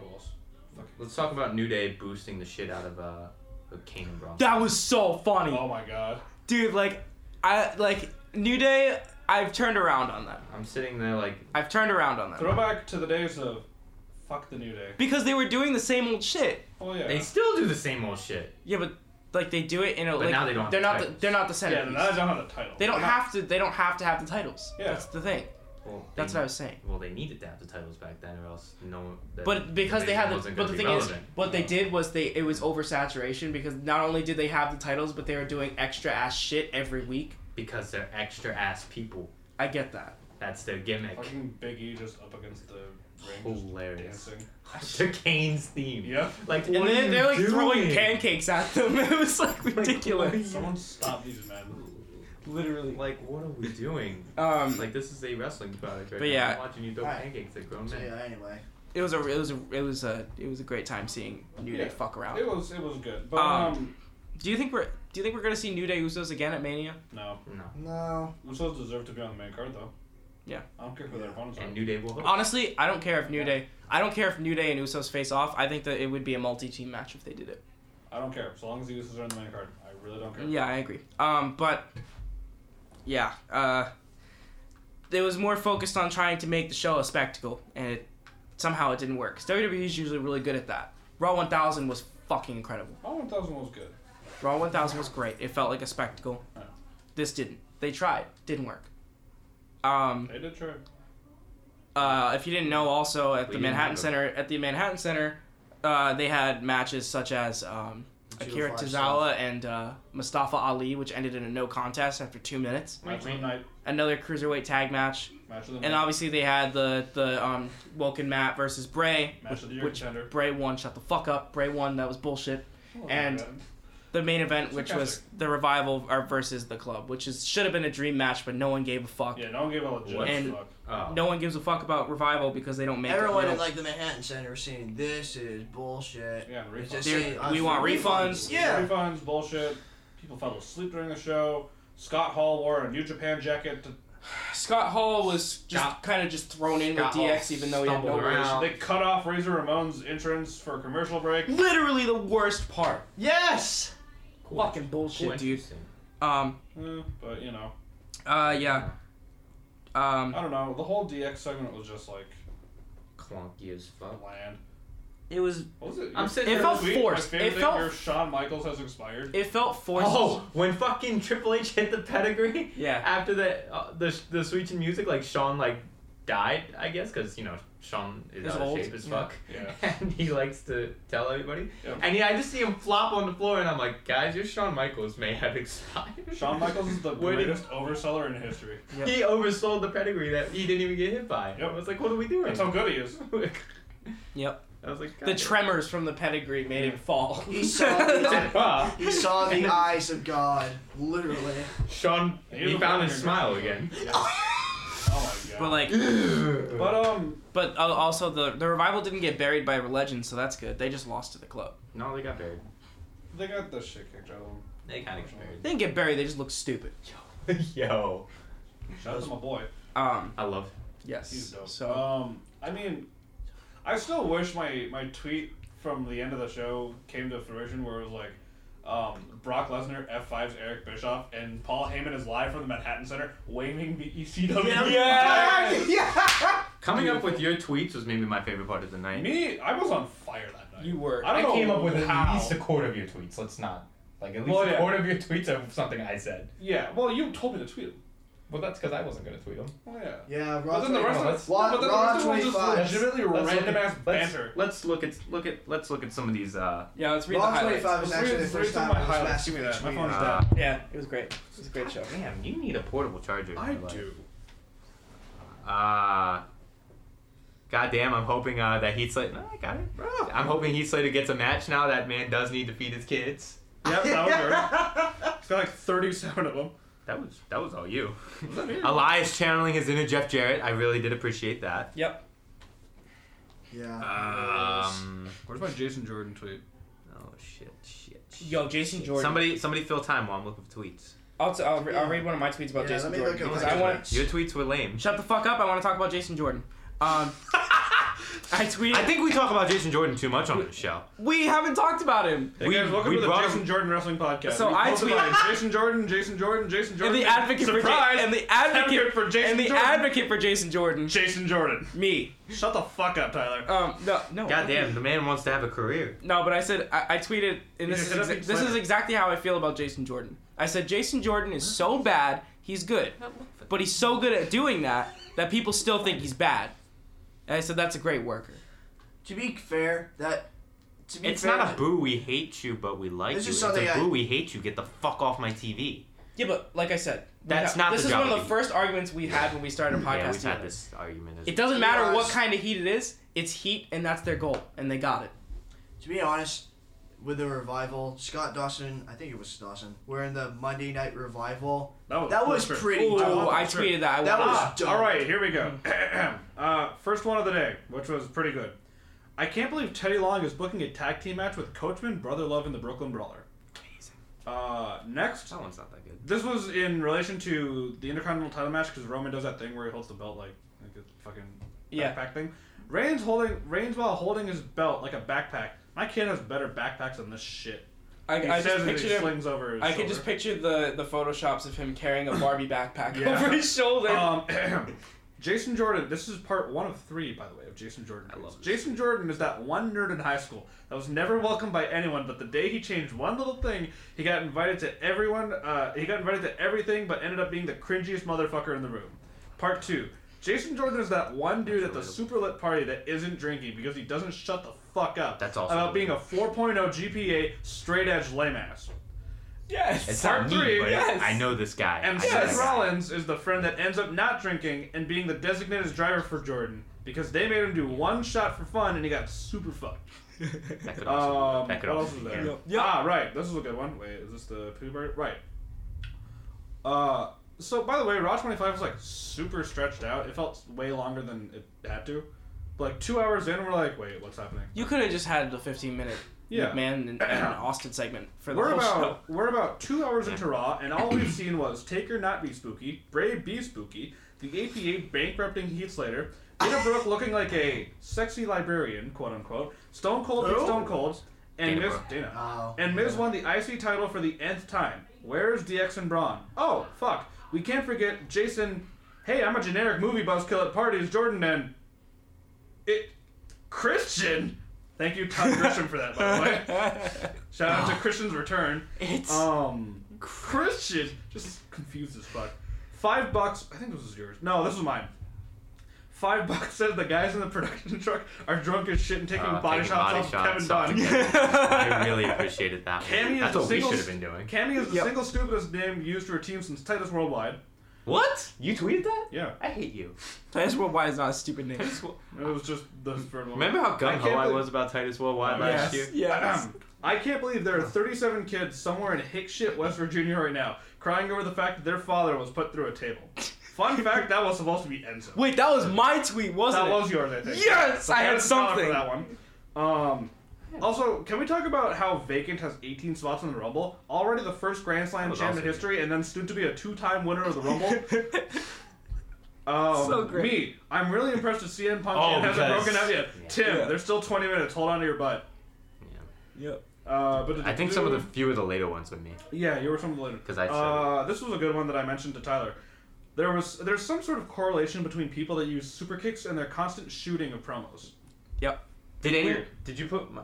who else. Fucking-
Let's talk about New Day boosting the shit out of uh, of Kane and Braun.
That was so funny,
Oh my god.
dude. Like, I like New Day. I've turned around on them.
I'm sitting there like,
I've turned around on them
Throwback to the days of fuck the New Day.
because they were doing the same old shit.
Oh yeah.
they still do the same old shit.
Yeah, but like they do it in a.
But
like,
now they don't have
They're
the
not. The,
titles.
they're not the
yeah,
centerpiece.
now they don't have the title.
they don't
They're not-
have to. They don't have to have the titles.
Yeah.
That's the thing.
Well,
That's
they,
what I was saying.
Well, they needed to have the titles back then, or else no. one- That
But because they had the,
wasn't
but
gonna
the
be
thing is,
relevant.
what they did was they it was oversaturation because not only did they have the titles, but they were doing extra ass shit every week.
because they're extra ass people.
I get that.
That's their gimmick.
Fucking Big E just up against the ring, just
Hilarious.
dancing.
After Kane's theme.
Yep.
Like
and
what are
then
you
they're like throwing
doing?
pancakes at them. It was like ridiculous.
Someone stop these men.
Literally.
Like what are we doing?
Um,
Like this is a wrestling product right
But
now.
yeah.
I'm watching you throw
Alright.
pancakes at grown
So,
men.
yeah, anyway.
it was a it was a it was a it was a great time seeing New Day
Yeah.
fuck around.
It was it was good, but
Um,
um,
Do you think we're do you think we're gonna see New Day Usos again at Mania?
no,
No.
No.
Usos deserve to be on the main card though.
Yeah.
I don't care who their
Yeah.
opponents are.
And New Day will host.
Honestly, I don't care if New Day I don't care if New Day and Usos face off. I think that it would be a multi team match if they did it.
I don't care. So long as the Usos are on the main card, I really don't care.
Yeah, I agree. Um, but yeah, uh, it was more focused on trying to make the show a spectacle, and it, somehow it didn't work. 'Cause WWE is usually really good at that. Raw 1000 was fucking incredible.
Raw 1000 was good.
Raw 1000 was great. It felt like a spectacle.
Yeah.
This didn't. They tried. Didn't work. Um,
They did try.
uh, if you didn't know, also at
We
the
didn't
Manhattan
have a-
Center, at the Manhattan Center, uh, they had matches such as um, Akira
Judo
Tozawa and uh, Mustafa Ali, which ended in a no contest after two minutes.
Match of the night.
Another cruiserweight tag match,
Match of the
and
night.
obviously they had the the um, Woken Matt versus Bray,
Match of the year
which
contender.
Bray won. Shut the fuck up, Bray won. That was bullshit.
Oh,
and-
yeah.
The main event, which was the revival or versus the club, which is should have been a dream match, but no one gave a fuck.
yeah, no one gave a legit
What?
And-
fuck.
Oh.
Uh, No one gives a fuck about revival because they don't make
Everyone
it real.
at like the Manhattan Center was saying this is bullshit.
Yeah, and
It's
refunds.
just
They're-
saying, uh,
we want refunds.
Yeah.
Refunds, bullshit. People fell asleep during the show. Scott Hall wore a New Japan jacket. To,
Scott Hall was just
Scott-
kind of just thrown in
Scott
with
Hall
DX, even though he had no
stumbled around.
relation.
they cut off Razor Ramon's entrance for a commercial break.
Literally the worst part.
Yes.
Cool.
Fucking
Cool,
bullshit, dude.
interesting.
Um,
Eh, but you know,
uh, yeah. Um,
I don't know. The whole DX segment was just like
Clunky as fuck.
bland.
it was.
What was it?
I'm
Your-
sitting
It
here
felt
this
Tweet,
week-
forced.
My favorite
It
thing,
felt-
your Shawn Michaels has expired.
It felt forced.
Oh, when fucking Triple H hit the pedigree
Yeah.
after the uh, the the switch in music, like Sean like died, I guess, because you know Sean is
He's
out of
old,
shape as
yeah.
fuck,
Yeah.
and he likes to tell everybody.
Yeah.
And yeah, I just see him flop on the floor, and I'm like, guys, your Shawn Michaels may have expired.
Shawn Michaels is the
Where did-
greatest overseller in history.
Yep.
He oversold the pedigree that he didn't even get hit by.
Yep.
I was like, what are we doing?
That's how good he is.
Yep.
I was like,
The
God.
tremors from the pedigree made him fall.
Mm. He saw-
Ah,
He saw the eyes of God, literally.
Sean,
He
he
was
found
a
his smile again.
Oh my god.
but like,
But um,
but uh, also the the revival didn't get buried by legends, so that's good. They just lost to the club.
no, they got buried.
they got the shit kicked out of them.
They kind of got buried.
They didn't get buried. They just looked stupid.
Yo,
Shout out to my boy.
Um,
I love
He's
yes.
dope.
So
um, I mean, I still wish my my tweet from the end of the show came to fruition, where it was like. Um, Brock Lesnar F5's Eric Bischoff and Paul Heyman is live from the Manhattan Center waving the E ECW.
Yes!
Yeah.
Coming up with your tweets was maybe my favorite part of the night.
Me, I was on fire that night.
you were.
I
I
don't know
came up with
how.
at least a quarter of your tweets. Let's not. Like, at least
Well,
a
yeah.
quarter of your tweets are something I said.
Yeah, well, you told me to tweet him.
Well, that's because I wasn't going to tweet them.
Oh yeah.
Yeah.
But
Raw
then the rest of
let's-
it, but then the
Raw
rest of it was
25.
just legitimately
Let's look
random
at-
ass
Let's,
banter.
let's look at look at let's look at some of these. Uh,
Yeah, let's read the
Raw
highlights.
25 is
Let's
actually
read-
the first
read some
time
of my
I was
highlights.
last
Give me
week
that. My
tweeted.
phone's dead.
uh,
Yeah, it was great. It was a great show.
damn, you need a portable charger. in
I
your life.
do.
Uh, goddamn, I'm hoping uh, that Heath Slater. No, I got it. I'm hoping Heath Slater gets a match now. That man does need to feed his kids.
Yep, that was her. It's got like 37 of them.
That was that was all you.
that me?
Elias channeling his inner Jeff Jarrett. I really did appreciate that.
Yep.
Yeah.
Um,
Where's my Jason Jordan tweet?
oh shit, shit. shit.
Yo, Jason Jordan.
Somebody, somebody fill time while I'm looking for tweets.
I'll, t- I'll, re- I'll
Yeah.
read one of my tweets about
Yeah,
Jason
let me look
Jordan
at
because
my
I want
tweets.
Your tweets were lame.
shut the fuck up. I want to talk about Jason Jordan. Um, I tweeted.
I think we talk about Jason Jordan too much on this show.
we haven't talked about him.
Hey
We-
guys, welcome
we
to the
brought
Jason
him-
Jordan Wrestling Podcast.
So
We
I
posted
tweeted-
on Jason Jordan, Jason Jordan, Jason Jordan.
And the advocate for
Surprise!
Ja- and the advocate
Advocate for Jason
and the
Jordan.
advocate for Jason Jordan.
Jason Jordan.
Me.
Shut the fuck up, Tyler.
Um. No. No.
Goddamn, the man wants to have a career.
No, but I said I, I tweeted, and
You
this is
said
exa-
something
this is
slander.
exactly how I feel about Jason Jordan. I said Jason Jordan is so bad He's good. But he's so good at doing that that people still think he's bad. And I said that's a great worker.
To be fair, that to be
It's
fair,
not a boo. We hate you, but we like
This
you.
is
It's
something
a
I-
boo. We hate you. Get the fuck off my TV.
Yeah, but like I said, we
That's
have-
not
This
the
is
job
one of the
of-
first arguments we had when we started a podcast.
yeah, we've
together.
had this argument. as-
It doesn't matter what
Yes.
kind of heat it is. It's heat, and that's their goal, and they got it.
To be honest, with the revival, Scott Dawson, I think it was Dawson, we're in the Monday Night Revival. That was
perfect.
pretty
Ooh,
dope.
I tweeted that. I
That
want-
Ah,
was dope.
all right, here we go. uh, first one of the day, which was pretty good. I can't believe Teddy Long is booking a tag team match with Coachman, Brother Love, and the Brooklyn Brawler.
Amazing.
Uh, next,
That one's not that good.
this was in relation to the Intercontinental title match because Roman does that thing where he holds the belt like, like a fucking
Yeah.
backpack thing. Reigns holding Reigns while holding his belt like a backpack. My kid has better backpacks than this shit. He
I, I
says
just
and he
pictured him.
slings over. His
I could just
shoulder.
picture the the photoshops of him carrying a Barbie backpack
Yeah.
over his shoulder.
Um, Jason Jordan. This is part one of three, by the way, of Jason Jordan.
I love this.
Jason Jordan is that one nerd in high school that was never welcomed by anyone, but the day he changed one little thing, he got invited to everyone. Uh, he got invited to everything, but ended up being the cringiest motherfucker in the room. Part two. Jason Jordan is that one dude at the
Relatable.
super lit party that isn't drinking because he doesn't shut the fuck up
That's also
about being a
relatable.
4.0 GPA straight edge lame ass.
yes.
It's
Part
not me,
three,
but
yes.
I know this guy.
And
I know
Seth
this guy.
Rollins is the friend that ends up not drinking and being the designated driver for Jordan because they made him do one shot for fun and he got super fucked.
That could also,
Um,
that could
what
also
else is
be
there?
him.
Yeah.
Ah, right. This is a good one. Wait, is this the poo bird? Right. Uh, so by the way, Raw 25 was like super stretched out. It felt way longer than it had to. But like two hours in, we're like, wait, what's hhappening?
You could have just had a 15 minute
Yeah.
McMahon and, and Austin segment for the
We're
whole show.
about we're about two hours into
Mm.
Raw, and all we've seen was Taker not be spooky, Bray be spooky, the APA bankrupting Heath Slater, Dana Brooke looking like a sexy librarian, quote unquote, Stone Cold beat
Who?
Stone Cold, and
Dana
Miz
Brooke.
Dana.
Oh.
and Miz won the IC title for the nth time. Where's DX and Braun? Oh fuck, we can't forget Jason. Hey, I'm a generic movie buzzkill at parties. Jordan and it Christian. Thank you, Todd Grisham, for that. By the way. Shout out to Christian's return.
It's
Um, Christian, just confused as fuck. Five bucks. I think this was yours. No, this was mine. Five bucks says the guys in the production truck are drunk as shit and taking
Uh,
body
taking
shots
body shots
off Kevin
off
Dunn.
I really appreciated that. one.
Cammy is
That's
the
what we
single-
should have been doing.
Cammy is the
Yep.
single stupidest name used for a team since Titus Worldwide.
What? You tweeted that?
Yeah,
I hate you.
Titus Worldwide is not a stupid name.
it was just the third one.
Remember how gung
can't
ho I
believe-
was about Titus Worldwide
Oh,
last
yes.
year?
Yes.
I can't believe there are 37 kids somewhere in Hick shit, West Virginia right now, crying over the fact that their father was put through a table. Fun fact, that was supposed to be Enzo.
Wait, that was my tweet, wasn't
that
it?
was yours, I think.
Yes,
But
I had
thanks, Connor,
something.
for that one. Um, also, can we talk about how Vacant has 18 spots in the Rumble? Already the first Grand Slam
was
champ in
awesome.
history, and then soon to be a two-time winner of the Rumble. Um,
So great.
Me, I'm really impressed that CM Punk
Oh,
hasn't
because-
broken out yet.
Yeah.
Tim,
Yeah.
there's still 20 minutes. Hold on to your butt.
yep.
Uh, but
I think some of the few of the later ones with me.
Yeah, you were from the later.
'Cause I said
uh, this was a good one that I mentioned to Tyler. There was there's some sort of correlation between people that use super kicks and their constant shooting of promos.
Did any?
Weird.
Did you put my,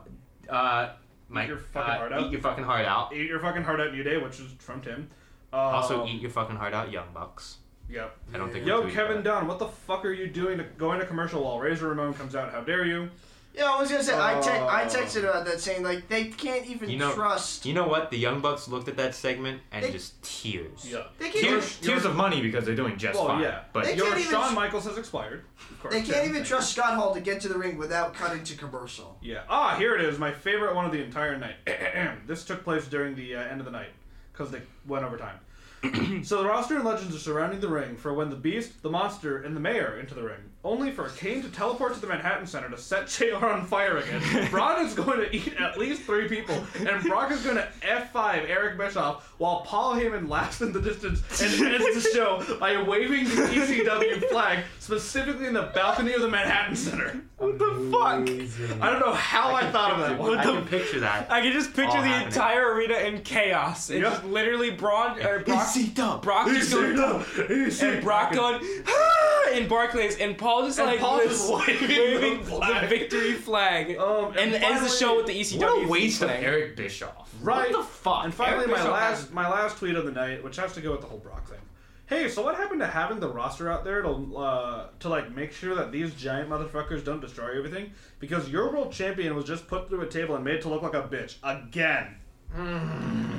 uh, my
your fucking
uh,
heart out?
Eat your fucking heart out.
Eat your fucking heart out, New Day, which is from Tim. Uh,
also, eat your fucking heart out, Young Bucks.
Yep.
I don't think. we
Yo,
tweeted
Kevin
that.
Dunn, what the fuck are you doing? To, going to commercial while Razor Ramon comes out? How dare you?
Yeah, I was gonna say I, te- I
Oh.
texted about that saying like they can't even
You know-
trust.
You know what? The Young Bucks looked at that segment and
They-
just tears.
They can't. even,
Tears, tears of money because they're doing just
Well,
fine.
yeah.
But
They
Your
can't even
Shawn
tr-
Michaels has expired. Of course,
they
Tim,
can't even
thank you.
trust Scott Hall to get to the ring without cutting to commercial.
Yeah. Ah, here it is. My favorite one of the entire night. this took place during the uh, end of the night because they went overtime. so the roster and legends are surrounding the ring for when the Beast, the Monster, and the Mayor enter the ring, only for Kane to teleport to the Manhattan Center to set JR on fire again. Braun is going to eat at least three people, and Brock is going to F5 Eric Bischoff while Paul Heyman laughs in the distance and ends the show by waving the ECW flag specifically in the balcony of the Manhattan Center.
What the fuck?
I don't know how I, thought of that one.
I
the-
can picture that.
I can just picture
All
the
happening.
entire arena in chaos. It's
Yeah.
just literally Braun, or Brock, Brock just
Easy
going,
dub, easy
and Brock
dub.
going, ah! in Barclays, and Paul just
And
like
Paul
this,
just waving the
waving
flag.
victory flag,
Um, and
and, ends the
finally-
show with the ECW
What a waste of
flag.
Eric Bischoff.
Right.
What the fuck?
And finally,
Eric
my
Bischoff
last
has-
my last tweet of the night, which has to go with the whole Brock thing. hey, so what happened to having the roster out there to uh, to like make sure that these giant motherfuckers don't destroy everything? Because your world champion was just put through a table and made to look like a bitch again.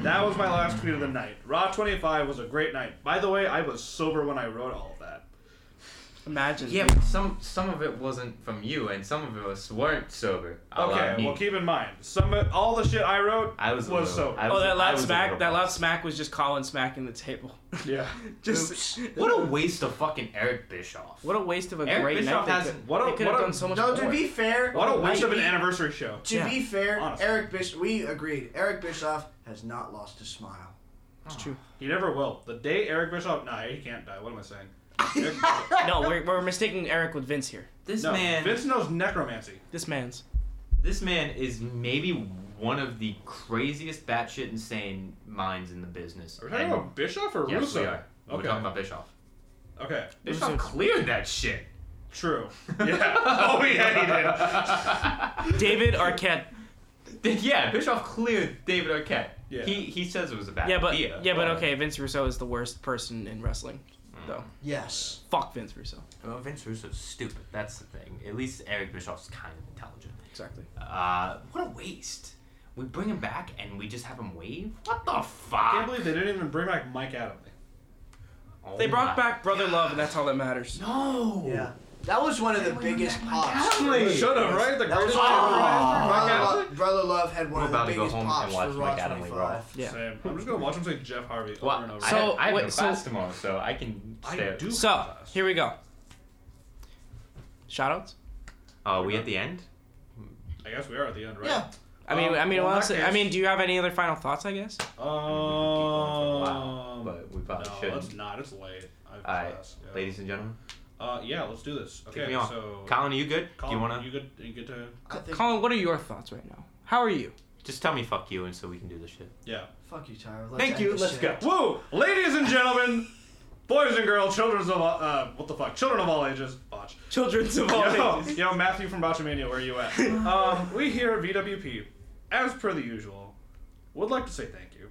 that was my last tweet of the night. Raw 25 was a great night. By the way, I was sober when I wrote all of that.
Imagine.
Yeah, but some some of it wasn't from you, and some of it was weren't sober. a la
Okay,
me.
well keep in mind, some of- all the shit I wrote
I was a
was
little-
sober.
I
Oh,
was-
that
I
loud
was a
smack!
little-
That loud smack was just Colin smacking the table.
yeah.
just
What a waste of fucking Eric Bischoff.
what a waste of a
Eric
great
Bischoff
night.
has-
they could,
what a-
they could
what
have
a-
done so much
No, to
more.
be fair,
What a waste
I
of an
beat-
anniversary show.
To
Yeah.
be fair,
Honestly.
Eric Bish, we agreed. Eric Bischoff has not lost a smile.
It's true.
He never will. The day Eric Bischoff, nah, he can't die. What am I saying? Eric,
No, we're, we're mistaking Eric with Vince here.
This
no,
man,
Vince knows necromancy.
This man's.
this man is maybe one of the craziest batshit insane minds in the business.
Are we talking
And-
about Bischoff or
yes,
Russo?
we are. We're
Okay.
talking about Bischoff.
Okay.
Bischoff cleared that shit.
True. Yeah. oh yeah,
David Arquette.
Yeah, Bischoff cleared David Arquette.
Yeah.
He he says it was a bad
Yeah, but
idea.
yeah, but okay. Vince Russo is the worst person in wrestling, though.
Hmm. Yes.
Fuck Vince Russo.
Well, Vince Russo's stupid. That's the thing. At least Eric Bischoff's kind of intelligent.
Exactly.
Uh, what a waste. We bring him back and we just have him wave. What the
I can't
fuck?
believe they didn't even bring back Mike Adams.
Oh
They
my-
brought back brother love, and that's all that matters.
No.
Yeah. That was one of the biggest pops.
Adams.
Shut up, right? The
That was
greatest
one of the-
Mike
Brother,
Adams.
Love, Brother Love had one
We're
of the
about to go
biggest
home and
pops
watch
for Raw
Mike Adams
25.
Raw.
Yeah.
Same. I'm just gonna watch him say Jeff Harvey over
Well,
and over.
I,
So-
I have
wait,
no
so-
class tomorrow, so I can stay.
I do.
So
confess.
here we go. Shoutouts.
Are Oh, we at the end?
I guess we are at the end, right?
Yeah.
I mean,
Um,
I mean,
well, in
honestly,
that
I mean,
case-
do you have any other final thoughts? I guess.
Um.
but we probably
no, let's
shouldn't.
not. It's late. I have
All right,
class, yeah.
ladies and gentlemen,
Uh, yeah, let's do this. Okay,
take me on.
so
Colin, are you good?
Colin,
do you want to
You good? You good to?
I think,
Colin, what are your thoughts right now? How are you?
just tell me fuck you, and so we can do this shit.
Yeah.
fuck you, Tyler. Let's
Thank
end
you.
this
Let's
shit.
go.
Woo! Ladies and gentlemen, boys and girls, children of all, uh, what the fuck, children of all ages, botch.
Children's of
Yo, yo, Matthew from Botchamania, where you at? um, we here at VWP, as per the usual, would like to say thank you,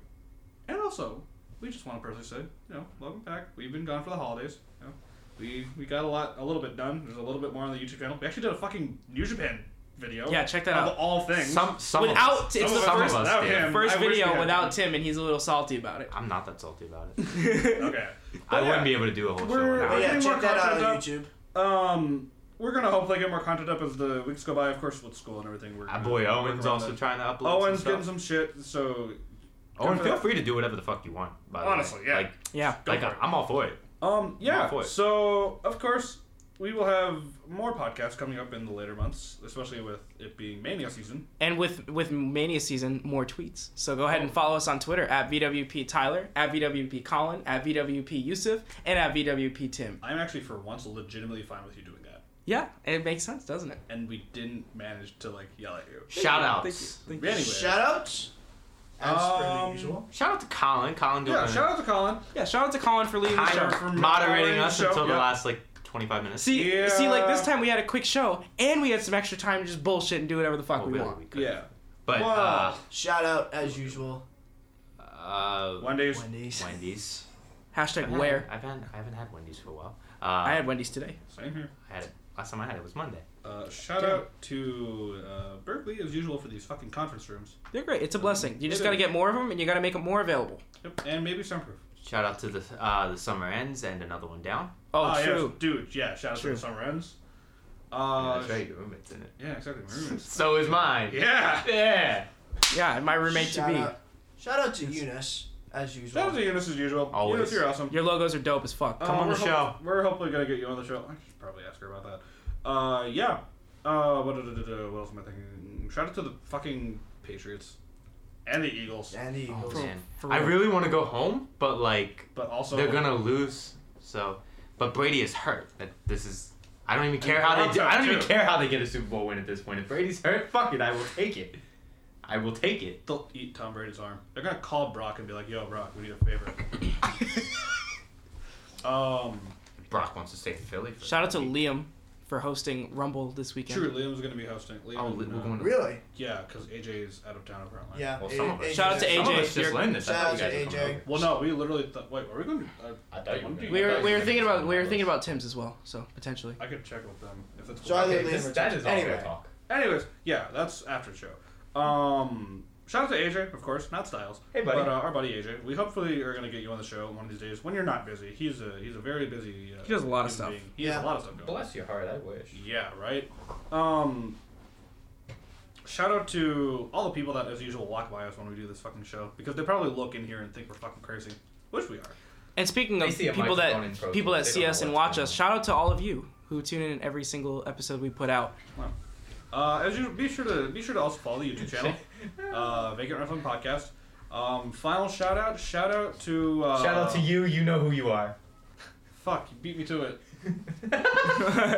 and also we just want to personally say, you know, welcome back. We've been gone for the holidays. You know, we we got a lot, a little bit done. There's a little bit more on the YouTube channel. We actually did a fucking New Japan video.
Yeah, check that
of
out.
All things.
Some, some of
Without-
us-
it's
some
the
of
first-
us
without
did.
him.
First
I wish we
video
had-
without Tim, and he's a little salty about it.
I'm not that salty about it.
Okay.
I
But yeah.
wouldn't be able to do a whole show.
We're-
without
But
it.
yeah,
Any more
check that out on
content
YouTube.
Um, we're gonna hopefully get more content up as the weeks go by. Of course, with school and everything, we're.
Our
gonna
Ah, boy
work
Owen's
around
also
that.
trying to upload
Owen's
some
getting
stuff.
some shit. So
Owen,
for
feel
that.
free to do whatever the fuck you want. By the
Honestly,
way.
yeah.
Like,
Yeah.
Go
like
for it.
I'm all for it.
Um,
all for
yeah.
it.
So of course we will have more podcasts coming up in the later months, especially with it being Mania season.
And with with Mania season, more tweets. So go
Oh.
ahead and follow us on Twitter at VWP Tyler, at VWP Colin, at VWP Yusuf, and at VWP Tim.
I'm actually for once legitimately fine with you doing that,
Yeah, it makes sense, doesn't it?
and we didn't manage to like yell at you.
Shout
Thank you.
outs.
Thank you.
Anyway,
Shout outs. As per the
Um,
usual.
Shout out to Colin. Colin doing
yeah,
a-
shout out to Colin.
Yeah, shout out to Colin for leading the
kind
show.
out for
of moderating
moderating
us
the show,
until the
yeah.
last like 25 minutes.
See,
Yeah.
see, like this time we had a quick show, and we had some extra time to just bullshit and do whatever the fuck
Well,
we
we-
want.
we could.
Yeah.
But uh,
Wow.
Shout out as usual.
uh,
One day.
Wendy's.
Wendy's.
Hashtag
I've
Uh-huh.
had-
where.
I've had, I haven't had Wendy's for a while. Uh,
I had Wendy's today.
Same here.
I had it last time I had it was Monday.
Uh, shout
Yeah.
out to uh, Berkeley as usual for these fucking conference rooms.
They're great. It's a blessing. You just
It
got to
is.
get more of them, and you got to make them more available.
Yep. And maybe soundproof.
Shout out to the uh, the summer ends and another one down.
Oh,
Ah,
true.
Yeah, dude, yeah, shout out
True.
to the Summer Ends.
Yeah,
Uh,
that's right, your roommate's in it.
Yeah, exactly. My roommates.
So is mine.
yeah.
Yeah.
Yeah, and my roommate
Shout
to be.
Out. Shout out to Eunice as usual.
Shout out to Eunice as usual.
Always.
Eunice, you're awesome.
Your logos are dope as fuck. Come
Uh,
on.
we're
the show.
We're hopefully gonna get you on the show. I should probably ask her about that. Uh, yeah. Uh, what, what else am I thinking? Shout out to the fucking Patriots and the Eagles,
and the
Oh,
Eagles.
man.
for
I
real.
really want to go home, but like
but also
they're gonna lose. So, but Brady is hurt. That this is. I don't even care how they.
Brown's
Do,
out,
I don't even
too.
care how they get a Super Bowl win at this point. If Brady's hurt, fuck it. I will take it. I will take it.
they'll eat Tom Brady's arm. They're gonna call Brock and be like, "Yo, Brock, we need a favor." um,
Brock wants to stay in Philly. For
Shout out to Liam for hosting Rumble this weekend.
True, Liam's gonna be hosting. Liam,
Oh,
and,
we're
uh,
going to.
Really?
Yeah, because AJ is out of town apparently.
Yeah.
Well, some
A-
of us-
AJ
Shout out to
Jackson.
Some of
AJ,
us just
you're-
learned this. I
Shout
thought
out
you guys
to
were
AJ.
coming
Well, no, we literally thought. Wait, were we going? To, uh,
I thought you were
Monday?
gonna-
We were we were thinking about we were
Those.
thinking about Tim's as well, so potentially.
I could check with them if it's.
Charlie-
Okay, this, that is all
Anyway.
fair talk.
Anyways, yeah, that's after the show. Um, shout out to AJ, of course, not Styles.
Hey, buddy.
But uh, our buddy AJ, we hopefully are gonna get you on the show one of these days when you're not busy. He's a he's a very busy. Uh,
He does a lot of
human
stuff.
being. He has
Yeah.
a lot of stuff going. on.
Bless your heart, I wish.
Yeah, right. Um, shout out to all the people that, as usual, walk by us when we do this fucking show because they probably look in here and think we're fucking crazy, which we are.
And speaking
They
of
see a
people
microphone in
that
Pro
people that
Tools. They
see
don't
us
know
and
what's
watch
going
us,
on.
shout out to all of you who tune in every single episode we put out.
Uh, as you be sure to be sure to also follow the YouTube channel, uh, Vacant Wrestling Podcast. Um, final shout out, shout out to uh,
Shout out to you. You know who you are.
Fuck, you beat me to it.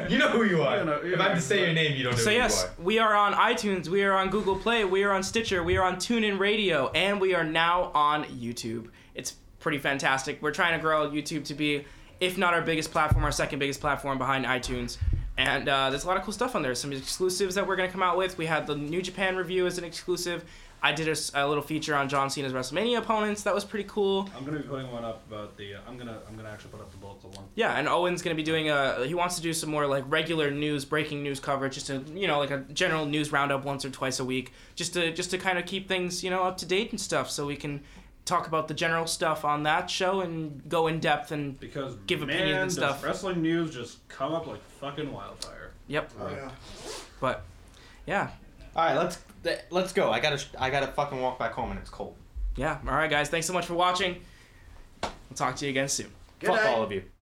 you know who you are.
You know- you
if
know
I have to say
who you
your name, you don't know
So
who
yes,
you are.
we are on iTunes, we are on Google Play, we are on Stitcher, we are on TuneIn Radio, and we are now on YouTube. It's pretty fantastic. We're trying to grow YouTube to be, if not our biggest platform, our second biggest platform behind iTunes. And uh, there's a lot of cool stuff on there. Some exclusives that we're gonna come out with. We had the New Japan review as an exclusive. I did a, s- a little feature on John Cena's WrestleMania opponents. That was pretty cool.
I'm gonna be putting one up about the. Uh, I'm gonna I'm gonna actually put up the Bullet one.
Yeah, and Owen's gonna be doing a. He wants to do some more like regular news, breaking news coverage, just to you know like a general news roundup once or twice a week, just to just to kind of keep things you know up to date and stuff, so we can talk about the general stuff on that show and go in depth and
because
Give
man,
opinions and
does
stuff.
Wrestling news just come up like fucking wildfire.
yep.
Oh, yeah.
But yeah,
All right, let's th- let's go. I gotta sh- I gotta fucking walk back home and it's cold.
yeah. All right, guys, thanks so much for watching. We'll talk to you again soon.
Good
Fuck
night.
all of you.